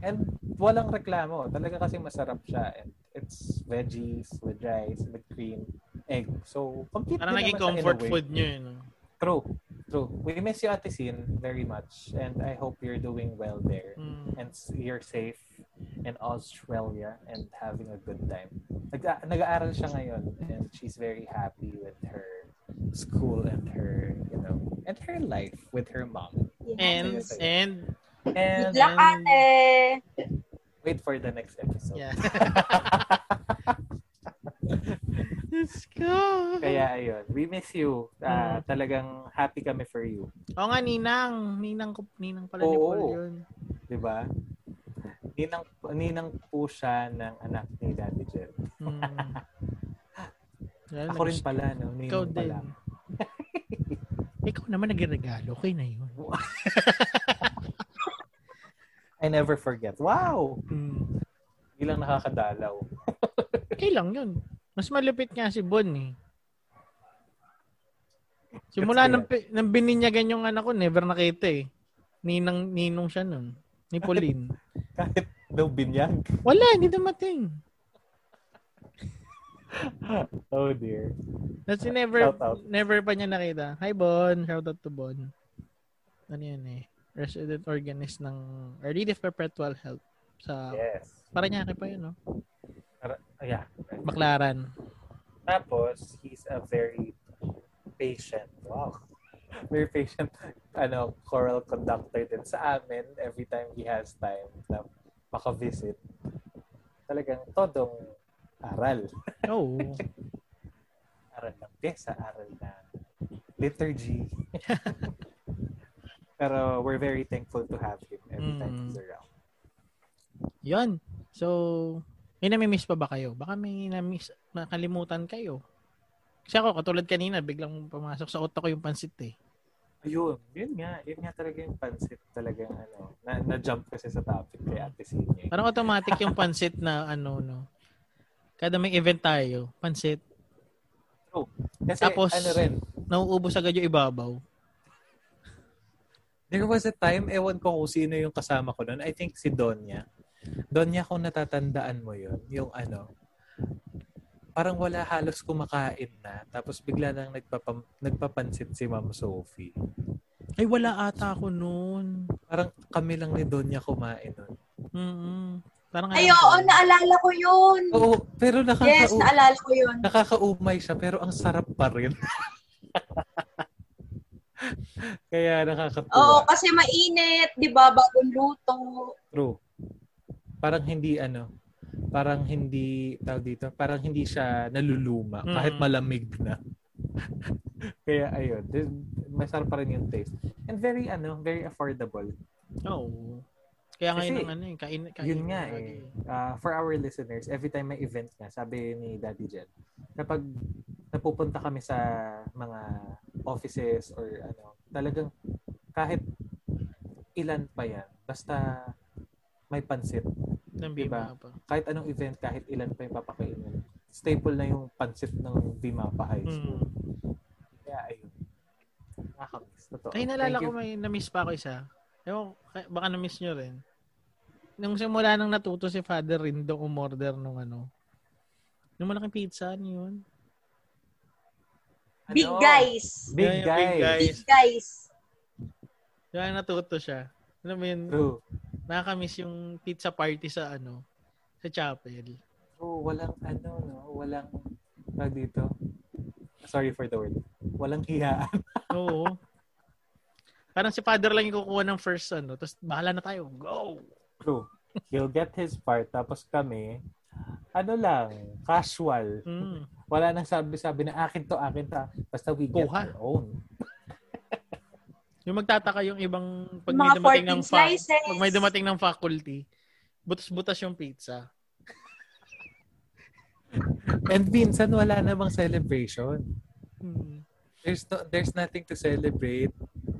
[SPEAKER 3] And walang reklamo. Talaga kasi masarap siya. And it's veggies with rice, with cream, egg. So, complete
[SPEAKER 2] Parang
[SPEAKER 3] din
[SPEAKER 2] naging
[SPEAKER 3] naman siya in a
[SPEAKER 2] comfort
[SPEAKER 3] way.
[SPEAKER 2] food nyo yun. no?
[SPEAKER 3] True. True. We miss you, Ate Sin, very much. And I hope you're doing well there
[SPEAKER 2] Mm.
[SPEAKER 3] and s- you're safe in Australia and having a good time. Nag- ah, nag-aaral siya ngayon and she's very happy with her school and her, you know, and her life with her mom.
[SPEAKER 2] And,
[SPEAKER 3] Yes.
[SPEAKER 2] and,
[SPEAKER 3] And
[SPEAKER 4] Good luck,
[SPEAKER 2] and-
[SPEAKER 4] ate.
[SPEAKER 3] wait for the next episode.
[SPEAKER 2] yeah. Let's go.
[SPEAKER 3] Kaya ayun, we miss you. Ah, Talagang happy kami for you.
[SPEAKER 2] Oo nga, Ninang. Ninang, ko- ninang pala ni
[SPEAKER 3] Oo.
[SPEAKER 2] Paul yun.
[SPEAKER 3] Di ba? Ninang, ninang po siya ng anak ni Daddy Jeff.
[SPEAKER 2] Mm. Yan,
[SPEAKER 3] Ako rin
[SPEAKER 2] nag-
[SPEAKER 3] pala, no?
[SPEAKER 2] Ikaw
[SPEAKER 3] Ninang
[SPEAKER 2] din.
[SPEAKER 3] pala.
[SPEAKER 2] Ikaw naman nagregalo. Okay na yun.
[SPEAKER 3] I never forget. Wow!
[SPEAKER 2] Mm.
[SPEAKER 3] Hindi lang nakakadalaw.
[SPEAKER 2] Okay lang yun. Mas malupit nga si Bon eh. Simula
[SPEAKER 3] Gets ko
[SPEAKER 2] nang, pi- nang bininyagan yung anak ko, never nakita eh. Ninang, ninong siya nun. Ni Pauline.
[SPEAKER 3] Kahit daw binyag.
[SPEAKER 2] Wala, hindi dumating.
[SPEAKER 3] Oh dear.
[SPEAKER 2] Kasi never,
[SPEAKER 3] Ah, Shout out.
[SPEAKER 2] never pa niya nakita. Hi Bon, shout out to Bon. Ano yan eh? Resident organist ng Relief Perpetual Health sa
[SPEAKER 3] Yes.
[SPEAKER 2] Paranaque pa yun, no?
[SPEAKER 3] Yeah.
[SPEAKER 2] Baklaran.
[SPEAKER 3] Tapos, he's a very patient. Wow. Very patient ano, choral conductor din sa amin every time he has time na makavisit. Talagang todong aral.
[SPEAKER 2] Oh.
[SPEAKER 3] Aral ng pyesa, aral ng liturgy. Pero we're very thankful to have him every time
[SPEAKER 2] Mm.
[SPEAKER 3] he's around.
[SPEAKER 2] Yun. So, may nami-miss pa ba kayo? Baka may nami-miss, nakalimutan kayo. Kasi ako, katulad kanina, biglang pumasok sa otak ko yung pansit eh.
[SPEAKER 3] Ayun, yun nga. Yun nga talaga yung pansit talagang ano. Na, na-jump kasi sa topic kay Ate Sinya.
[SPEAKER 2] Parang automatic yung pansit na ano, no. Kada may event tayo, pansit,
[SPEAKER 3] Kasi
[SPEAKER 2] Tapos-
[SPEAKER 3] ano rin,
[SPEAKER 2] nauubos agad yung ibabaw.
[SPEAKER 3] there was a time, ewan ko kung sino yung kasama ko noon. I think si Donya. Donya, kung natatandaan mo yun, yung ano, parang wala halos kumakain na. Tapos bigla lang nagpapam, nagpapansit si Ma'am Sophie.
[SPEAKER 2] Ay, wala ata ako noon.
[SPEAKER 3] Parang kami lang ni Donya kumain nun.
[SPEAKER 2] Mm-mm. Parang
[SPEAKER 4] Ay,
[SPEAKER 2] alam ko.
[SPEAKER 4] oo, naalala ko yun.
[SPEAKER 3] Oo, Diba? pero nakaka-
[SPEAKER 4] Yes, naalala ko yun.
[SPEAKER 3] nakakaumay siya pero ang sarap pa rin. Kaya
[SPEAKER 4] Oo,
[SPEAKER 3] nakakatuwa.
[SPEAKER 4] kasi mainit, di ba? Bagong luto.
[SPEAKER 3] True. Parang hindi ano, parang hindi tawag dito, parang hindi siya naluluma
[SPEAKER 2] Mm.
[SPEAKER 3] kahit malamig na. Kaya ayun, this- masarap pa rin yung taste. And very ano, very affordable.
[SPEAKER 2] Oo. Kaya ngayon
[SPEAKER 3] Kasi,
[SPEAKER 2] ang ano, eh, kain, kain.
[SPEAKER 3] Yun nga
[SPEAKER 2] lagi.
[SPEAKER 3] eh. Ah, for our listeners, every time may event na, sabi ni Daddy Jen, kapag napupunta kami sa mga offices or ano, talagang kahit ilan pa yan, basta may pansit.
[SPEAKER 2] Ng Bima
[SPEAKER 3] Diba?
[SPEAKER 2] pa.
[SPEAKER 3] Kahit anong event, kahit ilan pa yung papakainin. Staple na yung pansit ng Bimapa High School.
[SPEAKER 2] Mm.
[SPEAKER 3] Kaya ayun. Nakakamiss. Totoo.
[SPEAKER 2] Ay, nalala
[SPEAKER 3] Oh,
[SPEAKER 2] ko
[SPEAKER 3] Thank you.
[SPEAKER 2] may na-miss pa ako isa. Ewan, ko, kay- baka na-miss nyo rin. Nung simula nang natuto si Father Rindo umorder nung ano. Yung malaking pizza, ano yun?
[SPEAKER 4] Big
[SPEAKER 3] Ano?
[SPEAKER 4] guys.
[SPEAKER 3] Big
[SPEAKER 2] Yeah, yung
[SPEAKER 3] guys.
[SPEAKER 2] big guys.
[SPEAKER 4] Big guys.
[SPEAKER 2] Yung ano, natuto siya. Alam mo yun,
[SPEAKER 3] True.
[SPEAKER 2] nakakamiss yung pizza party sa ano, sa chapel.
[SPEAKER 3] Oo, walang ano, no? Walang, tawag dito? Sorry for the word. Walang hiyaan.
[SPEAKER 2] Oo. Parang si Father lang yung kukuha ng first ano, tapos bahala na tayo. Go!
[SPEAKER 3] True. He'll get his part, tapos kami, ano lang, casual.
[SPEAKER 2] Mm.
[SPEAKER 3] Wala nang sabi-sabi na akin to, akin to. Basta we get
[SPEAKER 2] Kuha.
[SPEAKER 3] our own.
[SPEAKER 2] Yung magtataka yung ibang pag
[SPEAKER 4] Mga
[SPEAKER 2] may dumating
[SPEAKER 4] 14
[SPEAKER 2] ng fa-
[SPEAKER 4] slices.
[SPEAKER 2] pag may dumating ng faculty, butas-butas yung pizza.
[SPEAKER 3] And minsan, wala namang celebration.
[SPEAKER 2] Mm.
[SPEAKER 3] There's no, there's nothing to celebrate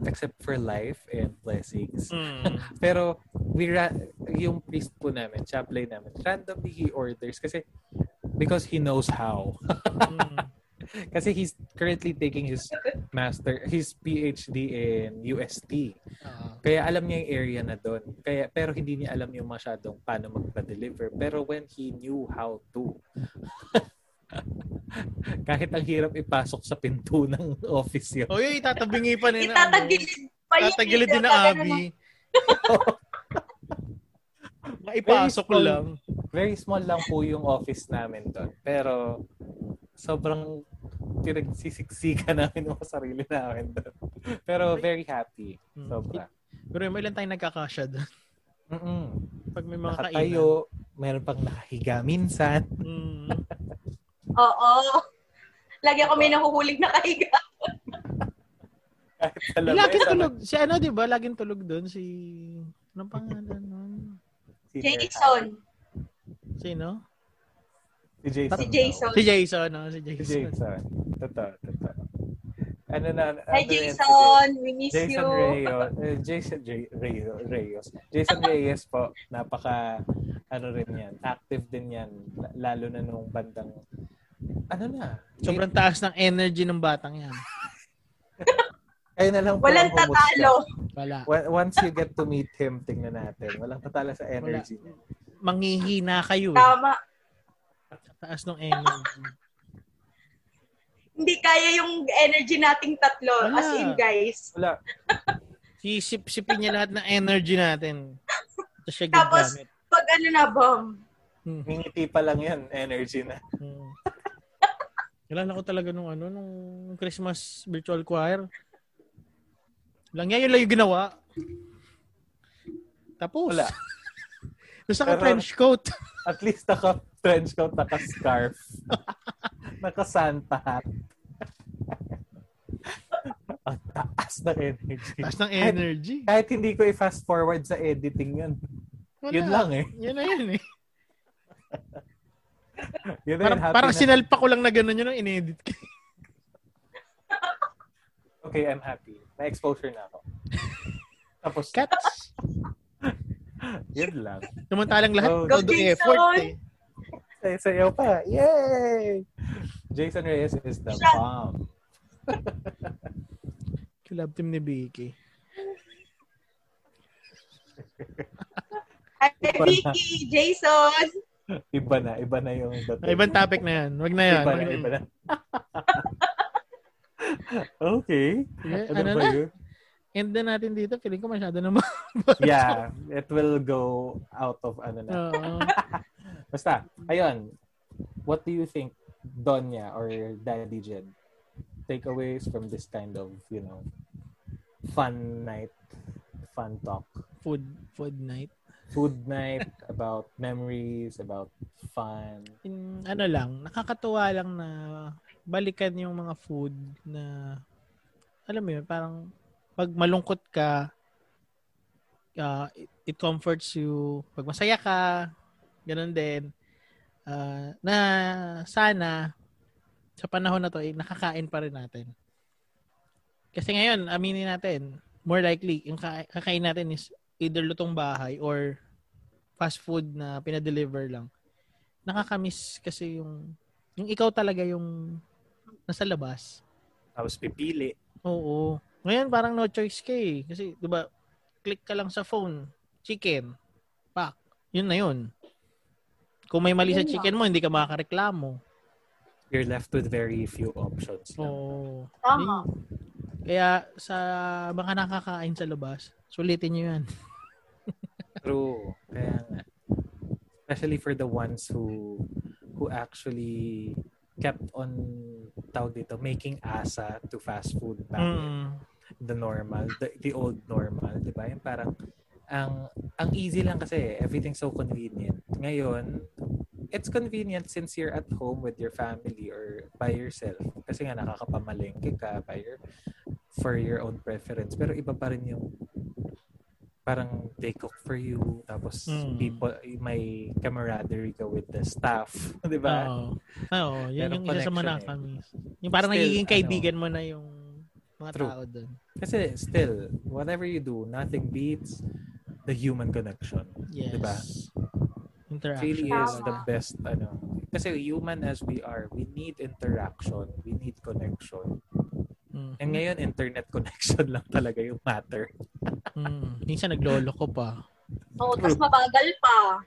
[SPEAKER 3] except for life and blessings.
[SPEAKER 2] Mm.
[SPEAKER 3] Pero we ra- yung priest po namin, chaplain namin, randomly he orders kasi because he knows how.
[SPEAKER 2] Mm.
[SPEAKER 3] Kasi he's currently taking his master, his PhD in UST.
[SPEAKER 2] Ah.
[SPEAKER 3] Kaya alam niya yung area na doon. Kaya pero hindi niya alam yung masyadong paano magpa-deliver. Pero when he knew how to. Kahit ang hirap ipasok sa pinto ng office yun.
[SPEAKER 2] O yun, itatagilid pa nila.
[SPEAKER 4] Itatagilid pa yun.
[SPEAKER 2] Itatagilid ano. din na Abby. Maipasok
[SPEAKER 3] Very small.
[SPEAKER 2] lang.
[SPEAKER 3] Very small lang po yung office namin doon. Pero sobrang pinagsisiksika namin yung sarili namin doon. Pero very happy.
[SPEAKER 2] Hmm.
[SPEAKER 3] Sobra.
[SPEAKER 2] Pero may ilan tayong nagkakasya doon.
[SPEAKER 3] Mm-mm.
[SPEAKER 2] Pag may mga kainan.
[SPEAKER 3] nakatayo, meron pang nakahiga minsan.
[SPEAKER 2] Mm.
[SPEAKER 4] Oo. Lagi ako may nahuhuling na kahiga.
[SPEAKER 3] Kahit sa
[SPEAKER 2] Lagi
[SPEAKER 3] lamesa,
[SPEAKER 2] tulog. Si ano, di ba? Laging tulog doon. Si... Anong pangalan nun?
[SPEAKER 3] nag-senior
[SPEAKER 4] Jason.
[SPEAKER 2] Sino?
[SPEAKER 3] high. Si Jason. daw.
[SPEAKER 4] Si Jason.
[SPEAKER 2] Si Jason, no? Si
[SPEAKER 3] Si
[SPEAKER 2] Jason.
[SPEAKER 3] Jason. Totoo, totoo. Ano na? Ano na yan
[SPEAKER 4] Hi,
[SPEAKER 3] si
[SPEAKER 4] Jason. We miss
[SPEAKER 3] Jason
[SPEAKER 4] you.
[SPEAKER 3] Reyes. eh, Jason Re- Reyes. Reyes. Jason Reyes po. Napaka, ano rin yan. Active din yan. L- Lalo na nung bandang, ano na?
[SPEAKER 2] Sobrang taas ng energy ng batang yan.
[SPEAKER 3] Kayo na lang po ang
[SPEAKER 4] Walang
[SPEAKER 3] humusga.
[SPEAKER 4] tatalo.
[SPEAKER 2] Wala.
[SPEAKER 3] Wa- Once you get to meet him, tingnan natin. Walang tatala sa energy niya.
[SPEAKER 2] Manghihina kayo. Eh.
[SPEAKER 4] Tama.
[SPEAKER 2] Taas ng energy.
[SPEAKER 4] Hindi kaya yung energy nating tatlo.
[SPEAKER 2] Wala.
[SPEAKER 4] As in, guys.
[SPEAKER 3] Wala.
[SPEAKER 2] Sisip-sipin niya lahat ng energy natin. Tapos siya
[SPEAKER 4] Tapos,
[SPEAKER 2] gagamit.
[SPEAKER 4] Pag ano na, bomb.
[SPEAKER 2] Mm.
[SPEAKER 3] Ngingiti pa lang yan. Energy na.
[SPEAKER 2] Mm. Kailan ako talaga nung ano, nung Christmas virtual choir. Lang yan, yun lang yung ginawa. Tapos.
[SPEAKER 3] Wala.
[SPEAKER 2] Gusto ko
[SPEAKER 3] Pero-
[SPEAKER 2] trench coat.
[SPEAKER 3] At least naka trench coat, naka scarf, naka Santa hat. Ang taas ng energy.
[SPEAKER 2] Taas ng energy.
[SPEAKER 3] Kahit hindi ko i-fast forward sa editing yun.
[SPEAKER 2] Wala.
[SPEAKER 3] Yun lang eh.
[SPEAKER 2] Yun na yun eh.
[SPEAKER 3] Yun na
[SPEAKER 2] Parang,
[SPEAKER 3] yun, happy
[SPEAKER 2] parang
[SPEAKER 3] na-
[SPEAKER 2] sinalpa ko lang na gano'n yun nung inedit ko.
[SPEAKER 3] Okay, I'm happy. Na-exposure na ako. Tapos,
[SPEAKER 2] Cats.
[SPEAKER 3] yun lang.
[SPEAKER 2] Samantalang lahat. Oh,
[SPEAKER 3] Oh,
[SPEAKER 4] Go,
[SPEAKER 2] todo
[SPEAKER 4] Jason!
[SPEAKER 2] effort eh.
[SPEAKER 3] Say, sayo pa. Yay! Jason Reyes is the
[SPEAKER 4] Siya-
[SPEAKER 3] bomb.
[SPEAKER 2] Collab team ni Vicky.
[SPEAKER 4] Hi, Vicky, Jason.
[SPEAKER 3] Iba na. Iba na yung dating.
[SPEAKER 2] Ibang topic na yan. Wag na yan.
[SPEAKER 3] Iba
[SPEAKER 2] Wag
[SPEAKER 3] na,
[SPEAKER 2] na-
[SPEAKER 3] iba na. okay.
[SPEAKER 2] Yeah,
[SPEAKER 3] Ano,
[SPEAKER 2] ano
[SPEAKER 3] ba
[SPEAKER 2] na?
[SPEAKER 3] yun?
[SPEAKER 2] End na natin dito. Feeling ko masyado naman.
[SPEAKER 3] Yeah. It will go out of ano na.
[SPEAKER 2] Oo.
[SPEAKER 3] Basta. Ayun. What do you think, Donya or Daddy Jed? Takeaways from this kind of, you know, fun night, fun talk.
[SPEAKER 2] food. Food night.
[SPEAKER 3] food night, about memories, about fun.
[SPEAKER 2] In, ano lang. Nakakatuwa lang na balikan yung mga food na alam mo yun, parang pag malungkot ka, ah, it, it comforts you. Pag masaya ka, ganun din. Ah, na sana sa panahon na to, eh, nakakain pa rin natin. Kasi ngayon, aminin natin, more likely, yung ka- kakain natin is either lutong bahay or fast food na pinadeliver lang. Nakakamiss kasi yung, yung ikaw talaga yung nasa labas.
[SPEAKER 5] Tapos pipili.
[SPEAKER 2] Oo. Ngayon parang no choice ka eh. Kasi 'di ba, click ka lang sa phone, chicken, pack. 'Yun na 'yun. Kung may mali sa
[SPEAKER 4] Yun lang.
[SPEAKER 2] chicken mo, hindi ka makakareklamo.
[SPEAKER 3] You're left with very few options. lang.
[SPEAKER 2] Oo.
[SPEAKER 4] Tama.
[SPEAKER 2] Kaya sa mga nakakain sa labas, sulitin niyo 'yan.
[SPEAKER 3] True. Kaya nga. Especially for the ones who who actually kept on tawag dito, making asa to fast food back in
[SPEAKER 2] Mm.
[SPEAKER 3] the normal, the, the old normal, di ba? Yung parang ang ang easy lang kasi everything's so convenient. Ngayon, it's convenient since you're at home with your family or by yourself. Kasi nga nakakapamalengke ka by your, for your own preference. Pero iba pa rin yung parang they cook for you tapos
[SPEAKER 2] Mm.
[SPEAKER 3] people may camaraderie ka with the staff, 'di ba?
[SPEAKER 2] Oo. Ah, Oo, 'yun
[SPEAKER 3] Merong
[SPEAKER 2] yung isa sa
[SPEAKER 3] connection eh.
[SPEAKER 2] mga nakakamiss. Yung parang
[SPEAKER 3] Still,
[SPEAKER 2] nagiging
[SPEAKER 3] ano,
[SPEAKER 2] kaibigan mo na yung mga
[SPEAKER 3] True.
[SPEAKER 2] tao doon.
[SPEAKER 3] Kasi still, whatever you do, nothing beats the human connection.
[SPEAKER 2] Yes.
[SPEAKER 3] Diba? It
[SPEAKER 2] Interaction.
[SPEAKER 3] really is
[SPEAKER 4] Tama.
[SPEAKER 3] the best ano kasi human as we are we need interaction we need connection
[SPEAKER 2] Mm.
[SPEAKER 3] and ngayon internet connection lang talaga yung matter
[SPEAKER 2] Mm. Minsan naglolo ko pa.
[SPEAKER 4] Oo, tapos mabagal pa.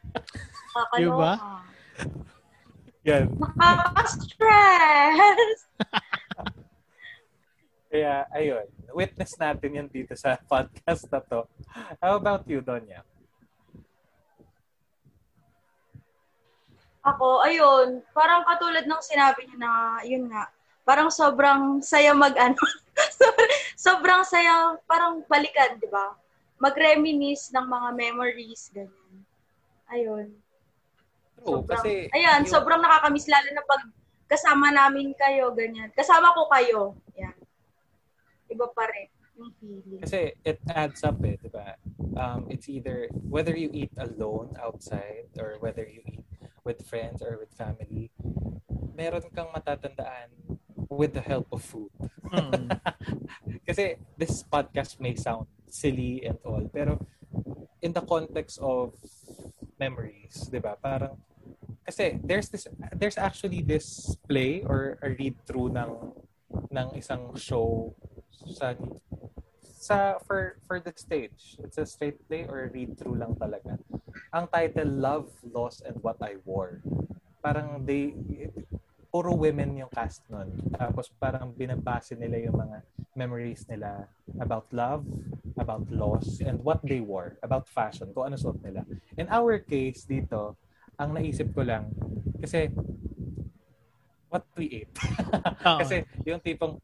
[SPEAKER 4] Kakaloka.
[SPEAKER 2] Diba?
[SPEAKER 3] yan
[SPEAKER 4] Nakaka-stress.
[SPEAKER 3] kaya ayun witness natin yan dito sa podcast na to how about you Donya
[SPEAKER 4] Ako, ayun, parang katulad ng sinabi niya na, yun nga, parang sobrang saya mag, ano, sobrang saya, parang balikan, di ba? Mag-reminisce ng mga memories, ganyan. Ayun.
[SPEAKER 3] True,
[SPEAKER 4] Sobrang-
[SPEAKER 3] Oh, kasi
[SPEAKER 4] Ayan,
[SPEAKER 3] yung-
[SPEAKER 4] sobrang nakakamiss, lalo na pag kasama namin kayo, ganyan. Kasama ko kayo. Yan. Iba pa rin yung feeling.
[SPEAKER 3] Kasi it adds up eh, di ba? Um, it's either whether you eat alone outside or whether you eat with friends or with family, meron kang matatandaan with the help of food.
[SPEAKER 2] Mm.
[SPEAKER 3] Kasi this podcast may sound silly and all, pero in the context of memories, di ba? Parang, kasi there's this, there's actually this play or a read-through ng, ng isang show sa, sa, for, for the stage. It's a straight play or read-through lang talaga. Ang title, Love, Loss, and What I Wore. Parang they, puro women yung cast nun. Tapos parang binabase nila yung mga memories nila about love, about loss, and what they wore, about fashion, kung ano suot nila. In our case dito, ang naisip ko lang, kasi what we ate.
[SPEAKER 2] Oo.
[SPEAKER 3] kasi yung tipong,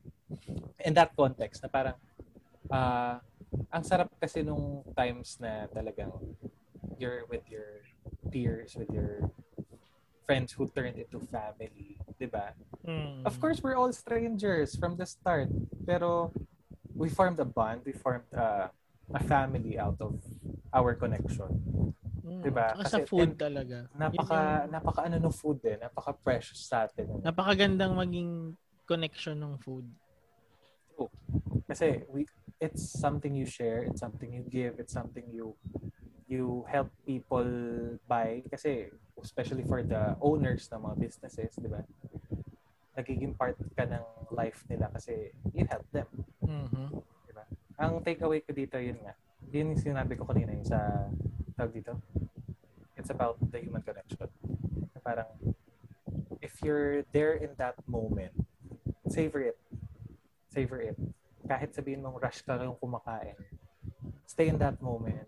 [SPEAKER 3] in that context, na parang, ah, ang sarap kasi nung times na talagang you're with your peers, with your friends who turned into family, 'di ba?
[SPEAKER 5] Mm.
[SPEAKER 3] Of course, we're all strangers from the start, pero we formed a bond, we formed a a family out of our connection,
[SPEAKER 5] Mm.
[SPEAKER 3] 'di ba?
[SPEAKER 2] Saka Mm-hmm. sa food talaga.
[SPEAKER 3] diba? napaka napaka ano ng food din, napaka precious sa atin. ano.
[SPEAKER 2] Napakagandang maging connection ng food.
[SPEAKER 3] Kasi we it's something you share, it's something you give, it's something you you help people buy kasi especially for the owners ng mga businesses, 'di ba? Nagiging part ka ng life nila kasi you help them.
[SPEAKER 2] Mm-hmm.
[SPEAKER 5] Mhm.
[SPEAKER 3] Diba? Ang takeaway ko dito yun nga. Yun yung sinabi ko kanina yung sa tawag dito. It's about the human connection. Na Parang if you're there in that moment, savor it. Savor it. Kahit sabihin mong rush ka lang kumakain, stay in that moment.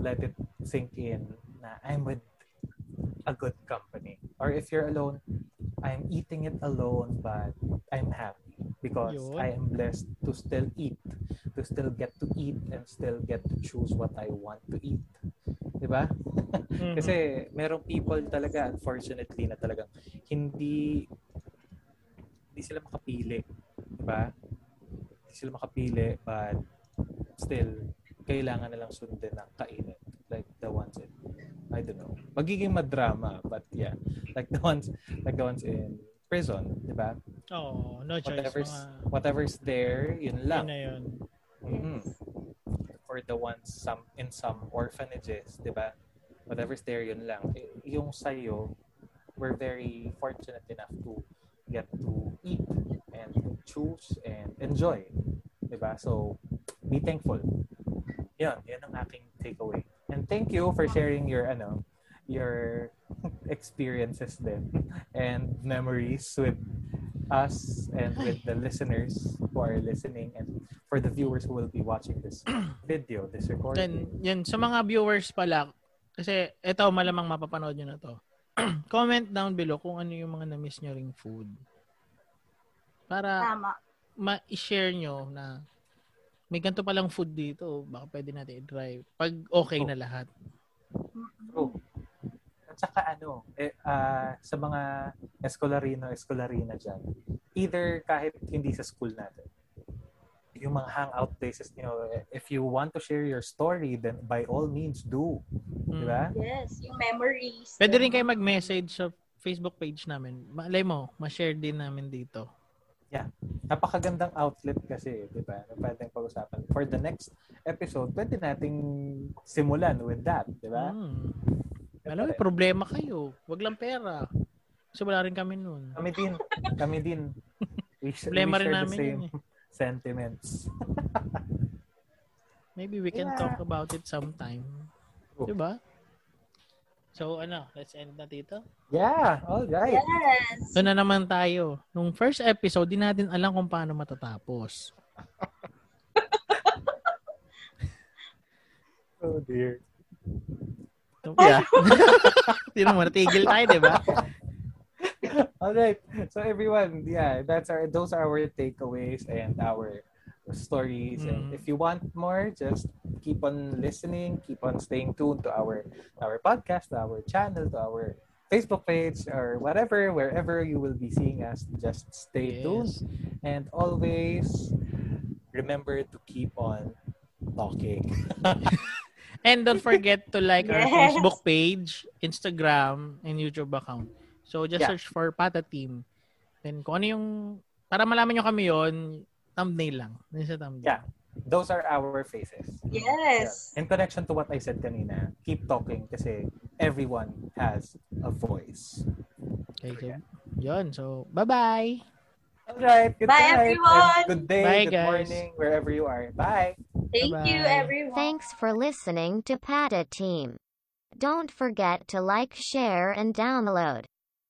[SPEAKER 3] Let it sink in na I'm with a good company. Or if you're alone, I'm eating it alone but I'm happy because
[SPEAKER 2] Yun.
[SPEAKER 3] I am blessed to still eat, to still get to eat and still get to choose what I want to eat. Diba? 'Di ba?
[SPEAKER 5] Mhm.
[SPEAKER 2] Mm-hmm.
[SPEAKER 3] Kasi merong people talaga, unfortunately, na talagang hindi hindi sila makapili. Diba? Hindi sila makapili but still, kailangan nilang sundin ng kainin. Like the ones in, I don't know, magiging madrama but yeah, like the ones, like the ones in prison, diba?
[SPEAKER 5] Oo, no choice.
[SPEAKER 3] Whatever's,
[SPEAKER 5] Mga,
[SPEAKER 3] whatever's there, yun
[SPEAKER 5] yun
[SPEAKER 3] lang.
[SPEAKER 5] na yun.
[SPEAKER 3] Mhm. Or the ones some in some orphanages, 'di ba? Whatever's there yun lang. Y- Yung sa'yo, we're very fortunate enough to get to eat and choose and enjoy, 'di ba? So, be thankful. Yun, yun ang aking takeaway. And thank you for sharing your ano, your experiences din and memories with us and with the listeners who are listening and for the viewers who will be watching this video, this recording.
[SPEAKER 2] Yan, yan, sa mga viewers pala, kasi ito malamang mapapanood nyo na to. Comment down below kung ano yung mga na-miss nyo ring food. Para
[SPEAKER 4] Tama.
[SPEAKER 2] ma-share nyo na may ganito palang food dito, baka pwede natin i-try. Pag okay na lahat.
[SPEAKER 3] Oh. At saka ano, eh, ah, sa mga eskolarino, eskolarina dyan, either kahit hindi sa school natin, yung mga hangout places nyo, eh, if you want to share your story, then by all means, do.
[SPEAKER 2] Mm.
[SPEAKER 3] Di ba?
[SPEAKER 4] Yes, yung memories.
[SPEAKER 2] Pwede rin kayo mag-message sa Facebook page namin. Malay mo, ma-share din namin dito.
[SPEAKER 3] napakagandang outlet kasi, di ba? Na pwedeng pag-usapan. For the next episode, pwede nating simulan with that, di ba?
[SPEAKER 2] Mm. Alam mo, problema kayo. Wag lang pera. Kasi wala rin kami nun.
[SPEAKER 3] Kami din. Kami din. We, sh- we
[SPEAKER 2] Problema rin
[SPEAKER 3] share the
[SPEAKER 2] namin
[SPEAKER 3] same
[SPEAKER 2] yun eh.
[SPEAKER 3] sentiments.
[SPEAKER 2] Maybe we can
[SPEAKER 3] Yeah.
[SPEAKER 2] talk about it sometime.
[SPEAKER 3] Oh.
[SPEAKER 2] Diba? So, ano, let's end na dito.
[SPEAKER 3] Yeah, all right.
[SPEAKER 4] Yes.
[SPEAKER 2] Ito na naman tayo. Nung first episode, di natin alam kung paano matatapos.
[SPEAKER 3] Oh dear.
[SPEAKER 2] Ito- Di naman, natigil tayo, diba?
[SPEAKER 3] All right. So everyone, yeah, that's our those are our takeaways and our stories. And
[SPEAKER 2] Mhm.
[SPEAKER 3] if you want more, just keep on listening, keep on staying tuned to our our podcast, to our channel, to our Facebook page or whatever, wherever you will be seeing us. Just stay tuned
[SPEAKER 2] Yes.
[SPEAKER 3] and always remember to keep on talking.
[SPEAKER 2] And don't forget to like our
[SPEAKER 4] Yes.
[SPEAKER 2] Facebook page, Instagram, and YouTube account. So, just
[SPEAKER 3] Yeah.
[SPEAKER 2] search for Pata Team. Then, kung ano yung... Para malaman nyo kami yon thumbnail lang. Yun sa thumbnail.
[SPEAKER 3] Yeah. Those are our faces.
[SPEAKER 4] Yes.
[SPEAKER 3] Yeah. In connection to what I said kanina, keep talking kasi everyone has a voice.
[SPEAKER 2] Okay, so, yun. So, bye-bye!
[SPEAKER 3] All right. Good
[SPEAKER 4] Bye,
[SPEAKER 3] night,
[SPEAKER 4] everyone.
[SPEAKER 3] and Good day.
[SPEAKER 2] Bye,
[SPEAKER 3] good
[SPEAKER 2] guys.
[SPEAKER 3] morning, wherever you are. Bye.
[SPEAKER 4] Thank you,
[SPEAKER 2] Bye-bye.
[SPEAKER 4] everyone.
[SPEAKER 1] Thanks for listening to Pata Team. Don't forget to like, share, and download.